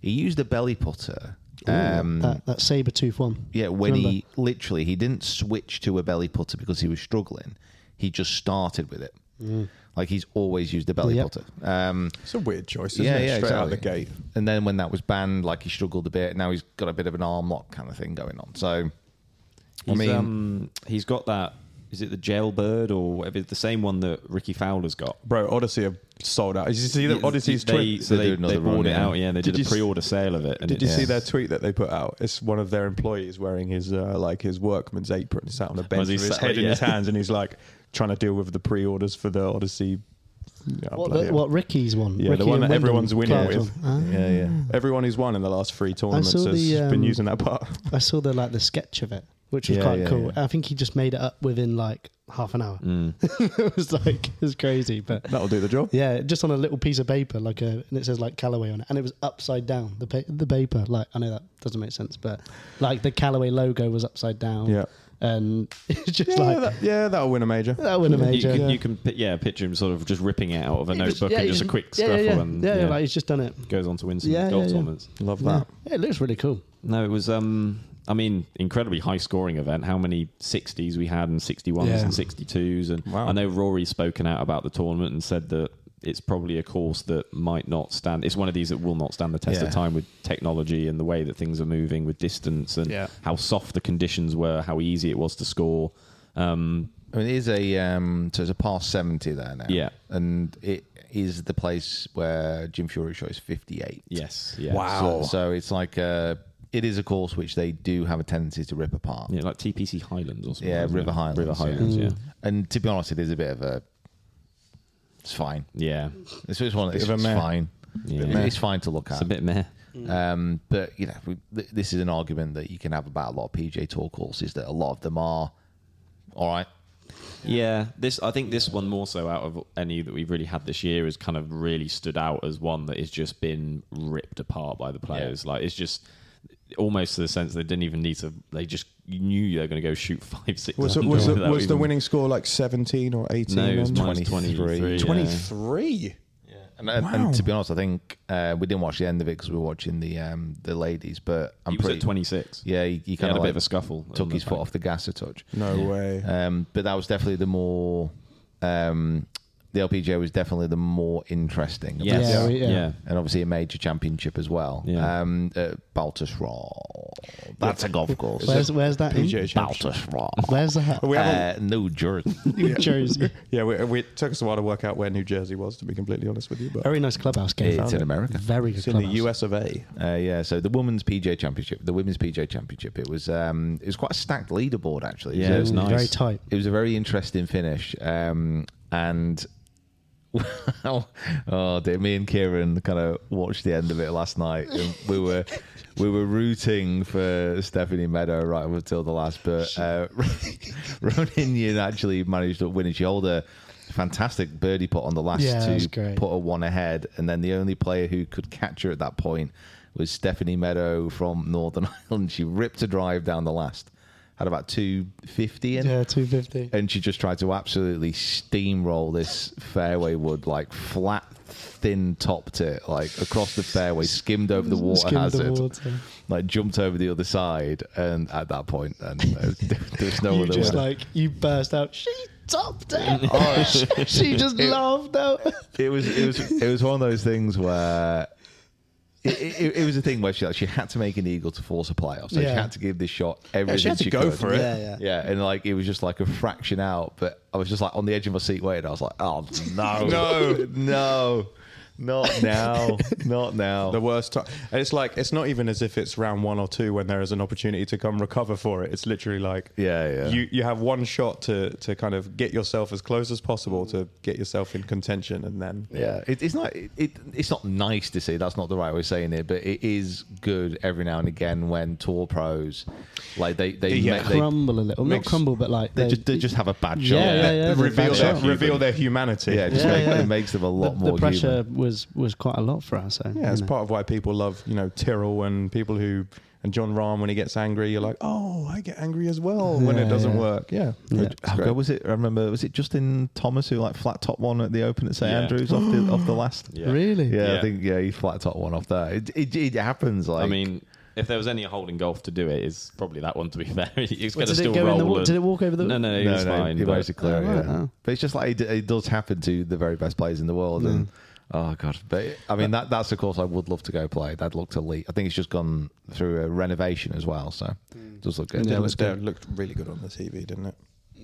Speaker 3: he used a belly putter. um,
Speaker 6: That, that saber tooth one.
Speaker 3: yeah, when
Speaker 6: Remember?
Speaker 3: he literally he didn't switch to a belly putter because he was struggling. He just started with it. Like he's always used a belly
Speaker 6: Yep.
Speaker 3: button. Um,
Speaker 5: It's a weird choice, isn't
Speaker 3: yeah,
Speaker 5: it?
Speaker 3: yeah,
Speaker 5: Straight out of the
Speaker 3: exactly.
Speaker 5: gate.
Speaker 3: And then when that was banned, like he struggled a bit. Now he's got a bit of an arm lock kind of thing going on. So, I
Speaker 4: He's,
Speaker 3: mean,
Speaker 4: um, he's got that. Is it the jailbird or whatever? The same one that Ricky Fowler's got.
Speaker 5: Bro, Odyssey have sold out. Did you see that Odyssey's
Speaker 4: they,
Speaker 5: tweet?
Speaker 4: So
Speaker 3: They
Speaker 4: they,
Speaker 3: do another
Speaker 4: they bought
Speaker 3: run,
Speaker 4: it
Speaker 3: yeah.
Speaker 4: out. Yeah, they did,
Speaker 5: Did you
Speaker 4: a
Speaker 5: s-
Speaker 4: pre-order sale of it. And
Speaker 5: Did
Speaker 4: it-
Speaker 5: you see
Speaker 4: yeah.
Speaker 5: their tweet that they put out? It's one of their employees wearing his uh, like his workman's apron, sat on a bench
Speaker 4: Was he
Speaker 5: with his
Speaker 4: sat-
Speaker 5: head in
Speaker 4: yeah.
Speaker 5: his hands, and he's like trying to deal with the pre-orders for the Odyssey. Yeah,
Speaker 6: What,
Speaker 5: bloody
Speaker 6: the,
Speaker 5: hell.
Speaker 6: what Ricky's one?
Speaker 5: Yeah, the
Speaker 6: Ricky
Speaker 5: one
Speaker 6: and
Speaker 5: that
Speaker 6: Wyndham
Speaker 5: everyone's winning
Speaker 6: Clark's
Speaker 5: with.
Speaker 6: one. Ah.
Speaker 3: yeah, yeah.
Speaker 5: Everyone who's won in the last three tournaments
Speaker 6: saw
Speaker 5: has
Speaker 6: the,
Speaker 5: been
Speaker 6: um,
Speaker 5: using that part.
Speaker 6: I saw the like the sketch of it, which was
Speaker 3: Yeah,
Speaker 6: quite
Speaker 3: yeah,
Speaker 6: cool.
Speaker 3: yeah.
Speaker 6: I think he just made it up within like half an hour. it was like it was crazy, but
Speaker 5: That'll do the job.
Speaker 6: yeah, just on a little piece of paper, like a and it says like Callaway on it, and it was upside down. The pa- the paper, like I know that doesn't make sense, but like the Callaway logo was upside down.
Speaker 5: Yeah.
Speaker 6: and it's just
Speaker 5: Yeah,
Speaker 6: like
Speaker 5: that,
Speaker 6: that,
Speaker 5: yeah, that'll win a major.
Speaker 6: win a
Speaker 4: You
Speaker 6: major.
Speaker 4: can,
Speaker 6: yeah.
Speaker 4: you can pi- yeah, picture him sort of just ripping it out of a
Speaker 6: It was-
Speaker 4: notebook
Speaker 6: yeah,
Speaker 4: and
Speaker 6: it
Speaker 4: just a
Speaker 6: was-
Speaker 4: quick
Speaker 6: yeah, yeah,
Speaker 4: scruffle
Speaker 6: yeah.
Speaker 4: and
Speaker 6: yeah, yeah, like he's just done it.
Speaker 4: goes on to win some
Speaker 6: Yeah,
Speaker 4: golf
Speaker 6: yeah, yeah.
Speaker 4: tournaments.
Speaker 5: Love that.
Speaker 6: Yeah, it looks really cool.
Speaker 4: No, it was um I mean, incredibly high scoring event. How many sixties we had and sixty ones
Speaker 6: Yeah.
Speaker 4: and sixty twos and
Speaker 5: Wow.
Speaker 4: I know Rory's spoken out about the tournament and said that it's probably a course that might not stand it's one of these that will not stand the test
Speaker 3: Yeah.
Speaker 4: of time with technology and the way that things are moving with distance and
Speaker 6: Yeah.
Speaker 4: how soft the conditions were, how easy it was to score. Um
Speaker 3: I mean, it is a um, so it's a par seventy there now.
Speaker 4: Yeah.
Speaker 3: and it is the place where Jim Furyk shot his fifty-eight.
Speaker 4: yes, yeah.
Speaker 3: So, so it's like uh it is a course which they do have a tendency to rip apart.
Speaker 4: Yeah, like TPC Highlands or something.
Speaker 3: Yeah,
Speaker 4: isn't
Speaker 3: River
Speaker 4: it?
Speaker 3: Highlands,
Speaker 4: River
Speaker 3: yeah. Mm.
Speaker 4: Highlands, yeah.
Speaker 3: And to be honest, it is a bit of a. It's fine.
Speaker 4: Yeah.
Speaker 3: It's, it's one. It's,
Speaker 5: of a
Speaker 3: it's
Speaker 5: meh.
Speaker 3: fine.
Speaker 4: Yeah.
Speaker 3: It's- It's fine to look at.
Speaker 4: It's a bit meh.
Speaker 3: Um, but you know, we, th- this is an argument that you can have about a lot of PJ Tour courses that a lot of them are all right.
Speaker 4: Yeah, this I think this one more so out of any that we've really had this year has kind of really stood out as one that has just been ripped apart by the players. Like it's just almost to the sense they didn't even need to. They just knew they were going to go shoot five, six.
Speaker 5: Was, it,
Speaker 4: under
Speaker 5: was, it,
Speaker 4: without
Speaker 5: was the
Speaker 4: even-
Speaker 5: winning score like 17 or 18?
Speaker 4: No, it was
Speaker 5: then?
Speaker 4: minus 23. yeah.
Speaker 5: 23?
Speaker 3: And, and- and to be honest, I think uh, we didn't watch the end of it because we were watching the um, the ladies. But I'm
Speaker 4: He was
Speaker 3: pretty
Speaker 4: at 26.
Speaker 3: Yeah, he, he
Speaker 4: had
Speaker 3: kind
Speaker 4: a
Speaker 3: of
Speaker 4: bit
Speaker 3: like
Speaker 4: of a scuffle on
Speaker 3: Took
Speaker 4: the
Speaker 3: his foot
Speaker 4: back.
Speaker 3: off the gas a touch.
Speaker 5: No way.
Speaker 4: Uh,
Speaker 3: Um, but that was definitely the more. Um, the LPGA was definitely the more interesting. of
Speaker 4: Yes.
Speaker 3: this.
Speaker 6: Yeah,
Speaker 4: Yeah.
Speaker 6: we- yeah.
Speaker 3: And obviously a major championship as well.
Speaker 4: Yeah.
Speaker 3: Um, uh, Baltusrol. That's a golf course.
Speaker 6: Where's where's that? in?
Speaker 5: PGA Championship.
Speaker 3: Baltusrol.
Speaker 6: Where's that?
Speaker 5: We haven't
Speaker 3: Uh, New Jersey.
Speaker 6: New Jersey.
Speaker 5: Yeah, we, we, it took us a while to work out where New Jersey was, to be completely honest with you. But
Speaker 6: Very nice clubhouse game.
Speaker 3: it's in America.
Speaker 6: Very good
Speaker 5: it's in the
Speaker 6: clubhouse.
Speaker 5: US of A.
Speaker 3: Uh, yeah, so the women's PJ Championship, the women's PJ Championship, it was um, it was quite a stacked leaderboard actually.
Speaker 4: Yeah,
Speaker 3: So
Speaker 4: it was nice.
Speaker 6: Very tight.
Speaker 3: it was a very interesting finish, um, and well, oh dear, me and Kieran kind of watched the end of it last night. And we were we were rooting for Stephanie Meadow right up until the last, but uh, Ronin Yin actually managed to win, and she held a fantastic birdie putt on the last
Speaker 6: Yeah, that was
Speaker 3: two,
Speaker 6: great.
Speaker 3: put a one ahead, and then the only player who could catch her at that point was Stephanie Meadow from Northern Ireland. She ripped a drive down the last. Had about two fifty in,
Speaker 6: Yeah, 250.
Speaker 3: and she just tried to absolutely steamroll this fairway wood like flat thin topped it like across the fairway skimmed over the water
Speaker 6: Skimmed the
Speaker 3: hazard
Speaker 6: water.
Speaker 3: like jumped over the other side and at that point and uh, there's no
Speaker 6: you
Speaker 3: other
Speaker 6: just
Speaker 3: way Oh,
Speaker 6: like you burst out. She topped it. she, she just laughed out.
Speaker 3: it was it was it was one of those things where it, it, it was a thing where she like, she had to make an eagle to force a playoff so she
Speaker 6: Yeah.
Speaker 3: had to give this shot everything
Speaker 5: had to go
Speaker 3: could.
Speaker 5: for it.
Speaker 6: Yeah, yeah.
Speaker 3: yeah and like it was just like a fraction out but I was just like on the edge of my seat waiting I was like oh no no no not now not now
Speaker 5: The worst time. And it's like, it's not even as if it's round one or two when there is an opportunity to come recover for it. It's literally like,
Speaker 3: Yeah, yeah.
Speaker 5: You, you have one shot to, to kind of get yourself as close as possible to get yourself in contention and then.
Speaker 3: yeah it, it's not it, it it's not nice to see that's not the right way of saying it but it is good every now and again when tour pros like they they,
Speaker 5: Yeah.
Speaker 3: make, they
Speaker 6: crumble a little, not
Speaker 5: Makes-
Speaker 6: crumble, but like
Speaker 3: they just, they just have a bad shot.
Speaker 6: Yeah, yeah, yeah.
Speaker 5: reveal,
Speaker 6: bad
Speaker 5: their,
Speaker 6: shot.
Speaker 5: reveal their humanity.
Speaker 3: Yeah, just
Speaker 6: Yeah,
Speaker 3: make,
Speaker 6: yeah.
Speaker 3: it makes them a
Speaker 6: the,
Speaker 3: lot
Speaker 6: the
Speaker 3: more.
Speaker 6: pressure
Speaker 3: human.
Speaker 6: was was quite a lot for us. So,
Speaker 5: Yeah,
Speaker 6: you
Speaker 5: it's
Speaker 6: know.
Speaker 5: part of why people love, you know, Tyrrell and people who and John Rahm when he gets angry, you're like, Oh, I get angry as well when it
Speaker 6: Yeah,
Speaker 5: doesn't
Speaker 6: yeah.
Speaker 5: work. Yeah. It's
Speaker 3: How
Speaker 5: great.
Speaker 3: good was it? I remember was it Justin Thomas who like flat top one at the Open at St
Speaker 4: Yeah.
Speaker 3: Andrews off the off the last.
Speaker 4: Yeah.
Speaker 6: really,
Speaker 3: Yeah, I
Speaker 4: Yeah.
Speaker 3: think yeah he flat top one off there. It, it, it happens. Like
Speaker 4: I mean, If there was any holding golf to do it, is probably that one. To be fair, it's
Speaker 6: Well,
Speaker 4: going to
Speaker 6: did it
Speaker 4: still
Speaker 6: go in
Speaker 4: roll.
Speaker 6: the wa-
Speaker 4: and-
Speaker 6: did it walk over the-
Speaker 4: No, no, it
Speaker 7: No,
Speaker 4: was
Speaker 7: no,
Speaker 4: fine.
Speaker 7: he
Speaker 4: but-
Speaker 7: managed to clear it.
Speaker 6: Oh, right.
Speaker 7: yeah.
Speaker 6: Oh.
Speaker 7: But it's just like it, it does happen to the very best players in the world. And oh god, but I mean that that's a course I would love to go play. That looked elite. I think it's just gone through a renovation as well, so it does look good.
Speaker 5: Yeah, it
Speaker 7: looks
Speaker 5: looked, it looked really good on the TV, didn't it?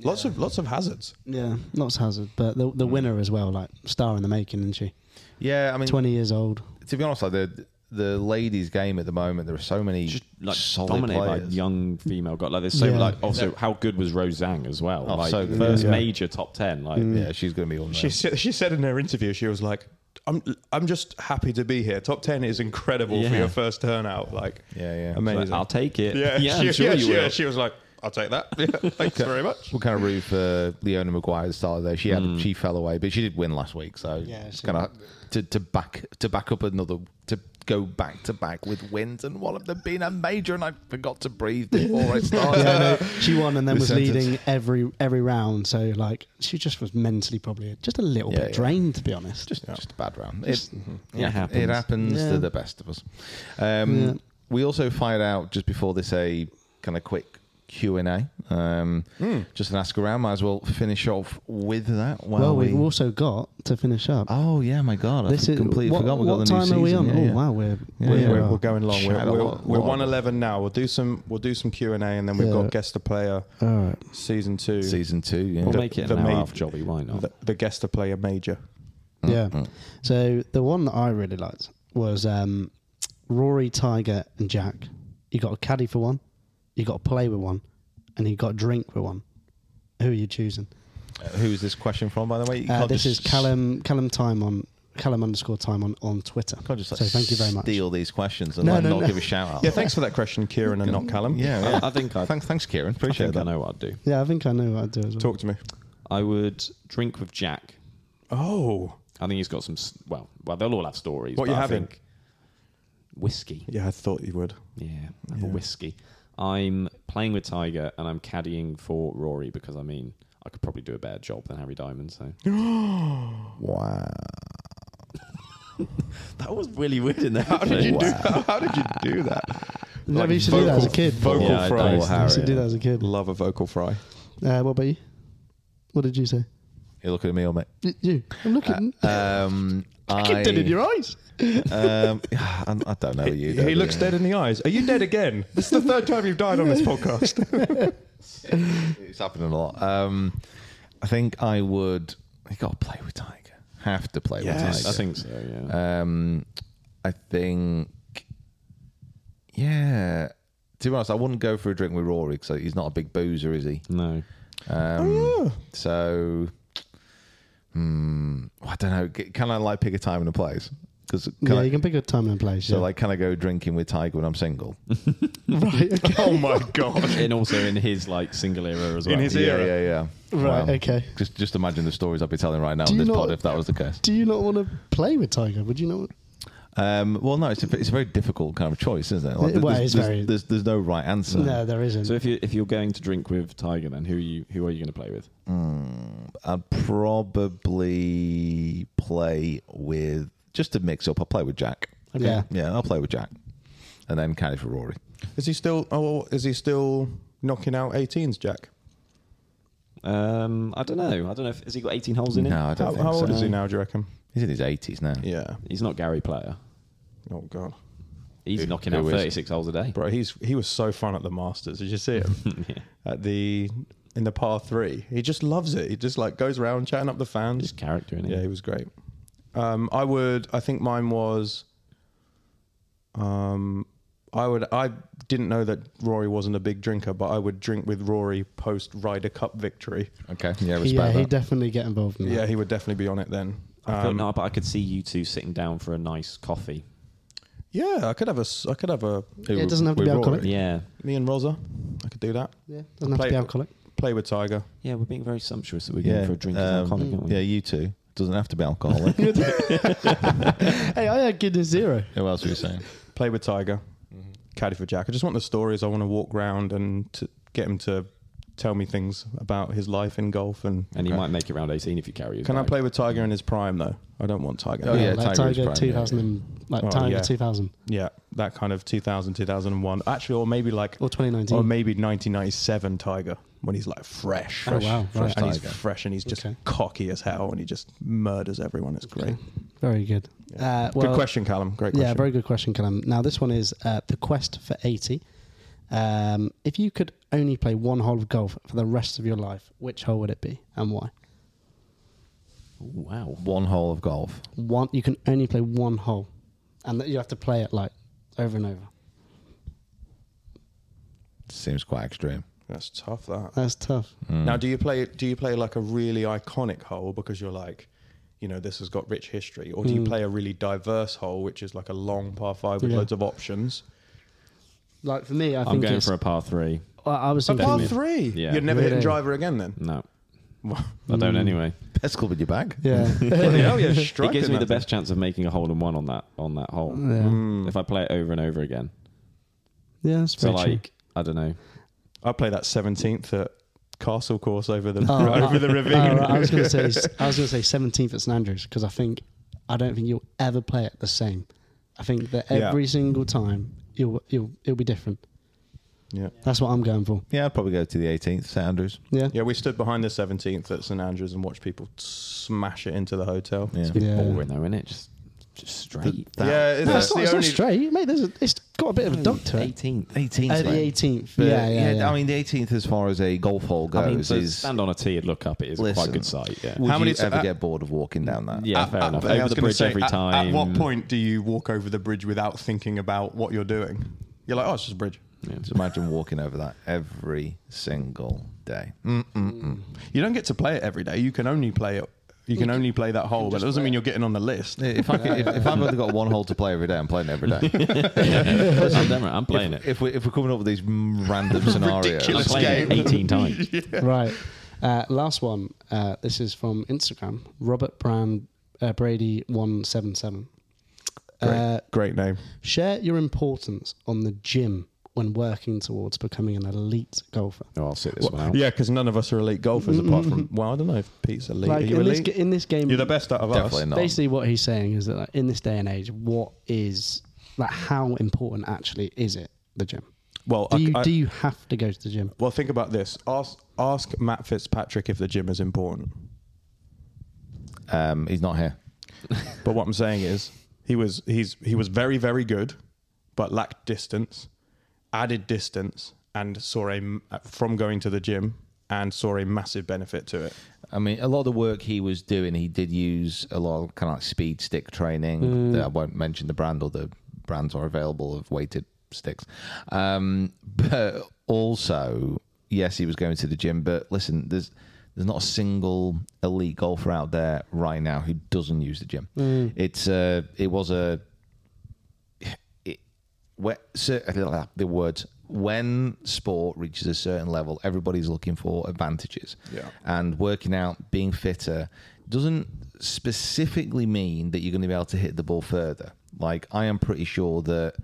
Speaker 5: Lots of lots of hazards.
Speaker 6: Yeah, lots of hazard, but the the winner as well, like star in the making, isn't she?
Speaker 3: Mm. Yeah, I mean,
Speaker 6: Twenty years old.
Speaker 3: to be honest, like the the ladies' game at the moment, there are so many
Speaker 4: just like
Speaker 3: solid
Speaker 4: dominated
Speaker 3: players.
Speaker 4: by young female got like there's so
Speaker 6: Yeah.
Speaker 4: like also how good was Roseanne as well
Speaker 3: Oh,
Speaker 4: like
Speaker 3: so good.
Speaker 4: first
Speaker 3: Yeah. Mm.
Speaker 4: major top 10 like
Speaker 3: Yeah, she's going to be all
Speaker 5: She sa- she said in her interview, she was like, "I'm I'm just happy to be here. Top ten is incredible for
Speaker 4: Yeah.
Speaker 5: your first turnout. Like,
Speaker 3: Yeah, yeah.
Speaker 5: amazing.
Speaker 4: I'll take it
Speaker 5: yeah,
Speaker 4: yeah
Speaker 5: she,
Speaker 4: I'm sure
Speaker 5: yeah,
Speaker 4: you
Speaker 5: she,
Speaker 4: will
Speaker 5: yeah, she was like, "I'll take that. Yeah, thanks very much."
Speaker 3: We're kind of root for Leona Maguire at the start of there. She had she fell away, but she did win last week, so
Speaker 6: Yeah,
Speaker 3: it's
Speaker 6: she-
Speaker 3: kind of to, to back to back up another to go back to back with wins and one of them being a major, and I forgot to breathe before I started.
Speaker 6: Yeah, no, she won and then
Speaker 3: The
Speaker 6: was
Speaker 3: sentence.
Speaker 6: leading every every round. So like she just was mentally probably just a little
Speaker 3: Yeah,
Speaker 6: bit
Speaker 3: yeah.
Speaker 6: drained, to be honest.
Speaker 3: just just a bad round. It,
Speaker 4: It happens.
Speaker 3: It happens
Speaker 6: Yeah.
Speaker 3: to the best of us. Um,
Speaker 6: Yeah.
Speaker 3: We also fired out just before this a kind of quick Q and A, um, just an ask around. Might as well finish off with that. While
Speaker 6: well,
Speaker 3: we,
Speaker 6: we've also got to finish up.
Speaker 3: Oh yeah, my god! I
Speaker 6: this is
Speaker 3: completely
Speaker 6: what,
Speaker 3: forgot we got
Speaker 6: what
Speaker 3: the new
Speaker 6: time are we on?
Speaker 3: season. Yeah,
Speaker 6: oh
Speaker 3: yeah.
Speaker 6: wow, we're
Speaker 3: Yeah,
Speaker 6: we
Speaker 3: yeah,
Speaker 5: we're,
Speaker 6: are-
Speaker 5: we're going long. We're,
Speaker 3: Chat a lot,
Speaker 5: we're, we're
Speaker 3: lot.
Speaker 5: one eleven now. We'll do some we'll do some Q and A, and then we've
Speaker 6: Yeah.
Speaker 5: got guest the player
Speaker 6: All right.
Speaker 5: season two.
Speaker 3: Season two. Yeah.
Speaker 4: we'll make it
Speaker 5: the
Speaker 4: an hour
Speaker 5: ma-
Speaker 4: off jobby why not
Speaker 5: the, the guest the player major.
Speaker 3: Mm,
Speaker 6: Yeah. So the one that I really liked was um, Rory, Tiger, and Jack. You got a caddy for one, you got a play with one, and you got a drink with one. Who are you choosing?
Speaker 3: Who is this question from, by the way? You
Speaker 6: Uh,
Speaker 3: can't
Speaker 6: this is
Speaker 3: just
Speaker 6: Callum Callum time on Callum underscore time on, on Twitter.
Speaker 3: Can't just like
Speaker 6: so thank you very much.
Speaker 3: steal these questions and
Speaker 6: No,
Speaker 3: like,
Speaker 6: no,
Speaker 3: not
Speaker 6: no.
Speaker 3: give a shout out.
Speaker 5: Yeah, thanks for that question, Kieran, and not Callum.
Speaker 3: Yeah,
Speaker 4: I-
Speaker 3: yeah.
Speaker 4: I think I-
Speaker 3: thanks, thanks, Kieran.
Speaker 4: I
Speaker 3: Appreciate
Speaker 4: think I
Speaker 3: that.
Speaker 4: know what I'd do
Speaker 6: Yeah, I think I know what I'd do as well.
Speaker 5: Talk to me.
Speaker 4: I would drink with Jack
Speaker 5: Oh,
Speaker 4: I think he's got some s- well well they'll all have stories
Speaker 5: What
Speaker 4: but
Speaker 5: you
Speaker 4: I
Speaker 5: having?
Speaker 4: think whiskey
Speaker 5: yeah, I thought you would.
Speaker 4: Yeah, have a whiskey. I'm playing with Tiger and I'm caddying for Rory because I mean I could probably do a better job than Harry Diamond. So
Speaker 3: Wow.
Speaker 4: that was really weird in there.
Speaker 5: How did you do? How, did you do that?
Speaker 6: No,
Speaker 5: Like
Speaker 6: we should do that as a
Speaker 5: vocal-
Speaker 6: kid.
Speaker 5: Vocal
Speaker 4: Yeah, I
Speaker 5: fry.
Speaker 4: don't-
Speaker 6: We should do that as a kid.
Speaker 5: Love a vocal fry.
Speaker 6: Uh, what about you? What did you say?
Speaker 3: You're looking at me, or mate.
Speaker 6: Y- You. I'm looking.
Speaker 3: Um, I,
Speaker 6: Keep dead in your eyes.
Speaker 3: um, I, I don't know you.
Speaker 5: He looks dead in the eyes. Are you dead again? This is the third time you've died on this podcast.
Speaker 3: It's happening a lot. Um, I think I would. You got to play with Tiger. Have to play with
Speaker 5: Yes.
Speaker 3: Tiger.
Speaker 4: I think so. Yeah.
Speaker 3: Um, I think, yeah. To be honest, I wouldn't go for a drink with Rory because he's not a big boozer, is he?
Speaker 4: no.
Speaker 3: Um,
Speaker 6: Oh,
Speaker 3: So, hmm, I don't know. C- Can I like pick a time and a place? Because
Speaker 6: Yeah, you can pick a time and place.
Speaker 3: so
Speaker 6: yeah.
Speaker 3: like, can I go drinking with Tiger when I'm single?
Speaker 6: right, okay.
Speaker 5: oh my god.
Speaker 4: And also in his like single era as well.
Speaker 5: his
Speaker 3: yeah,
Speaker 5: era.
Speaker 3: yeah, yeah.
Speaker 6: Right, okay.
Speaker 3: Just, just imagine the stories I'd be telling right now
Speaker 6: Do
Speaker 3: on
Speaker 6: you
Speaker 3: this
Speaker 6: not-
Speaker 3: pod if that was the case.
Speaker 6: Do you not want to play with Tiger? Would you not?
Speaker 3: Um, well, no, it's a, it's a very difficult kind of choice, isn't it?
Speaker 6: It- well,
Speaker 3: there's,
Speaker 6: it's
Speaker 3: there's,
Speaker 6: very-
Speaker 3: there's, there's no right answer.
Speaker 6: No, there isn't.
Speaker 4: So if you if you're going to drink with Tiger, then who are you who are you going to play with?
Speaker 3: I'd Uh, probably play with just to mix up. I'll play with Jack.
Speaker 6: Okay. Yeah.
Speaker 3: yeah, I'll play with Jack, and then caddy for Rory.
Speaker 5: Is he still? Oh, is he still knocking out 18s, Jack?
Speaker 4: Um, I don't know. I don't know. If, has he got 18 holes in it?
Speaker 3: No, I don't
Speaker 5: How,
Speaker 3: think
Speaker 5: how
Speaker 3: so.
Speaker 5: old is he now? Do you reckon?
Speaker 3: He's in his eighties now.
Speaker 5: Yeah.
Speaker 4: He's not Gary Player.
Speaker 5: Oh god,
Speaker 4: He's
Speaker 3: Who-
Speaker 4: knocking
Speaker 3: who
Speaker 4: out
Speaker 3: is-
Speaker 4: 36 holes a day.
Speaker 5: bro, he's he was so fun at the Masters. Did you see him at the in the par three? He just loves it. He just like goes around chatting up the fans.
Speaker 4: His character in it.
Speaker 5: Yeah, he was great. Um, I would. I think mine was. Um, I would. I didn't know that Rory wasn't a big drinker, but I would drink with Rory post Ryder Cup victory.
Speaker 3: Okay. Yeah, respect
Speaker 6: yeah, he'd
Speaker 3: that.
Speaker 6: definitely get involved in that.
Speaker 5: Yeah, he would definitely be on it then.
Speaker 4: I feel, no, but I could see you two sitting down for a nice coffee.
Speaker 5: Yeah, I could have a. s- I could have a.
Speaker 6: it doesn't have to be
Speaker 5: Rory.
Speaker 6: alcoholic.
Speaker 4: Yeah.
Speaker 5: Me and Rosa, I could do that.
Speaker 6: Yeah, doesn't have
Speaker 5: Play-
Speaker 6: to be alcoholic.
Speaker 5: Play with Tiger.
Speaker 4: Yeah, we're being very sumptuous that we're
Speaker 3: Yeah,
Speaker 4: going for a drink
Speaker 3: um,
Speaker 4: with alcoholic, aren't we?
Speaker 3: Yeah, you too. Doesn't have to be alcoholic.
Speaker 6: Hey, I had Guinness Zero.
Speaker 3: Who else were you saying?
Speaker 5: Play with Tiger.
Speaker 3: Mm-hmm.
Speaker 5: Caddy for Jack. I just want the stories. I want to walk round and to get him to tell me things about his life in golf and
Speaker 4: And he might make it round 18 if you carry his
Speaker 5: Can I
Speaker 4: bag.
Speaker 5: play with Tiger in his prime though? I don't want Tiger.
Speaker 3: Oh, yeah,
Speaker 6: Uh, like
Speaker 3: Tiger is
Speaker 6: Tiger
Speaker 3: prime,
Speaker 6: 2000, and, like
Speaker 5: Oh,
Speaker 6: Tiger
Speaker 5: yeah.
Speaker 6: 2000.
Speaker 5: Yeah. that kind of 2000, 2001. Actually, or maybe like
Speaker 6: Or 2019.
Speaker 5: or maybe 1997 Tiger when he's like fresh.
Speaker 6: Oh, wow.
Speaker 5: fresh
Speaker 6: Right.
Speaker 5: and he's
Speaker 3: Tiger.
Speaker 5: fresh and he's just
Speaker 6: Okay.
Speaker 5: cocky as hell and he just murders everyone. It's great.
Speaker 6: Very good. Uh, well,
Speaker 5: good question, Callum. Great question.
Speaker 6: Yeah, very good question, Callum. Now, this one is uh, the quest for 80. Um, if you could only play one hole of golf for the rest of your life, which hole would it be and why?
Speaker 4: Wow.
Speaker 3: One hole of golf.
Speaker 6: One, you can only play one hole, and that you have to play it like over and over.
Speaker 3: Seems quite extreme.
Speaker 5: That's tough. That.
Speaker 6: That's tough.
Speaker 4: Mm.
Speaker 5: Now, do you play? Do you play like a really iconic hole because you're like, you know, this has got rich history, or do
Speaker 4: Mm.
Speaker 5: you play a really diverse hole, which is like a long par five with
Speaker 6: Yeah.
Speaker 5: loads of options?
Speaker 6: Like for me, I
Speaker 4: I'm
Speaker 6: think
Speaker 4: going
Speaker 6: it's,
Speaker 4: for a par three.
Speaker 6: I, I was
Speaker 5: A
Speaker 6: thinking-
Speaker 5: par three.
Speaker 4: Yeah.
Speaker 5: You're never hitting
Speaker 6: Really?
Speaker 5: driver again then.
Speaker 4: No. I don't anyway.
Speaker 3: Pesticle with your bag.
Speaker 6: Yeah,
Speaker 5: Bloody hell, you're
Speaker 4: It
Speaker 5: striking
Speaker 4: gives me
Speaker 5: that
Speaker 4: the
Speaker 5: thing.
Speaker 4: best chance of making a hole in one on that on that hole. If I play it over and over again.
Speaker 6: yeah, that's
Speaker 4: So
Speaker 6: very true.
Speaker 4: like I don't know.
Speaker 5: I play that seventeenth at Castle Course over the
Speaker 6: Oh,
Speaker 5: over
Speaker 6: I-
Speaker 5: the ravine.
Speaker 6: oh, right, I was going to say I was going to say 17th at St Andrews because I think I don't think you'll ever play it the same. I think that
Speaker 5: Yeah.
Speaker 6: every single time you'll you'll it'll be different.
Speaker 5: Yeah.
Speaker 6: That's what I'm going for.
Speaker 3: Yeah, I'd probably go to the 18th, St Andrews.
Speaker 6: Yeah.
Speaker 5: Yeah, we stood behind the 17th at St Andrews and watched people smash it into the hotel.
Speaker 3: Yeah.
Speaker 5: It's-
Speaker 6: Yeah.
Speaker 4: Boring though, isn't it? Just just straight.
Speaker 5: Yeah, it's,
Speaker 6: No,
Speaker 5: that's
Speaker 6: it's not,
Speaker 5: the
Speaker 6: it's not
Speaker 5: only.
Speaker 6: straight, mate. There's a, it's got a bit of a duck to it.
Speaker 4: 18th.
Speaker 3: 18th.
Speaker 6: Uh, the
Speaker 3: mate.
Speaker 6: 18th.
Speaker 3: Hmm, But,
Speaker 6: yeah, yeah, yeah.
Speaker 3: I mean, the 18th, as far as a golf hole goes,
Speaker 4: I mean, so
Speaker 3: is
Speaker 4: stand on a tee and look up. It is a
Speaker 3: Listen.
Speaker 4: quite good sight. Yeah.
Speaker 3: would
Speaker 5: How many
Speaker 3: you
Speaker 5: t-
Speaker 3: ever
Speaker 5: uh,
Speaker 3: get bored of walking down that?
Speaker 4: Yeah, fair
Speaker 5: Uh,
Speaker 4: enough.
Speaker 5: uh, I
Speaker 4: Over
Speaker 5: was
Speaker 4: the
Speaker 5: gonna
Speaker 4: bridge
Speaker 5: say,
Speaker 4: every
Speaker 5: at-
Speaker 4: time.
Speaker 5: At, what point do you walk over the bridge without thinking about what you're doing? You're like, oh, it's just a bridge.
Speaker 3: Just imagine walking over that every single day.
Speaker 5: You don't get to play it every day. You can only play it. You can only play that hole, but it doesn't mean you're getting on the list.
Speaker 3: If, I could, if, if I've only got one hole to play every day, I'm playing every day.
Speaker 4: I'm, damn right, I'm playing it.
Speaker 3: if, we, if we're coming up with these mm, random scenarios,
Speaker 4: I'm playing it 18 times.
Speaker 6: right. Uh, last one. Uh, this is from Instagram. Robert Brand uh, Brady one seven seven.
Speaker 5: Great,
Speaker 6: Uh,
Speaker 5: great name.
Speaker 6: Share your importance on the gym when working towards becoming an elite golfer.
Speaker 4: Oh, I'll sit this one out.
Speaker 5: Yeah, because none of us are elite golfers apart from. Well, I don't know if Pete's elite.
Speaker 6: Like
Speaker 5: are you
Speaker 6: in this,
Speaker 5: elite?
Speaker 6: ga- in this game,
Speaker 5: you're the best out of
Speaker 3: definitely
Speaker 5: us.
Speaker 3: not.
Speaker 6: basically what he's saying is that like, in this day and age, what is like how important actually is it the gym?
Speaker 5: Well,
Speaker 6: Do
Speaker 5: Oh, I-
Speaker 6: you
Speaker 5: I-
Speaker 6: do you have to go to the gym?
Speaker 5: Well, think about this. Ask ask Matt Fitzpatrick if the gym is important.
Speaker 3: um, he's not here.
Speaker 5: But what I'm saying is, he was he's he was very very good, but lacked distance, added distance, and saw a m- from going to the gym and saw a massive benefit to it.
Speaker 3: I mean, a lot of the work he was doing, he did use a lot of kind of like speed stick training. That I won't mention the brand or the brands are available of weighted sticks. Um, but also, yes, he was going to the gym. But listen, there's there's not a single elite golfer out there right now who doesn't use the gym. It's uh, it was a where, cer- the words when sport reaches a certain level, everybody's looking for advantages.
Speaker 5: Yeah.
Speaker 3: And working out, being fitter, doesn't specifically mean that you're going to be able to hit the ball further. Like I am pretty sure that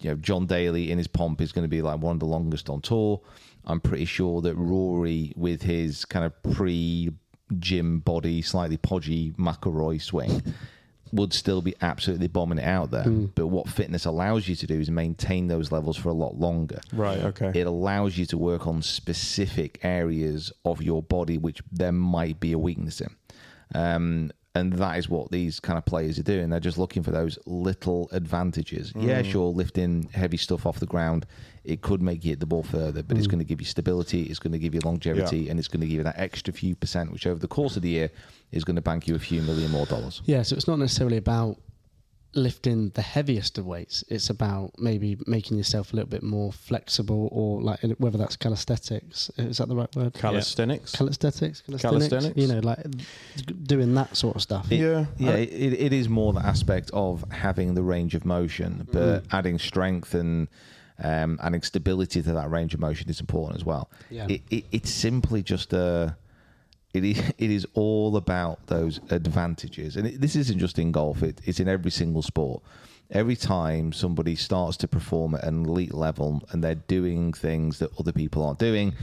Speaker 3: you know John Daly in his pomp is going to be like one of the longest on tour. I'm pretty sure that Rory with his kind of pre gym body, slightly podgy McElroy swing would still be absolutely bombing it out there. But what fitness allows you to do is maintain those levels for a lot longer.
Speaker 5: Right, okay.
Speaker 3: It allows you to work on specific areas of your body which there might be a weakness in. Um, and that is what these kind of players are doing. They're just looking for those little advantages. Yeah,
Speaker 5: Mm.
Speaker 3: sure, lifting heavy stuff off the ground, it could make you hit the ball further, but it's going to give you stability, it's going to give you longevity,
Speaker 5: Mm. Yeah.
Speaker 3: and it's going to give you that extra few percent, which over the course of the year is going to bank you a few million more dollars.
Speaker 6: Yeah, so it's not necessarily about lifting the heaviest of weights. It's about maybe making yourself a little bit more flexible, or like whether that's calisthenics. Is that the right word?
Speaker 5: Calisthenics.
Speaker 6: Calisthenics, calisthenics,
Speaker 5: Calisthenics.
Speaker 6: You know, like doing that sort of stuff.
Speaker 5: yeah.
Speaker 3: yeah, it, it is more the aspect of having the range of motion, but adding strength and um, adding stability to that range of motion is important as well.
Speaker 6: Yeah.
Speaker 3: It, it, it's simply just a. It is, it is all about those advantages. And it, this isn't just in golf, it, it's in every single sport. Every time somebody starts to perform at an elite level and they're doing things that other people aren't doing,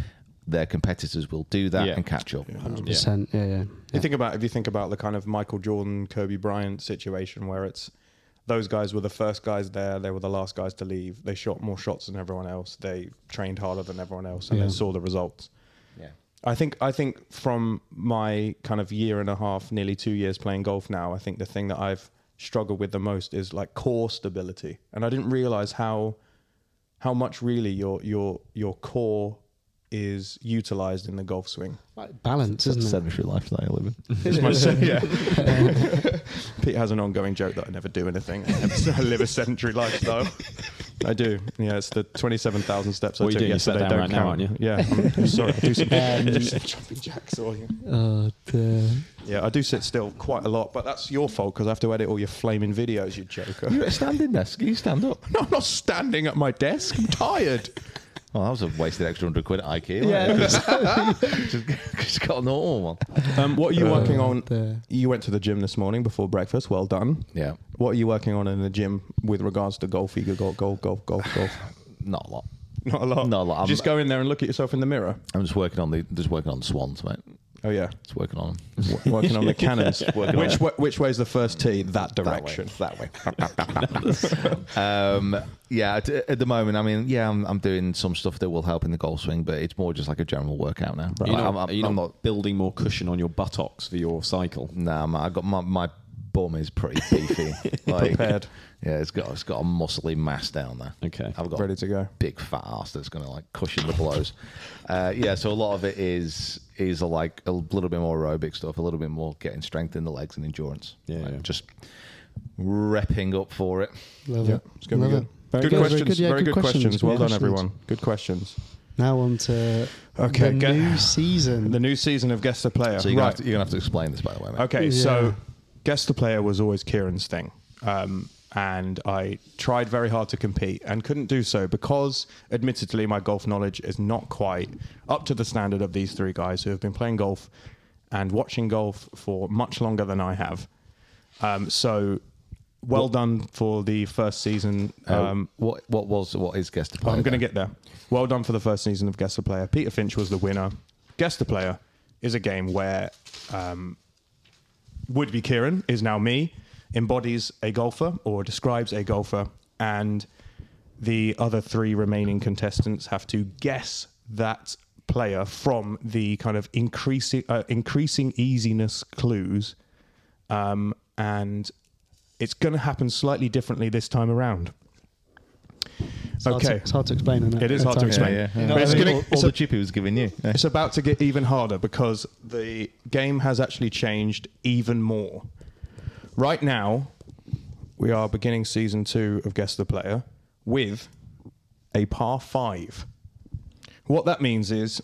Speaker 3: their competitors will do that
Speaker 4: Yeah.
Speaker 3: and catch up.
Speaker 6: Percent, yeah, yeah.
Speaker 5: You think about if you think about the kind of Michael Jordan, Kobe Bryant situation where it's those guys were the first guys there. They were the last guys to leave. They shot more shots than everyone else. They trained harder than everyone else, and
Speaker 6: Yeah.
Speaker 5: then saw the results.
Speaker 7: Yeah.
Speaker 5: I think I think from my kind of year and a half, nearly two years playing golf now, I think the thing that I've struggled with the most is like core stability. And I didn't realize how how much really your your your core is utilized in the golf swing.
Speaker 6: Like balance, isn't it?
Speaker 7: sedentary life that I live in.
Speaker 5: It's my se- yeah. Pete has an ongoing joke that I never do anything. I, never, I live a sedentary lifestyle. I do. Yeah, it's the twenty-seven thousand steps
Speaker 4: What
Speaker 5: I
Speaker 4: you
Speaker 5: took
Speaker 4: doing? You sat
Speaker 5: yesterday.
Speaker 4: down
Speaker 5: don't
Speaker 4: right now,
Speaker 5: count.
Speaker 4: aren't Um,
Speaker 5: you? Yeah. I'm, I'm sorry. I do some, do some jumping jacks or.
Speaker 4: uh,
Speaker 5: Yeah, I do sit still quite a lot, but that's your fault because I have to edit all your flaming videos, you joker.
Speaker 7: You're at a standing desk. You stand up.
Speaker 5: No, I'm not standing at my desk. I'm tired.
Speaker 7: Well, that was a wasted extra hundred quid at IKEA. Yeah, just, just got a normal one.
Speaker 5: Um, what are
Speaker 4: Uh,
Speaker 5: you working on?
Speaker 6: the-
Speaker 5: You went to the gym this morning before breakfast. Well done.
Speaker 7: Yeah.
Speaker 5: What are you working on in the gym with regards to golf, eager golf, golf, golf, golf, golf?
Speaker 7: Not a lot.
Speaker 5: Not a lot.
Speaker 7: Not a lot. I'm-
Speaker 5: Just go in there and look at yourself in the mirror.
Speaker 7: I'm just working on the just working on the swans, mate.
Speaker 5: Oh yeah,
Speaker 7: Just working on them.
Speaker 5: W- working on the cannons. which way, which way's the first tee? That direction.
Speaker 7: That way. um, yeah, at, at the moment, I mean, yeah, I'm, I'm doing some stuff that will help in the golf swing, but it's more just like a general workout now.
Speaker 4: Are you
Speaker 7: Like,
Speaker 4: not,
Speaker 7: I'm, I'm-
Speaker 4: are you
Speaker 7: I'm
Speaker 4: not
Speaker 7: not.
Speaker 4: building more cushion on your buttocks for your cycle?
Speaker 7: Nah, man, I got my my bum is pretty beefy. like,
Speaker 5: Prepared.
Speaker 7: Yeah, it's got it's got a muscly mass down there.
Speaker 4: Okay.
Speaker 7: I've got
Speaker 5: Ready to go.
Speaker 7: big fat ass that's going to like cushion the blows. Uh, yeah, so a lot of it is is like a little bit more aerobic stuff, a little bit more getting strength in the legs and endurance.
Speaker 4: Yeah,
Speaker 7: Like,
Speaker 4: yeah.
Speaker 7: just repping up for it.
Speaker 6: Love
Speaker 5: Yeah,
Speaker 6: it.
Speaker 5: it's gonna be
Speaker 6: Love
Speaker 5: good.
Speaker 6: it.
Speaker 5: Very
Speaker 6: Very
Speaker 5: good,
Speaker 6: good, very
Speaker 5: questions.
Speaker 6: good, yeah,
Speaker 5: Very
Speaker 6: good
Speaker 5: good, questions.
Speaker 6: questions,
Speaker 5: Well
Speaker 6: good
Speaker 5: done,
Speaker 6: questions.
Speaker 5: everyone. Good questions.
Speaker 6: Now on to
Speaker 5: Okay,
Speaker 6: the
Speaker 5: go-
Speaker 6: new season.
Speaker 5: The new season of Guess the Player.
Speaker 7: So you're
Speaker 5: right.
Speaker 7: going to you're gonna have to explain this, by the way, mate.
Speaker 5: Okay,
Speaker 6: Yeah.
Speaker 5: so guess the player was always Kieran's thing. Um, and I tried very hard to compete and couldn't do so because, admittedly, my golf knowledge is not quite up to the standard of these three guys who have been playing golf and watching golf for much longer than I have. Um, so, well done for the first season.
Speaker 7: Uh,
Speaker 5: Um,
Speaker 7: what what was what is guest player?
Speaker 5: I'm going to get there. Well done for the first season of Guess the Player. Peter Finch was the winner. Guess the Player is a game where um, would be Kieran is now me embodies a golfer or describes a golfer, and the other three remaining contestants have to guess that player from the kind of increasing uh, increasing easiness clues, um, and it's going to happen slightly differently this time around.
Speaker 6: It's hard to-
Speaker 5: okay.
Speaker 6: it's hard to explain. Isn't it?
Speaker 5: It is hard to
Speaker 6: It's
Speaker 5: explain. But it's gonna-
Speaker 7: all,
Speaker 5: it's
Speaker 7: the
Speaker 5: a-
Speaker 7: chip he was giving you.
Speaker 5: it's about to get even harder because the game has actually changed even more. Right now, we are beginning season two of Guess the Player with a par five. What that means is,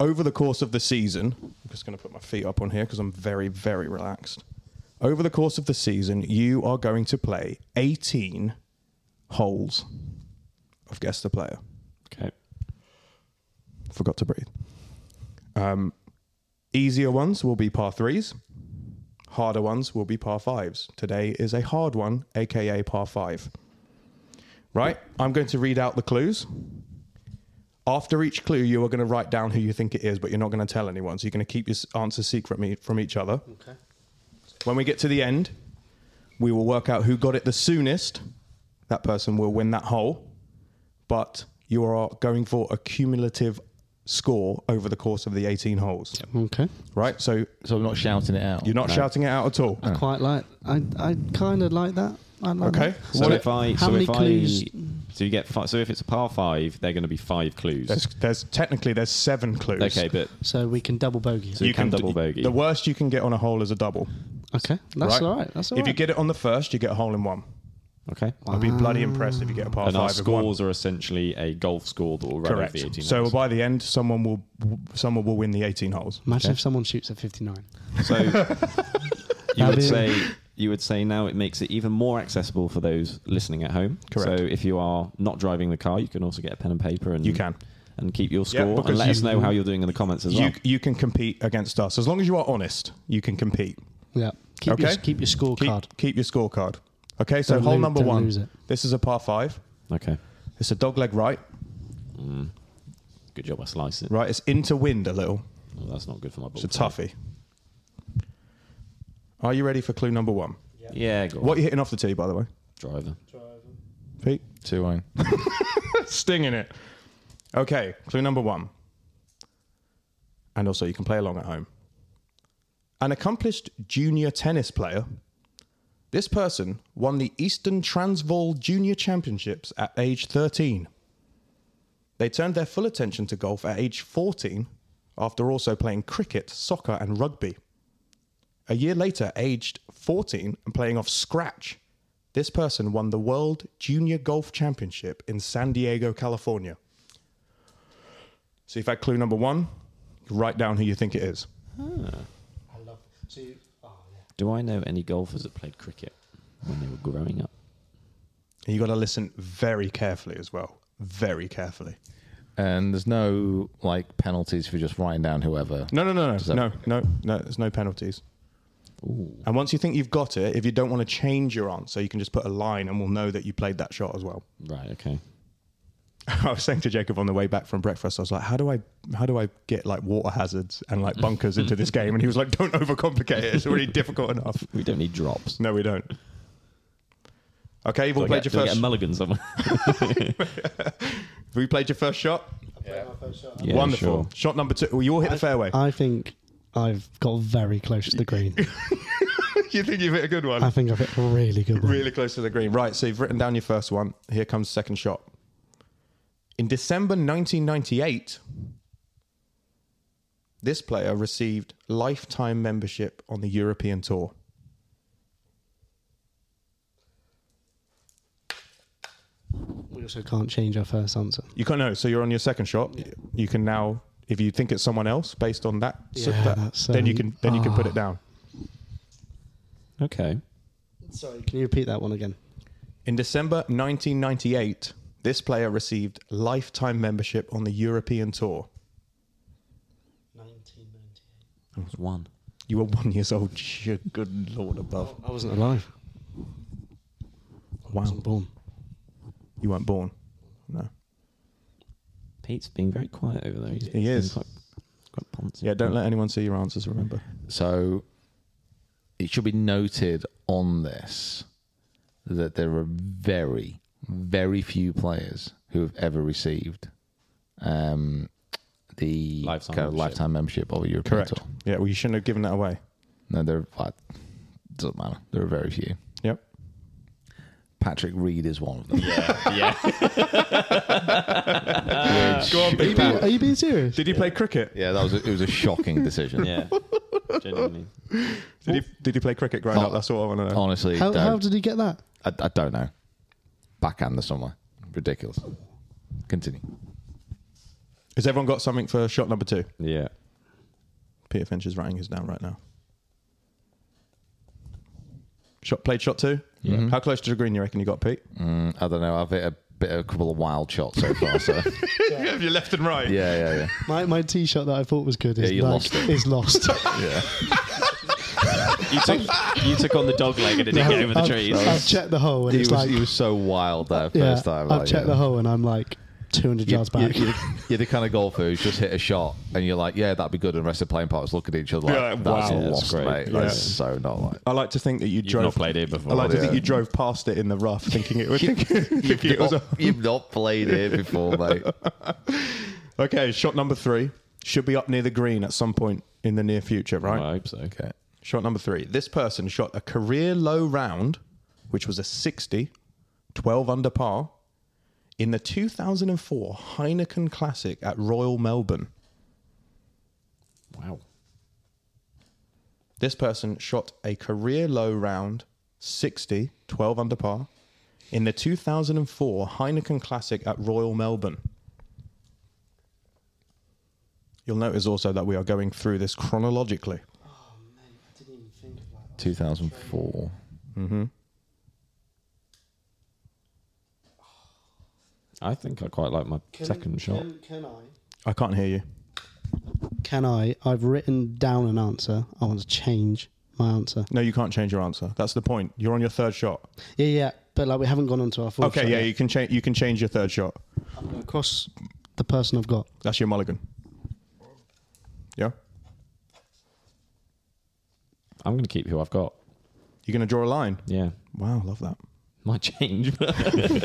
Speaker 5: over the course of the season, I'm just going to put my feet up on here because I'm very, very relaxed. Over the course of the season, you are going to play 18 holes of Guess the Player
Speaker 4: Okay.
Speaker 5: forgot to breathe. Um, easier ones will be par threes. Harder ones will be par fives. Today is a hard one, aka par five. Right? I'm going to read out the clues. After each clue, you are going to write down who you think it is, but you're not going to tell anyone. So you're going to keep your s- answer secret me- from each other. Okay. When we get to the end, we will work out who got it the soonest. That person will win that hole but you are going for a cumulative score over the course of the 18 holes,
Speaker 6: Okay.
Speaker 5: right? So
Speaker 7: so I'm not shouting it out.
Speaker 5: you're not
Speaker 7: No.
Speaker 5: shouting it out at all.
Speaker 6: Quite like. I I kind of like that. I like
Speaker 5: Okay.
Speaker 6: that.
Speaker 4: So
Speaker 5: What
Speaker 4: if I,
Speaker 6: how
Speaker 4: so
Speaker 6: many
Speaker 4: if
Speaker 6: clues-
Speaker 4: I, so you get five, so if it's a par five, they're going to be five clues.
Speaker 5: There's, there's technically there's seven clues.
Speaker 4: okay, but
Speaker 6: So we can double bogey.
Speaker 4: So- you can double bogey.
Speaker 5: The worst you can get on a hole is a double.
Speaker 6: okay. That's
Speaker 5: right?
Speaker 6: all right. That's all
Speaker 5: if
Speaker 6: right.
Speaker 5: you get it on the first, you get a hole in one.
Speaker 4: okay.
Speaker 5: I'd be bloody impressed if you get a par
Speaker 4: Ah. and our
Speaker 5: five. in one.
Speaker 4: scores are essentially a golf score that will run over the
Speaker 5: correct.
Speaker 4: 18
Speaker 5: So
Speaker 4: holes.
Speaker 5: by the end, someone will someone will win the 18 holes.
Speaker 6: Imagine if someone shoots at 59.
Speaker 4: So you
Speaker 6: That'd
Speaker 4: would
Speaker 6: be-
Speaker 4: say you would say now it makes it even more accessible for those listening at home.
Speaker 5: Correct.
Speaker 4: So if you are not driving the car, you can also get a pen and paper and
Speaker 5: You can.
Speaker 4: and keep your
Speaker 5: Yeah,
Speaker 4: score and
Speaker 5: because
Speaker 4: let
Speaker 5: you-
Speaker 4: us know how you're doing in the comments as well.
Speaker 5: You you can compete against us as long as you are honest. You can compete.
Speaker 6: Yeah. Keep
Speaker 5: Okay.
Speaker 6: your keep your scorecard.
Speaker 5: Keep, keep your scorecard. Okay, so
Speaker 6: Don't
Speaker 5: hole
Speaker 6: lose-
Speaker 5: number
Speaker 6: don't
Speaker 5: one.
Speaker 6: lose it.
Speaker 5: This is a par five.
Speaker 4: okay.
Speaker 5: It's a dog leg right.
Speaker 4: Good job. I sliced it.
Speaker 5: Right, it's into wind a little.
Speaker 4: Well, that's not good for my ball.
Speaker 5: It's a toughie. Are you ready for clue number one?
Speaker 4: Yeah. Yeah, go
Speaker 5: What
Speaker 4: on.
Speaker 5: are you hitting off the tee, by the way?
Speaker 4: driver.
Speaker 5: Pete?
Speaker 3: Two iron.
Speaker 5: Stinging it. Okay, clue number one. And also, you can play along at home. An accomplished junior tennis player, this person won the Eastern Transvaal Junior Championships at age 13. They turned their full attention to golf at age 14 after also playing cricket, soccer, and rugby. A year later, aged 14 and playing off scratch, this person won the World Junior Golf Championship in San Diego, California. So you've had clue number one. Write down who you think it is.
Speaker 6: I love. So you, oh, yeah.
Speaker 4: Do I know any golfers that played cricket when they were growing up?
Speaker 5: And you got to listen very carefully as well. Very carefully.
Speaker 3: And there's no like penalties for just writing down whoever.
Speaker 5: No, no, no,
Speaker 3: Does
Speaker 5: no,
Speaker 3: that-
Speaker 5: no, no, no. There's no penalties. And once you think you've got it, if you don't want to change your answer, you can just put a line, and we'll know that you played that shot as well.
Speaker 4: Right. Okay.
Speaker 5: I was saying to Jacob on the way back from breakfast, I was like, "How do I, how do I get like water hazards and like bunkers into this game?" And he was like, "Don't overcomplicate it. It's already difficult enough."
Speaker 4: We don't need drops.
Speaker 5: No, we don't. Okay, you've
Speaker 4: Do
Speaker 5: all
Speaker 4: I
Speaker 5: played
Speaker 4: get, do I
Speaker 5: your
Speaker 4: get
Speaker 5: first.
Speaker 4: a mulligan somewhere?
Speaker 5: have you played your first shot?
Speaker 6: Played my first shot.
Speaker 4: Yeah,
Speaker 5: Wonderful.
Speaker 4: sure.
Speaker 5: Shot number two. Well, you all hit the fairway.
Speaker 6: I think I've got very close to the green.
Speaker 5: you think you've hit a good one?
Speaker 6: I think I've hit a really good one.
Speaker 5: really close to the green. Right, so you've written down your first one. Here comes second shot. In December 1998, this player received lifetime membership on the European Tour.
Speaker 6: We also can't change our first answer.
Speaker 5: You can't know, so you're on your second shot. You can now, if you think it's someone else based on that, so
Speaker 6: Yeah,
Speaker 5: that-
Speaker 6: that's,
Speaker 5: then you
Speaker 6: um,
Speaker 5: can then you can put it down.
Speaker 4: okay.
Speaker 6: Sorry, can you repeat that one again?
Speaker 5: In December 1998, this player received lifetime membership on the European Tour.
Speaker 6: 1998.
Speaker 4: That was one.
Speaker 5: You were one years old. Good lord above.
Speaker 6: I wasn't alive. I wasn't born.
Speaker 5: You weren't born. No.
Speaker 4: Pete's being very quiet over there. He's,
Speaker 5: He is.
Speaker 4: Quite, quite poncy.
Speaker 5: Yeah, don't let anyone see your answers, remember.
Speaker 3: So it should be noted on this that there are very, very few players who have ever received um, the
Speaker 4: Lifetime
Speaker 3: kind of
Speaker 4: membership.
Speaker 3: lifetime membership of a European tour.
Speaker 5: Yeah, well, you shouldn't have given that away.
Speaker 3: No, there like, doesn't matter. There are very few.
Speaker 5: Yep.
Speaker 3: Patrick Reed is one of them.
Speaker 4: Yeah. yeah.
Speaker 3: which-
Speaker 5: Go on,
Speaker 6: Are you,
Speaker 5: Big
Speaker 6: being,
Speaker 5: Pat.
Speaker 6: are you being serious?
Speaker 5: Did he play cricket?
Speaker 3: Yeah, that was a, it was a shocking decision.
Speaker 4: yeah. Genuinely.
Speaker 5: Did he, did he play cricket growing
Speaker 3: Oh.
Speaker 5: up? That's all I want to know.
Speaker 3: Honestly,
Speaker 6: How,
Speaker 3: don't-
Speaker 6: how did he get that?
Speaker 3: I, I don't know. Backhander somewhere. Ridiculous. Continue.
Speaker 5: Has everyone got something for shot number two?
Speaker 4: Yeah.
Speaker 5: Peter Finch is writing his down right now. Shot Played shot two? How close to the green you reckon you got, Pete?
Speaker 3: Mm, I don't know. I've hit a bit, a couple of wild shots so far. So
Speaker 5: Yeah, your left and right.
Speaker 3: yeah, yeah, yeah.
Speaker 6: My, my tee shot that I thought was good is,
Speaker 3: Yeah, you
Speaker 6: like,
Speaker 3: lost it.
Speaker 6: is lost.
Speaker 4: You took you took on the dog leg and it didn't get over the
Speaker 6: I've,
Speaker 4: trees.
Speaker 6: I've checked the hole and
Speaker 3: He
Speaker 6: it's
Speaker 3: was,
Speaker 6: like,
Speaker 3: he was so wild that
Speaker 6: yeah,
Speaker 3: first time.
Speaker 6: I've
Speaker 3: like,
Speaker 6: checked
Speaker 3: yeah.
Speaker 6: the hole and I'm like 200
Speaker 3: You,
Speaker 6: yards back.
Speaker 3: you, are the kind of golfer who's just hit a shot and you're like, yeah, that'd be good. And the rest of the playing partners look at each other like,
Speaker 5: Yeah, like,
Speaker 3: that's
Speaker 5: wow.
Speaker 4: Yeah, that's
Speaker 3: lost,
Speaker 4: great.
Speaker 3: mate.
Speaker 5: Yeah.
Speaker 3: That's so not like.
Speaker 5: I like to think that you
Speaker 4: You've
Speaker 5: drove.
Speaker 4: not played it before.
Speaker 5: I like to think
Speaker 3: Yeah.
Speaker 5: you drove past it in the rough, thinking it was. thinking, thinking it
Speaker 3: You've
Speaker 5: was a,
Speaker 3: not, you've not played here before, mate.
Speaker 5: okay, shot number three should be up near the green at some point in the near future, right?
Speaker 4: I hope so. Okay.
Speaker 5: Shot number three. This person shot a career low round, which was a 60, 12 under par, in the 2004 Heineken Classic at Royal Melbourne.
Speaker 4: Wow.
Speaker 5: This person shot a career low round, 60, 12 under par, in the 2004 Heineken Classic at Royal Melbourne. You'll notice also that we are going through this chronologically.
Speaker 3: 2004.
Speaker 4: I think I quite like my second shot.
Speaker 6: Can, can I?
Speaker 5: I can't hear you.
Speaker 6: Can I? I've written down an answer. I want to change my answer.
Speaker 5: No, you can't change your answer. That's the point. You're on your third shot.
Speaker 6: Yeah, yeah, but like we haven't gone on to our fourth.
Speaker 5: Okay,
Speaker 6: shot
Speaker 5: yeah,
Speaker 6: yet.
Speaker 5: you can change. You can change your third shot.
Speaker 6: I'm gonna cross the person I've got.
Speaker 5: That's your mulligan. Yeah.
Speaker 4: I'm going to keep who I've got.
Speaker 5: You're going to draw a line.
Speaker 4: Yeah.
Speaker 5: Wow, love that.
Speaker 4: Might change. I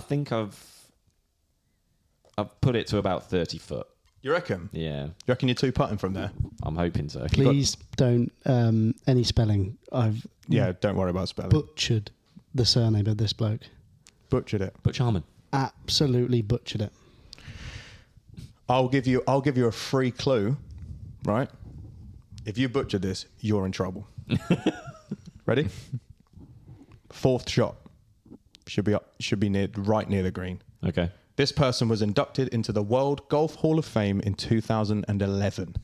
Speaker 4: think I've I've put it to about thirty foot.
Speaker 5: You reckon? You
Speaker 4: Yeah.
Speaker 5: reckon you're two putting from there?
Speaker 4: I'm hoping so.
Speaker 6: Please don't um, any spelling. I've
Speaker 5: Yeah, don't worry about spelling.
Speaker 6: butchered the surname of this bloke.
Speaker 5: Butchered it.
Speaker 4: But Charmin.
Speaker 6: Absolutely butchered it.
Speaker 5: I'll give you. I'll give you a free clue. Right? If you butcher this, you're in trouble. Ready? Fourth shot should be up, should be near right near the green.
Speaker 4: Okay.
Speaker 5: This person was inducted into the World Golf Hall of Fame in 2011.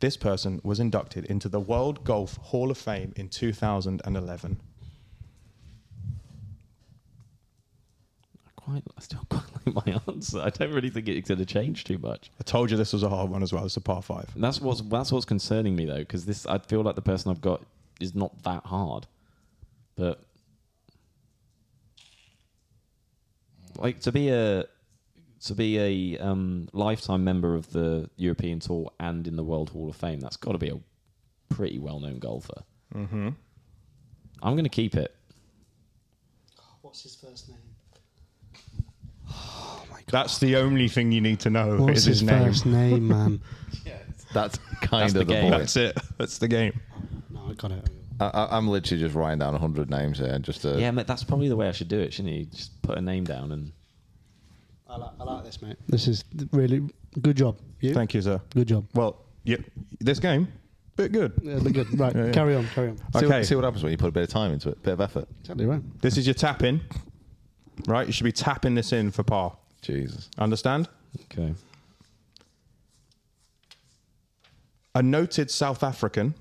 Speaker 5: This person was inducted into the World Golf Hall of Fame in 2011.
Speaker 4: I quite I still quite like my answer. I don't really think it's gonna change too much.
Speaker 5: I told you this was a hard one as well. It's a par five.
Speaker 4: And that's what's that's what's concerning me though, because this I feel like the person I've got is not that hard. But like to be a to be a um, lifetime member of the European Tour and in the World Hall of Fame, that's got to be a pretty well-known golfer. Mm-hmm. I'm going to keep it.
Speaker 6: What's his first name?
Speaker 5: That's the only thing you need to know
Speaker 6: What's his,
Speaker 5: is his, name.
Speaker 6: first name, man?
Speaker 7: That's kind
Speaker 4: That's the
Speaker 7: of the,
Speaker 4: game.
Speaker 7: point.
Speaker 5: That's it. That's the game.
Speaker 6: No, I got it.
Speaker 7: I, I, I'm literally just writing down 100 names here, just to
Speaker 4: Yeah, mate, that's probably the way I should do it, shouldn't you? Just put a name down and
Speaker 6: I like, I like this, mate. This is really good job. You?
Speaker 5: Thank you, sir.
Speaker 6: Good job.
Speaker 5: Well, yep. This game, bit good.
Speaker 6: Yeah, look good. Right,
Speaker 5: Yeah, yeah.
Speaker 6: carry on, carry on.
Speaker 7: see,
Speaker 5: Okay.
Speaker 7: what, see what happens when you put a bit of time into it, bit of effort.
Speaker 6: Exactly right.
Speaker 5: This is your tap in, right? You should be tapping this in for par.
Speaker 7: Jesus.
Speaker 5: Understand?
Speaker 4: okay.
Speaker 5: a noted South African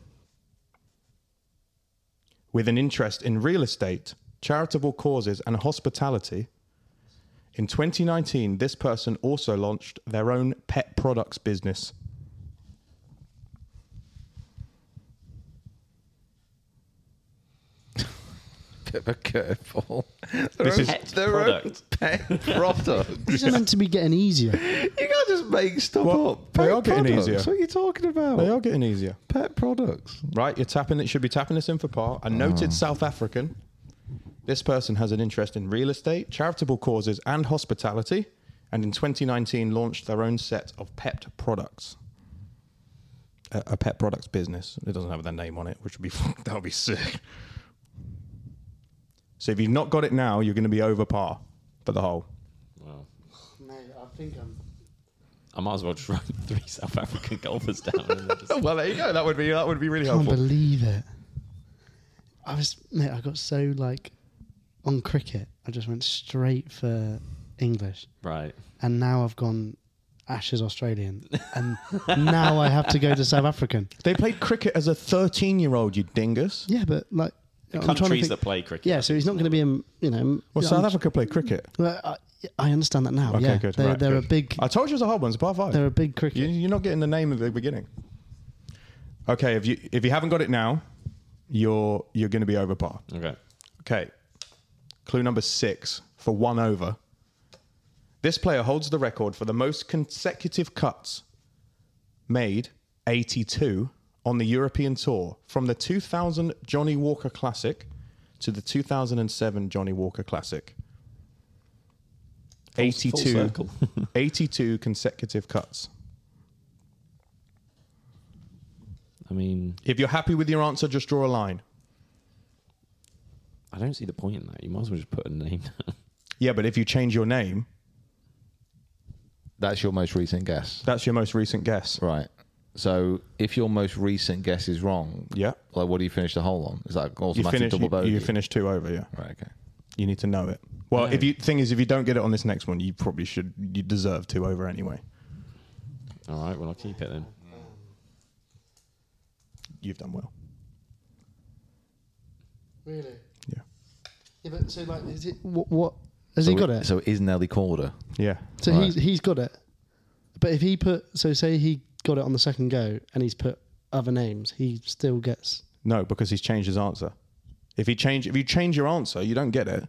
Speaker 5: with an interest in real estate, charitable causes, and hospitality. In 2019, this person also launched their own pet products business.
Speaker 7: Bit of a curveball.
Speaker 5: This is-
Speaker 4: Pet
Speaker 7: their
Speaker 4: product.
Speaker 7: own pet product.
Speaker 6: These are meant to be getting easier.
Speaker 7: you can't just make stuff
Speaker 5: Well,
Speaker 7: up.
Speaker 5: they
Speaker 7: Pet
Speaker 5: are getting
Speaker 7: products.
Speaker 5: easier.
Speaker 7: What are you talking about?
Speaker 5: They are getting easier,
Speaker 7: pet products.
Speaker 5: right? You're tapping it. Should be tapping this in for par. A
Speaker 6: Mm.
Speaker 5: noted South African. This person has an interest in real estate, charitable causes, and hospitality. And in 2019, launched their own set of pet products. A, a pet products business. It doesn't have their name on it, which would be that would be sick. So if you've not got it now, you're going to be over par for the whole.
Speaker 4: Well,
Speaker 6: Mate, I think I'm.
Speaker 4: I might as well just write three South African golfers down. And then just,
Speaker 5: Well, there you go. That would be that would be really
Speaker 6: Can't believe it. I was, mate. I got so like on cricket. I just went straight for English,
Speaker 4: right.
Speaker 6: and now I've gone Ashes Australian, and now I have to go to South African.
Speaker 5: They played cricket as a 13 year old, you dingus.
Speaker 6: Yeah, but like I'm trying to
Speaker 4: countries
Speaker 6: think-
Speaker 4: that play cricket.
Speaker 6: Yeah, so he's not going to be in. You know,
Speaker 5: Well, South Africa played cricket.
Speaker 6: Well, I, I understand that now.
Speaker 5: Okay,
Speaker 6: yeah,
Speaker 5: good.
Speaker 6: They're,
Speaker 5: Right,
Speaker 6: they're
Speaker 5: good.
Speaker 6: a big.
Speaker 5: I told you it was a hard one. It's a par five.
Speaker 6: They're a big cricket.
Speaker 5: You, you're not getting the name at the beginning. Okay, if you if you haven't got it now, you're you're going to be over par.
Speaker 4: Okay.
Speaker 5: Okay. Clue number six for one over. This player holds the record for the most consecutive cuts made, 82, on the European Tour from the 2000 Johnny Walker Classic to the 2007 Johnny Walker Classic. 82,
Speaker 4: circle.
Speaker 5: 82 consecutive cuts.
Speaker 4: I mean,
Speaker 5: If you're happy with your answer, just draw a line.
Speaker 4: I don't see the point in that. You might as well just put a name down.
Speaker 5: Yeah, but if you change your name,
Speaker 7: That's your most recent guess.
Speaker 5: that's your most recent guess.
Speaker 7: Right. So if your most recent guess is wrong,
Speaker 5: Yeah.
Speaker 7: Like, what do you finish the hole on? Is that
Speaker 5: You
Speaker 7: automatic
Speaker 5: finish,
Speaker 7: double
Speaker 5: you,
Speaker 7: bogey?
Speaker 5: you finish two over, yeah.
Speaker 7: Right. Okay.
Speaker 5: You need to know it. Well, if you thing is, if you don't get it on this next one, you probably should. You deserve two over anyway.
Speaker 4: All right. Well, I'll keep it then.
Speaker 5: You've done well.
Speaker 6: Really?
Speaker 5: Yeah.
Speaker 6: Yeah, but so like, is it what? what has he got it?
Speaker 7: So is Nelly Corder?
Speaker 5: Yeah.
Speaker 6: So he's he's got it. But if he put so say he got it on the second go and he's put other names, he still gets
Speaker 5: No, because he's changed his answer. If he change, if you change your answer, you don't get it.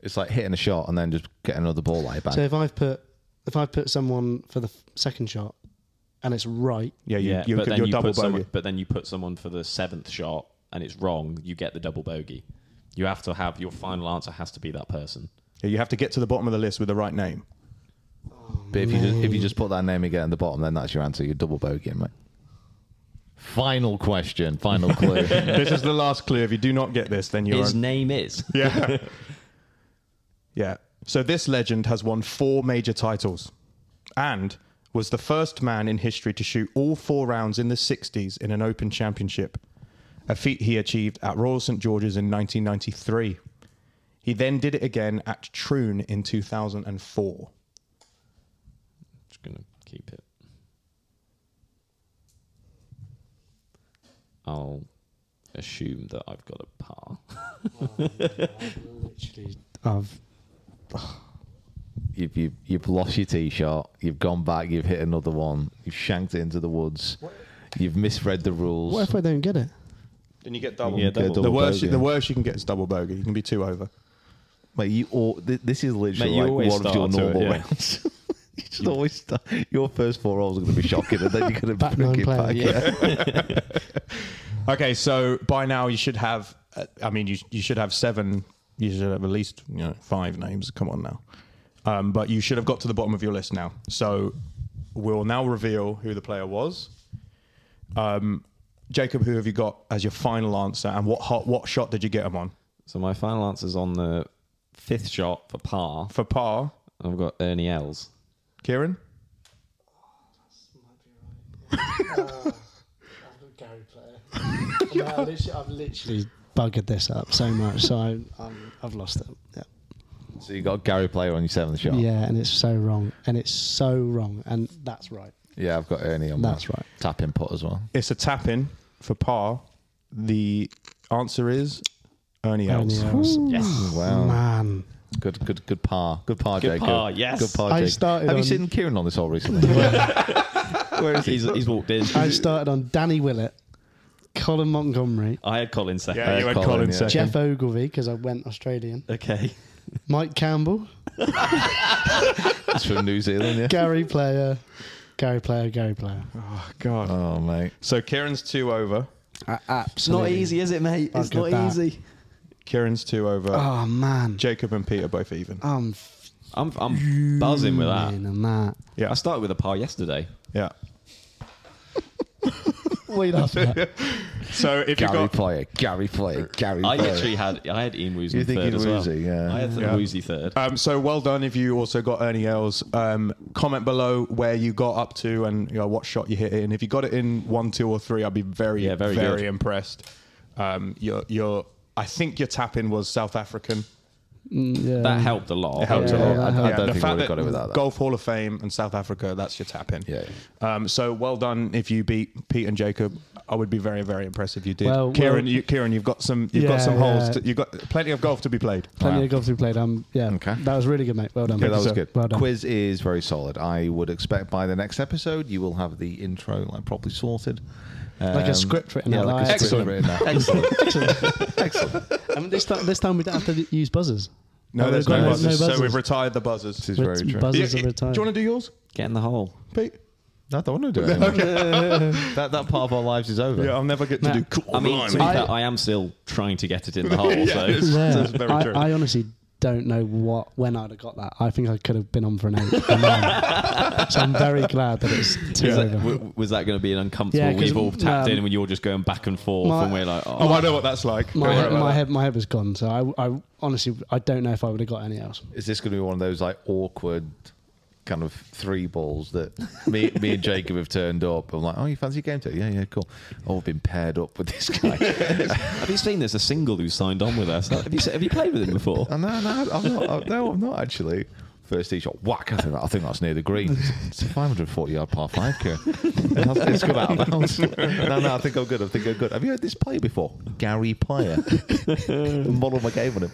Speaker 7: It's like hitting a shot and then just getting another ball like back.
Speaker 6: So if I've put if I put someone for the f- second shot and it's right.
Speaker 5: Yeah, you,
Speaker 4: yeah,
Speaker 5: you,
Speaker 4: but,
Speaker 5: could
Speaker 4: then
Speaker 5: do a
Speaker 4: you
Speaker 5: double
Speaker 4: put someone,
Speaker 5: bogey.
Speaker 4: but then you put someone for the seventh shot and it's wrong, you get the double bogey. You have to have your final answer has to be that person.
Speaker 5: Yeah, you have to get to the bottom of the list with the right name.
Speaker 3: But if you just, if you just put that name again at the bottom, then that's your answer. You're double bogeying, mate. Final question. Final clue.
Speaker 5: this is the last clue. If you do not get this, then you're
Speaker 4: His
Speaker 5: on-
Speaker 4: name is.
Speaker 5: yeah, yeah. So this legend has won four major titles, and was the first man in history to shoot all four rounds in the '60s in an Open Championship, a feat he achieved at Royal St George's in 1993. He then did it again at Troon in 2004.
Speaker 4: Just gonna keep it. I'll assume that I've got a par.
Speaker 6: Literally, I've
Speaker 3: you've, you've, you've lost your tee shot. You've gone back. You've hit another one. You've shanked it into the woods. You've misread the rules.
Speaker 6: what if I don't get it?
Speaker 5: Then you get double.
Speaker 4: You get double.
Speaker 5: The
Speaker 3: Double
Speaker 5: worst,
Speaker 3: bogey.
Speaker 5: the worst you can get is double bogey. You can be two over.
Speaker 3: Mate, you all, th- this is literally
Speaker 4: Mate, you
Speaker 3: like
Speaker 4: always
Speaker 3: one of
Speaker 4: start
Speaker 3: your
Speaker 4: to it,
Speaker 3: normal
Speaker 4: yeah.
Speaker 3: rounds. you just always start, your first four rolls are going to be shocking, and then you're going to
Speaker 6: Back
Speaker 3: bring
Speaker 6: nine
Speaker 3: it
Speaker 6: player.
Speaker 3: back.
Speaker 5: Okay, so by now you should have. Uh, I mean, you you should have seven. You should have at least you know five names. Come on now, um, but you should have got to the bottom of your list now. So we'll now reveal who the player was. Um, Jacob, who have you got as your final answer, and what hot, what shot did you get him on
Speaker 4: So my final answer's on the fifth shot for par.
Speaker 5: for par?
Speaker 4: I've got Ernie Els.
Speaker 5: Kieran,
Speaker 6: Gary player. I've, literally, I've literally buggered this up so much, so I, I'm, I've lost it. Yeah.
Speaker 3: So you got Gary Player on your seventh shot.
Speaker 6: yeah, and it's so wrong, and it's so wrong, and that's right.
Speaker 3: Yeah, I've got Ernie on
Speaker 6: That's
Speaker 3: my
Speaker 6: right.
Speaker 3: tap input as well.
Speaker 5: it's a tap in for par. The answer is Ernie Els.
Speaker 6: Ernie Els. Mm.
Speaker 4: Yes.
Speaker 3: Wow.
Speaker 6: Man,
Speaker 3: Good, good, good par. Good par,
Speaker 4: Good
Speaker 3: Jacob.
Speaker 4: par, yes.
Speaker 3: Good par,
Speaker 6: I
Speaker 3: Jacob.
Speaker 6: started
Speaker 3: Have you
Speaker 6: on-
Speaker 3: seen Kieran on this all recently?
Speaker 4: Where is he? He's, he's walked in.
Speaker 6: I started on Danny Willett, Colin Montgomery,
Speaker 4: I had Colin second.
Speaker 5: Yeah, you had
Speaker 3: Uh, Colin,
Speaker 5: Colin,
Speaker 3: yeah.
Speaker 5: second.
Speaker 6: Jeff Ogilvie because I went Australian,
Speaker 4: Okay.
Speaker 6: Mike Campbell,
Speaker 3: it's from New Zealand, yeah.
Speaker 6: Gary Player, Gary Player, Gary Player.
Speaker 5: God.
Speaker 3: Oh, mate.
Speaker 5: So Kieran's two over.
Speaker 6: Absolutely.
Speaker 4: is it, mate?
Speaker 6: It's Buggered not that. easy.
Speaker 5: Kieran's two over.
Speaker 6: Oh man,
Speaker 5: Jacob and Pete are both even.
Speaker 6: I'm
Speaker 4: I'm, I'm buzzing with that.
Speaker 6: fuming on that.
Speaker 5: Yeah.
Speaker 4: I started with a par yesterday.
Speaker 5: Yeah.
Speaker 6: Wait after that.
Speaker 5: So if you
Speaker 3: Gary
Speaker 5: got
Speaker 3: Player, Gary Player, Gary
Speaker 4: I
Speaker 3: Player.
Speaker 4: literally had I had Ian Woozy
Speaker 3: You think
Speaker 4: third
Speaker 3: Ian
Speaker 4: as well.
Speaker 3: Woosey, yeah.
Speaker 4: I had
Speaker 5: Yeah.
Speaker 4: Woozy third.
Speaker 5: um, so well done if you also got Ernie Els. Um, comment below where you got up to and you know, what shot you hit it in. If you got it in one, two, or three, I'd be very,
Speaker 4: Yeah, very
Speaker 5: very,
Speaker 4: good.
Speaker 5: impressed. Um, your, your, I think your tap in was South African.
Speaker 6: Yeah.
Speaker 4: that helped a lot.
Speaker 5: It helped
Speaker 6: Yeah,
Speaker 5: a lot.
Speaker 6: that
Speaker 3: I, I
Speaker 6: helped.
Speaker 3: don't
Speaker 5: the
Speaker 3: think I
Speaker 5: fact that
Speaker 3: would have got it without that.
Speaker 5: Golf Hall of Fame and South Africa, that's your tap in.
Speaker 3: Yeah.
Speaker 5: Um, so well done if you beat Pete and Jacob. I would be very, very impressed if you did.
Speaker 6: Well,
Speaker 5: Kieran,
Speaker 6: well-
Speaker 5: you, Kieran, you've got some, you've
Speaker 6: Yeah,
Speaker 5: got some holes.
Speaker 6: yeah.
Speaker 5: To, you've got plenty of golf to be played.
Speaker 6: Plenty of golf to be played. Um, yeah,
Speaker 3: Okay.
Speaker 6: that was really good, mate. Well done.
Speaker 3: Yeah,
Speaker 6: mate.
Speaker 3: that was
Speaker 5: So,
Speaker 3: good.
Speaker 6: Well done.
Speaker 3: Quiz is very solid. I would expect by the next episode you will have the intro like properly sorted,
Speaker 6: Like a
Speaker 3: Um,
Speaker 6: script written
Speaker 3: yeah,
Speaker 6: out.
Speaker 3: like a script
Speaker 6: Excellent.
Speaker 3: written out.
Speaker 6: Excellent. Excellent. And this time, this time we don't have to use buzzers.
Speaker 5: No, there's
Speaker 6: we've
Speaker 5: no
Speaker 6: got
Speaker 5: buzzers. So we've retired the buzzers.
Speaker 3: This is
Speaker 6: We're-
Speaker 3: very true.
Speaker 6: buzzers
Speaker 5: Yeah,
Speaker 6: are retired.
Speaker 5: Do you want to do yours,
Speaker 4: Get in the hole.
Speaker 5: Pete?
Speaker 3: No, I don't want to do it. anymore. that that part of our lives is over.
Speaker 5: Yeah, I'll never get to
Speaker 6: Nah.
Speaker 5: do. Cool
Speaker 4: I mean, to be
Speaker 6: I-
Speaker 4: fair, I am still trying to get it in the hole. So
Speaker 6: yeah,
Speaker 5: That's very
Speaker 6: I,
Speaker 5: true.
Speaker 6: I honestly don't know what when I'd have got that. I think I could have been on for an eight. I'm on. so I'm very glad that it's two
Speaker 4: Is that-
Speaker 6: over.
Speaker 4: w- was that going to be an uncomfortable?
Speaker 6: Yeah, 'cause,
Speaker 4: we've all tapped
Speaker 6: um,
Speaker 4: in, and you're just going back and forth,
Speaker 6: my-
Speaker 4: and we're like, oh,
Speaker 5: oh, I know what that's like.
Speaker 6: My
Speaker 5: Don't worry
Speaker 6: head,
Speaker 5: about
Speaker 6: my
Speaker 5: that.
Speaker 6: head, my head was gone. So I, I honestly, I don't know if I would have got any else.
Speaker 3: Is this going to be one of those like awkward kind of three balls that me me and Jacob have turned up? I'm like, oh, you fancy a game today? Yeah, yeah, cool. Oh, I've been paired up with this guy.
Speaker 4: have you seen there's a single who signed on with us? Have you se- have you played with him before?
Speaker 3: Oh, no, no, I'm not. I- no, I'm not actually. First tee shot, whack! I think, I think that's near the green. It's a 540 yard par five, Kieran. It's come out of bounds. No, no, I think I'm good. I think I'm good. Have you heard this play before? Gary Player. Model my game on him.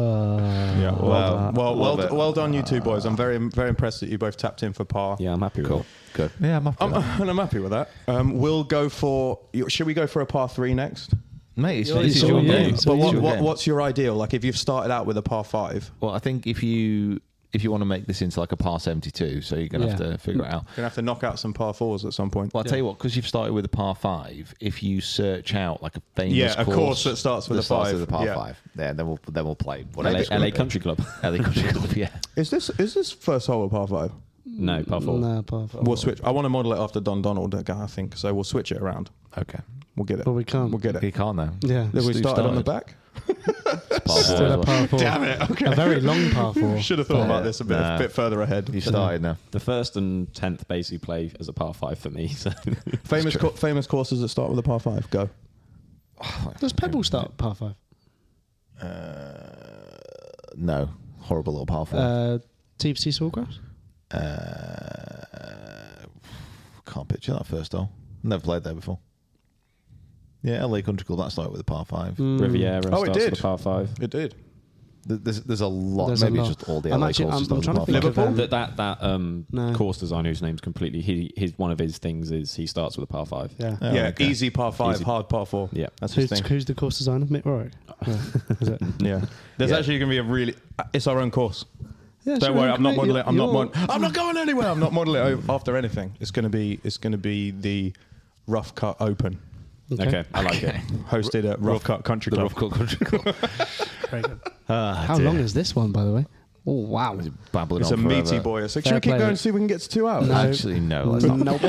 Speaker 6: Uh,
Speaker 5: Yeah, well, well, well,
Speaker 3: Love
Speaker 5: well,
Speaker 3: it.
Speaker 5: done, you two boys. I'm very, very impressed that you both tapped in for par.
Speaker 4: Yeah, I'm happy with it.
Speaker 3: Good. Yeah, I'm up
Speaker 5: I'm, and I'm happy with that. Um, we'll go for. Should we go for a par three next?
Speaker 3: Mate, it's,
Speaker 6: You're-
Speaker 3: this is
Speaker 6: it's
Speaker 3: your
Speaker 6: all you.
Speaker 3: game.
Speaker 6: It's
Speaker 3: But
Speaker 6: all
Speaker 3: what-
Speaker 6: you.
Speaker 3: what-
Speaker 5: what's your ideal? Like, if you've started out with a par five,
Speaker 3: Well, I think if you if you want to make this into like a par 72, so you're going to
Speaker 6: Yeah.
Speaker 3: have to figure it out.
Speaker 5: Gonna have to knock out some par fours at some point.
Speaker 3: Well, I'll tell you what, because you've started with a par five, if you search out like a famous
Speaker 5: Yeah, a
Speaker 3: course,
Speaker 5: course that starts with a
Speaker 3: starts
Speaker 5: five,
Speaker 3: with a par
Speaker 5: yeah.
Speaker 3: five, yeah, then we'll then we'll play
Speaker 4: LA,
Speaker 3: whatever. it's gonna
Speaker 4: LA
Speaker 3: be.
Speaker 4: Country Club.
Speaker 3: LA Country Club, yeah.
Speaker 5: Is this is this first hole a par five?
Speaker 4: no, par four.
Speaker 6: No, par four.
Speaker 5: We'll switch. I want to model it after Don Donald, I think. So we'll switch it around.
Speaker 3: Okay,
Speaker 5: We'll get it.
Speaker 6: But we can't.
Speaker 5: We'll get
Speaker 3: you
Speaker 5: it.
Speaker 3: can't now.
Speaker 6: Yeah.
Speaker 5: Then we
Speaker 3: Steve
Speaker 5: started on the
Speaker 3: started.
Speaker 5: back.
Speaker 3: It's par four
Speaker 6: Still
Speaker 3: as
Speaker 6: a
Speaker 3: well.
Speaker 6: par four.
Speaker 5: Damn it. Okay.
Speaker 6: A very long par four.
Speaker 5: Should have thought about this a bit,
Speaker 3: Nah.
Speaker 5: a bit further ahead.
Speaker 3: You started now.
Speaker 4: The first and tenth basically play as a par five for me. So
Speaker 5: Famous co- famous courses that start with a par five. Go.
Speaker 6: Does Pebble start par five?
Speaker 3: Uh, No, horrible little par four.
Speaker 6: Uh, TPC Sawgrass?
Speaker 3: Uh, can't picture that first hole. Never played there before. Yeah, LA Country Club. That started with a par five.
Speaker 6: Mm. Hmm.
Speaker 4: Riviera
Speaker 5: Oh, it
Speaker 4: starts with
Speaker 5: did.
Speaker 4: a par five.
Speaker 5: It did.
Speaker 3: Th- There's, there's a lot.
Speaker 6: There's a
Speaker 3: Maybe
Speaker 6: lot.
Speaker 3: just all the
Speaker 6: I'm
Speaker 3: LA
Speaker 6: actually-
Speaker 3: courses.
Speaker 6: I'm- I'm
Speaker 3: start
Speaker 6: trying
Speaker 3: with
Speaker 6: to
Speaker 3: par
Speaker 6: think of,
Speaker 3: five.
Speaker 6: um,
Speaker 4: that that that um,
Speaker 6: No.
Speaker 4: course designer whose name's completely he his one of his things is he starts with a par five.
Speaker 6: Yeah.
Speaker 5: yeah, easy par five,
Speaker 4: Easy.
Speaker 5: hard par four.
Speaker 4: Yeah.
Speaker 5: that's his
Speaker 6: Who's,
Speaker 5: thing.
Speaker 6: who's the course designer? Mick Rorick. Is it?
Speaker 5: Yeah, there's
Speaker 3: Yeah.
Speaker 5: actually going to be a really. uh, It's our own course.
Speaker 6: Yeah,
Speaker 5: Don't
Speaker 6: sure,
Speaker 5: worry, I'm not
Speaker 6: great.
Speaker 5: modeling. I'm not.
Speaker 6: You're-
Speaker 5: Mod- I'm not going anywhere. I'm not modeling over after anything. It's going to be. It's going to be the rough cut open,
Speaker 4: Okay. I like it.
Speaker 5: hosted at Rough Cut Country
Speaker 3: the
Speaker 5: Club.
Speaker 3: Rough Cut Country Club.
Speaker 6: Very good. How long is this one, by the way? Oh, wow.
Speaker 3: Babbling
Speaker 5: It's a
Speaker 3: on
Speaker 5: meaty
Speaker 3: forever.
Speaker 5: boy. It's like,
Speaker 6: Fair
Speaker 5: should we keep
Speaker 6: play.
Speaker 5: going and see if we can get to two hours? Uh,
Speaker 3: Actually, no. Let's not.
Speaker 6: Nope.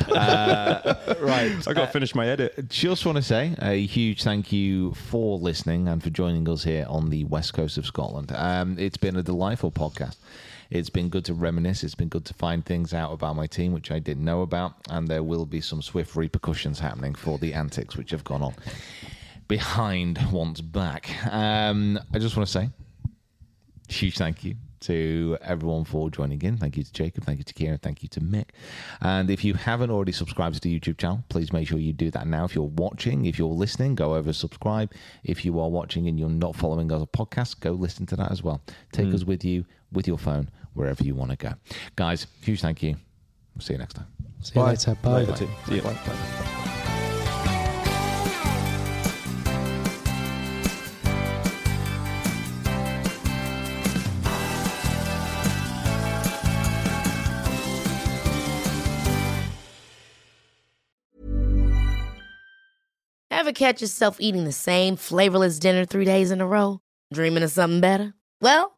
Speaker 3: Right.
Speaker 5: I got to finish my edit.
Speaker 3: just want to say a huge thank you for listening and for joining us here on the west coast of Scotland. Um, it's been a delightful podcast. It's been good to reminisce. It's been good to find things out about my team, which I didn't know about. And there will be some swift repercussions happening for the antics which have gone on behind one's back. Um, I just want to say huge thank you to everyone for joining in. Thank you to Jacob. Thank you to Kieran. Thank you to Mick. And if you haven't already subscribed to the YouTube channel, please make sure you do that now. If you're watching, if you're listening, go over subscribe. If you are watching and you're not following us on podcast, go listen to that as well. Take us with you with your phone wherever you want to go. Guys, huge thank you. We'll see you next time.
Speaker 6: See you later.
Speaker 3: Oh,
Speaker 6: Bye.
Speaker 5: Later, team. Bye. Bye.
Speaker 1: Ever catch yourself eating the same flavorless dinner three days in a row? Dreaming of something better? Well,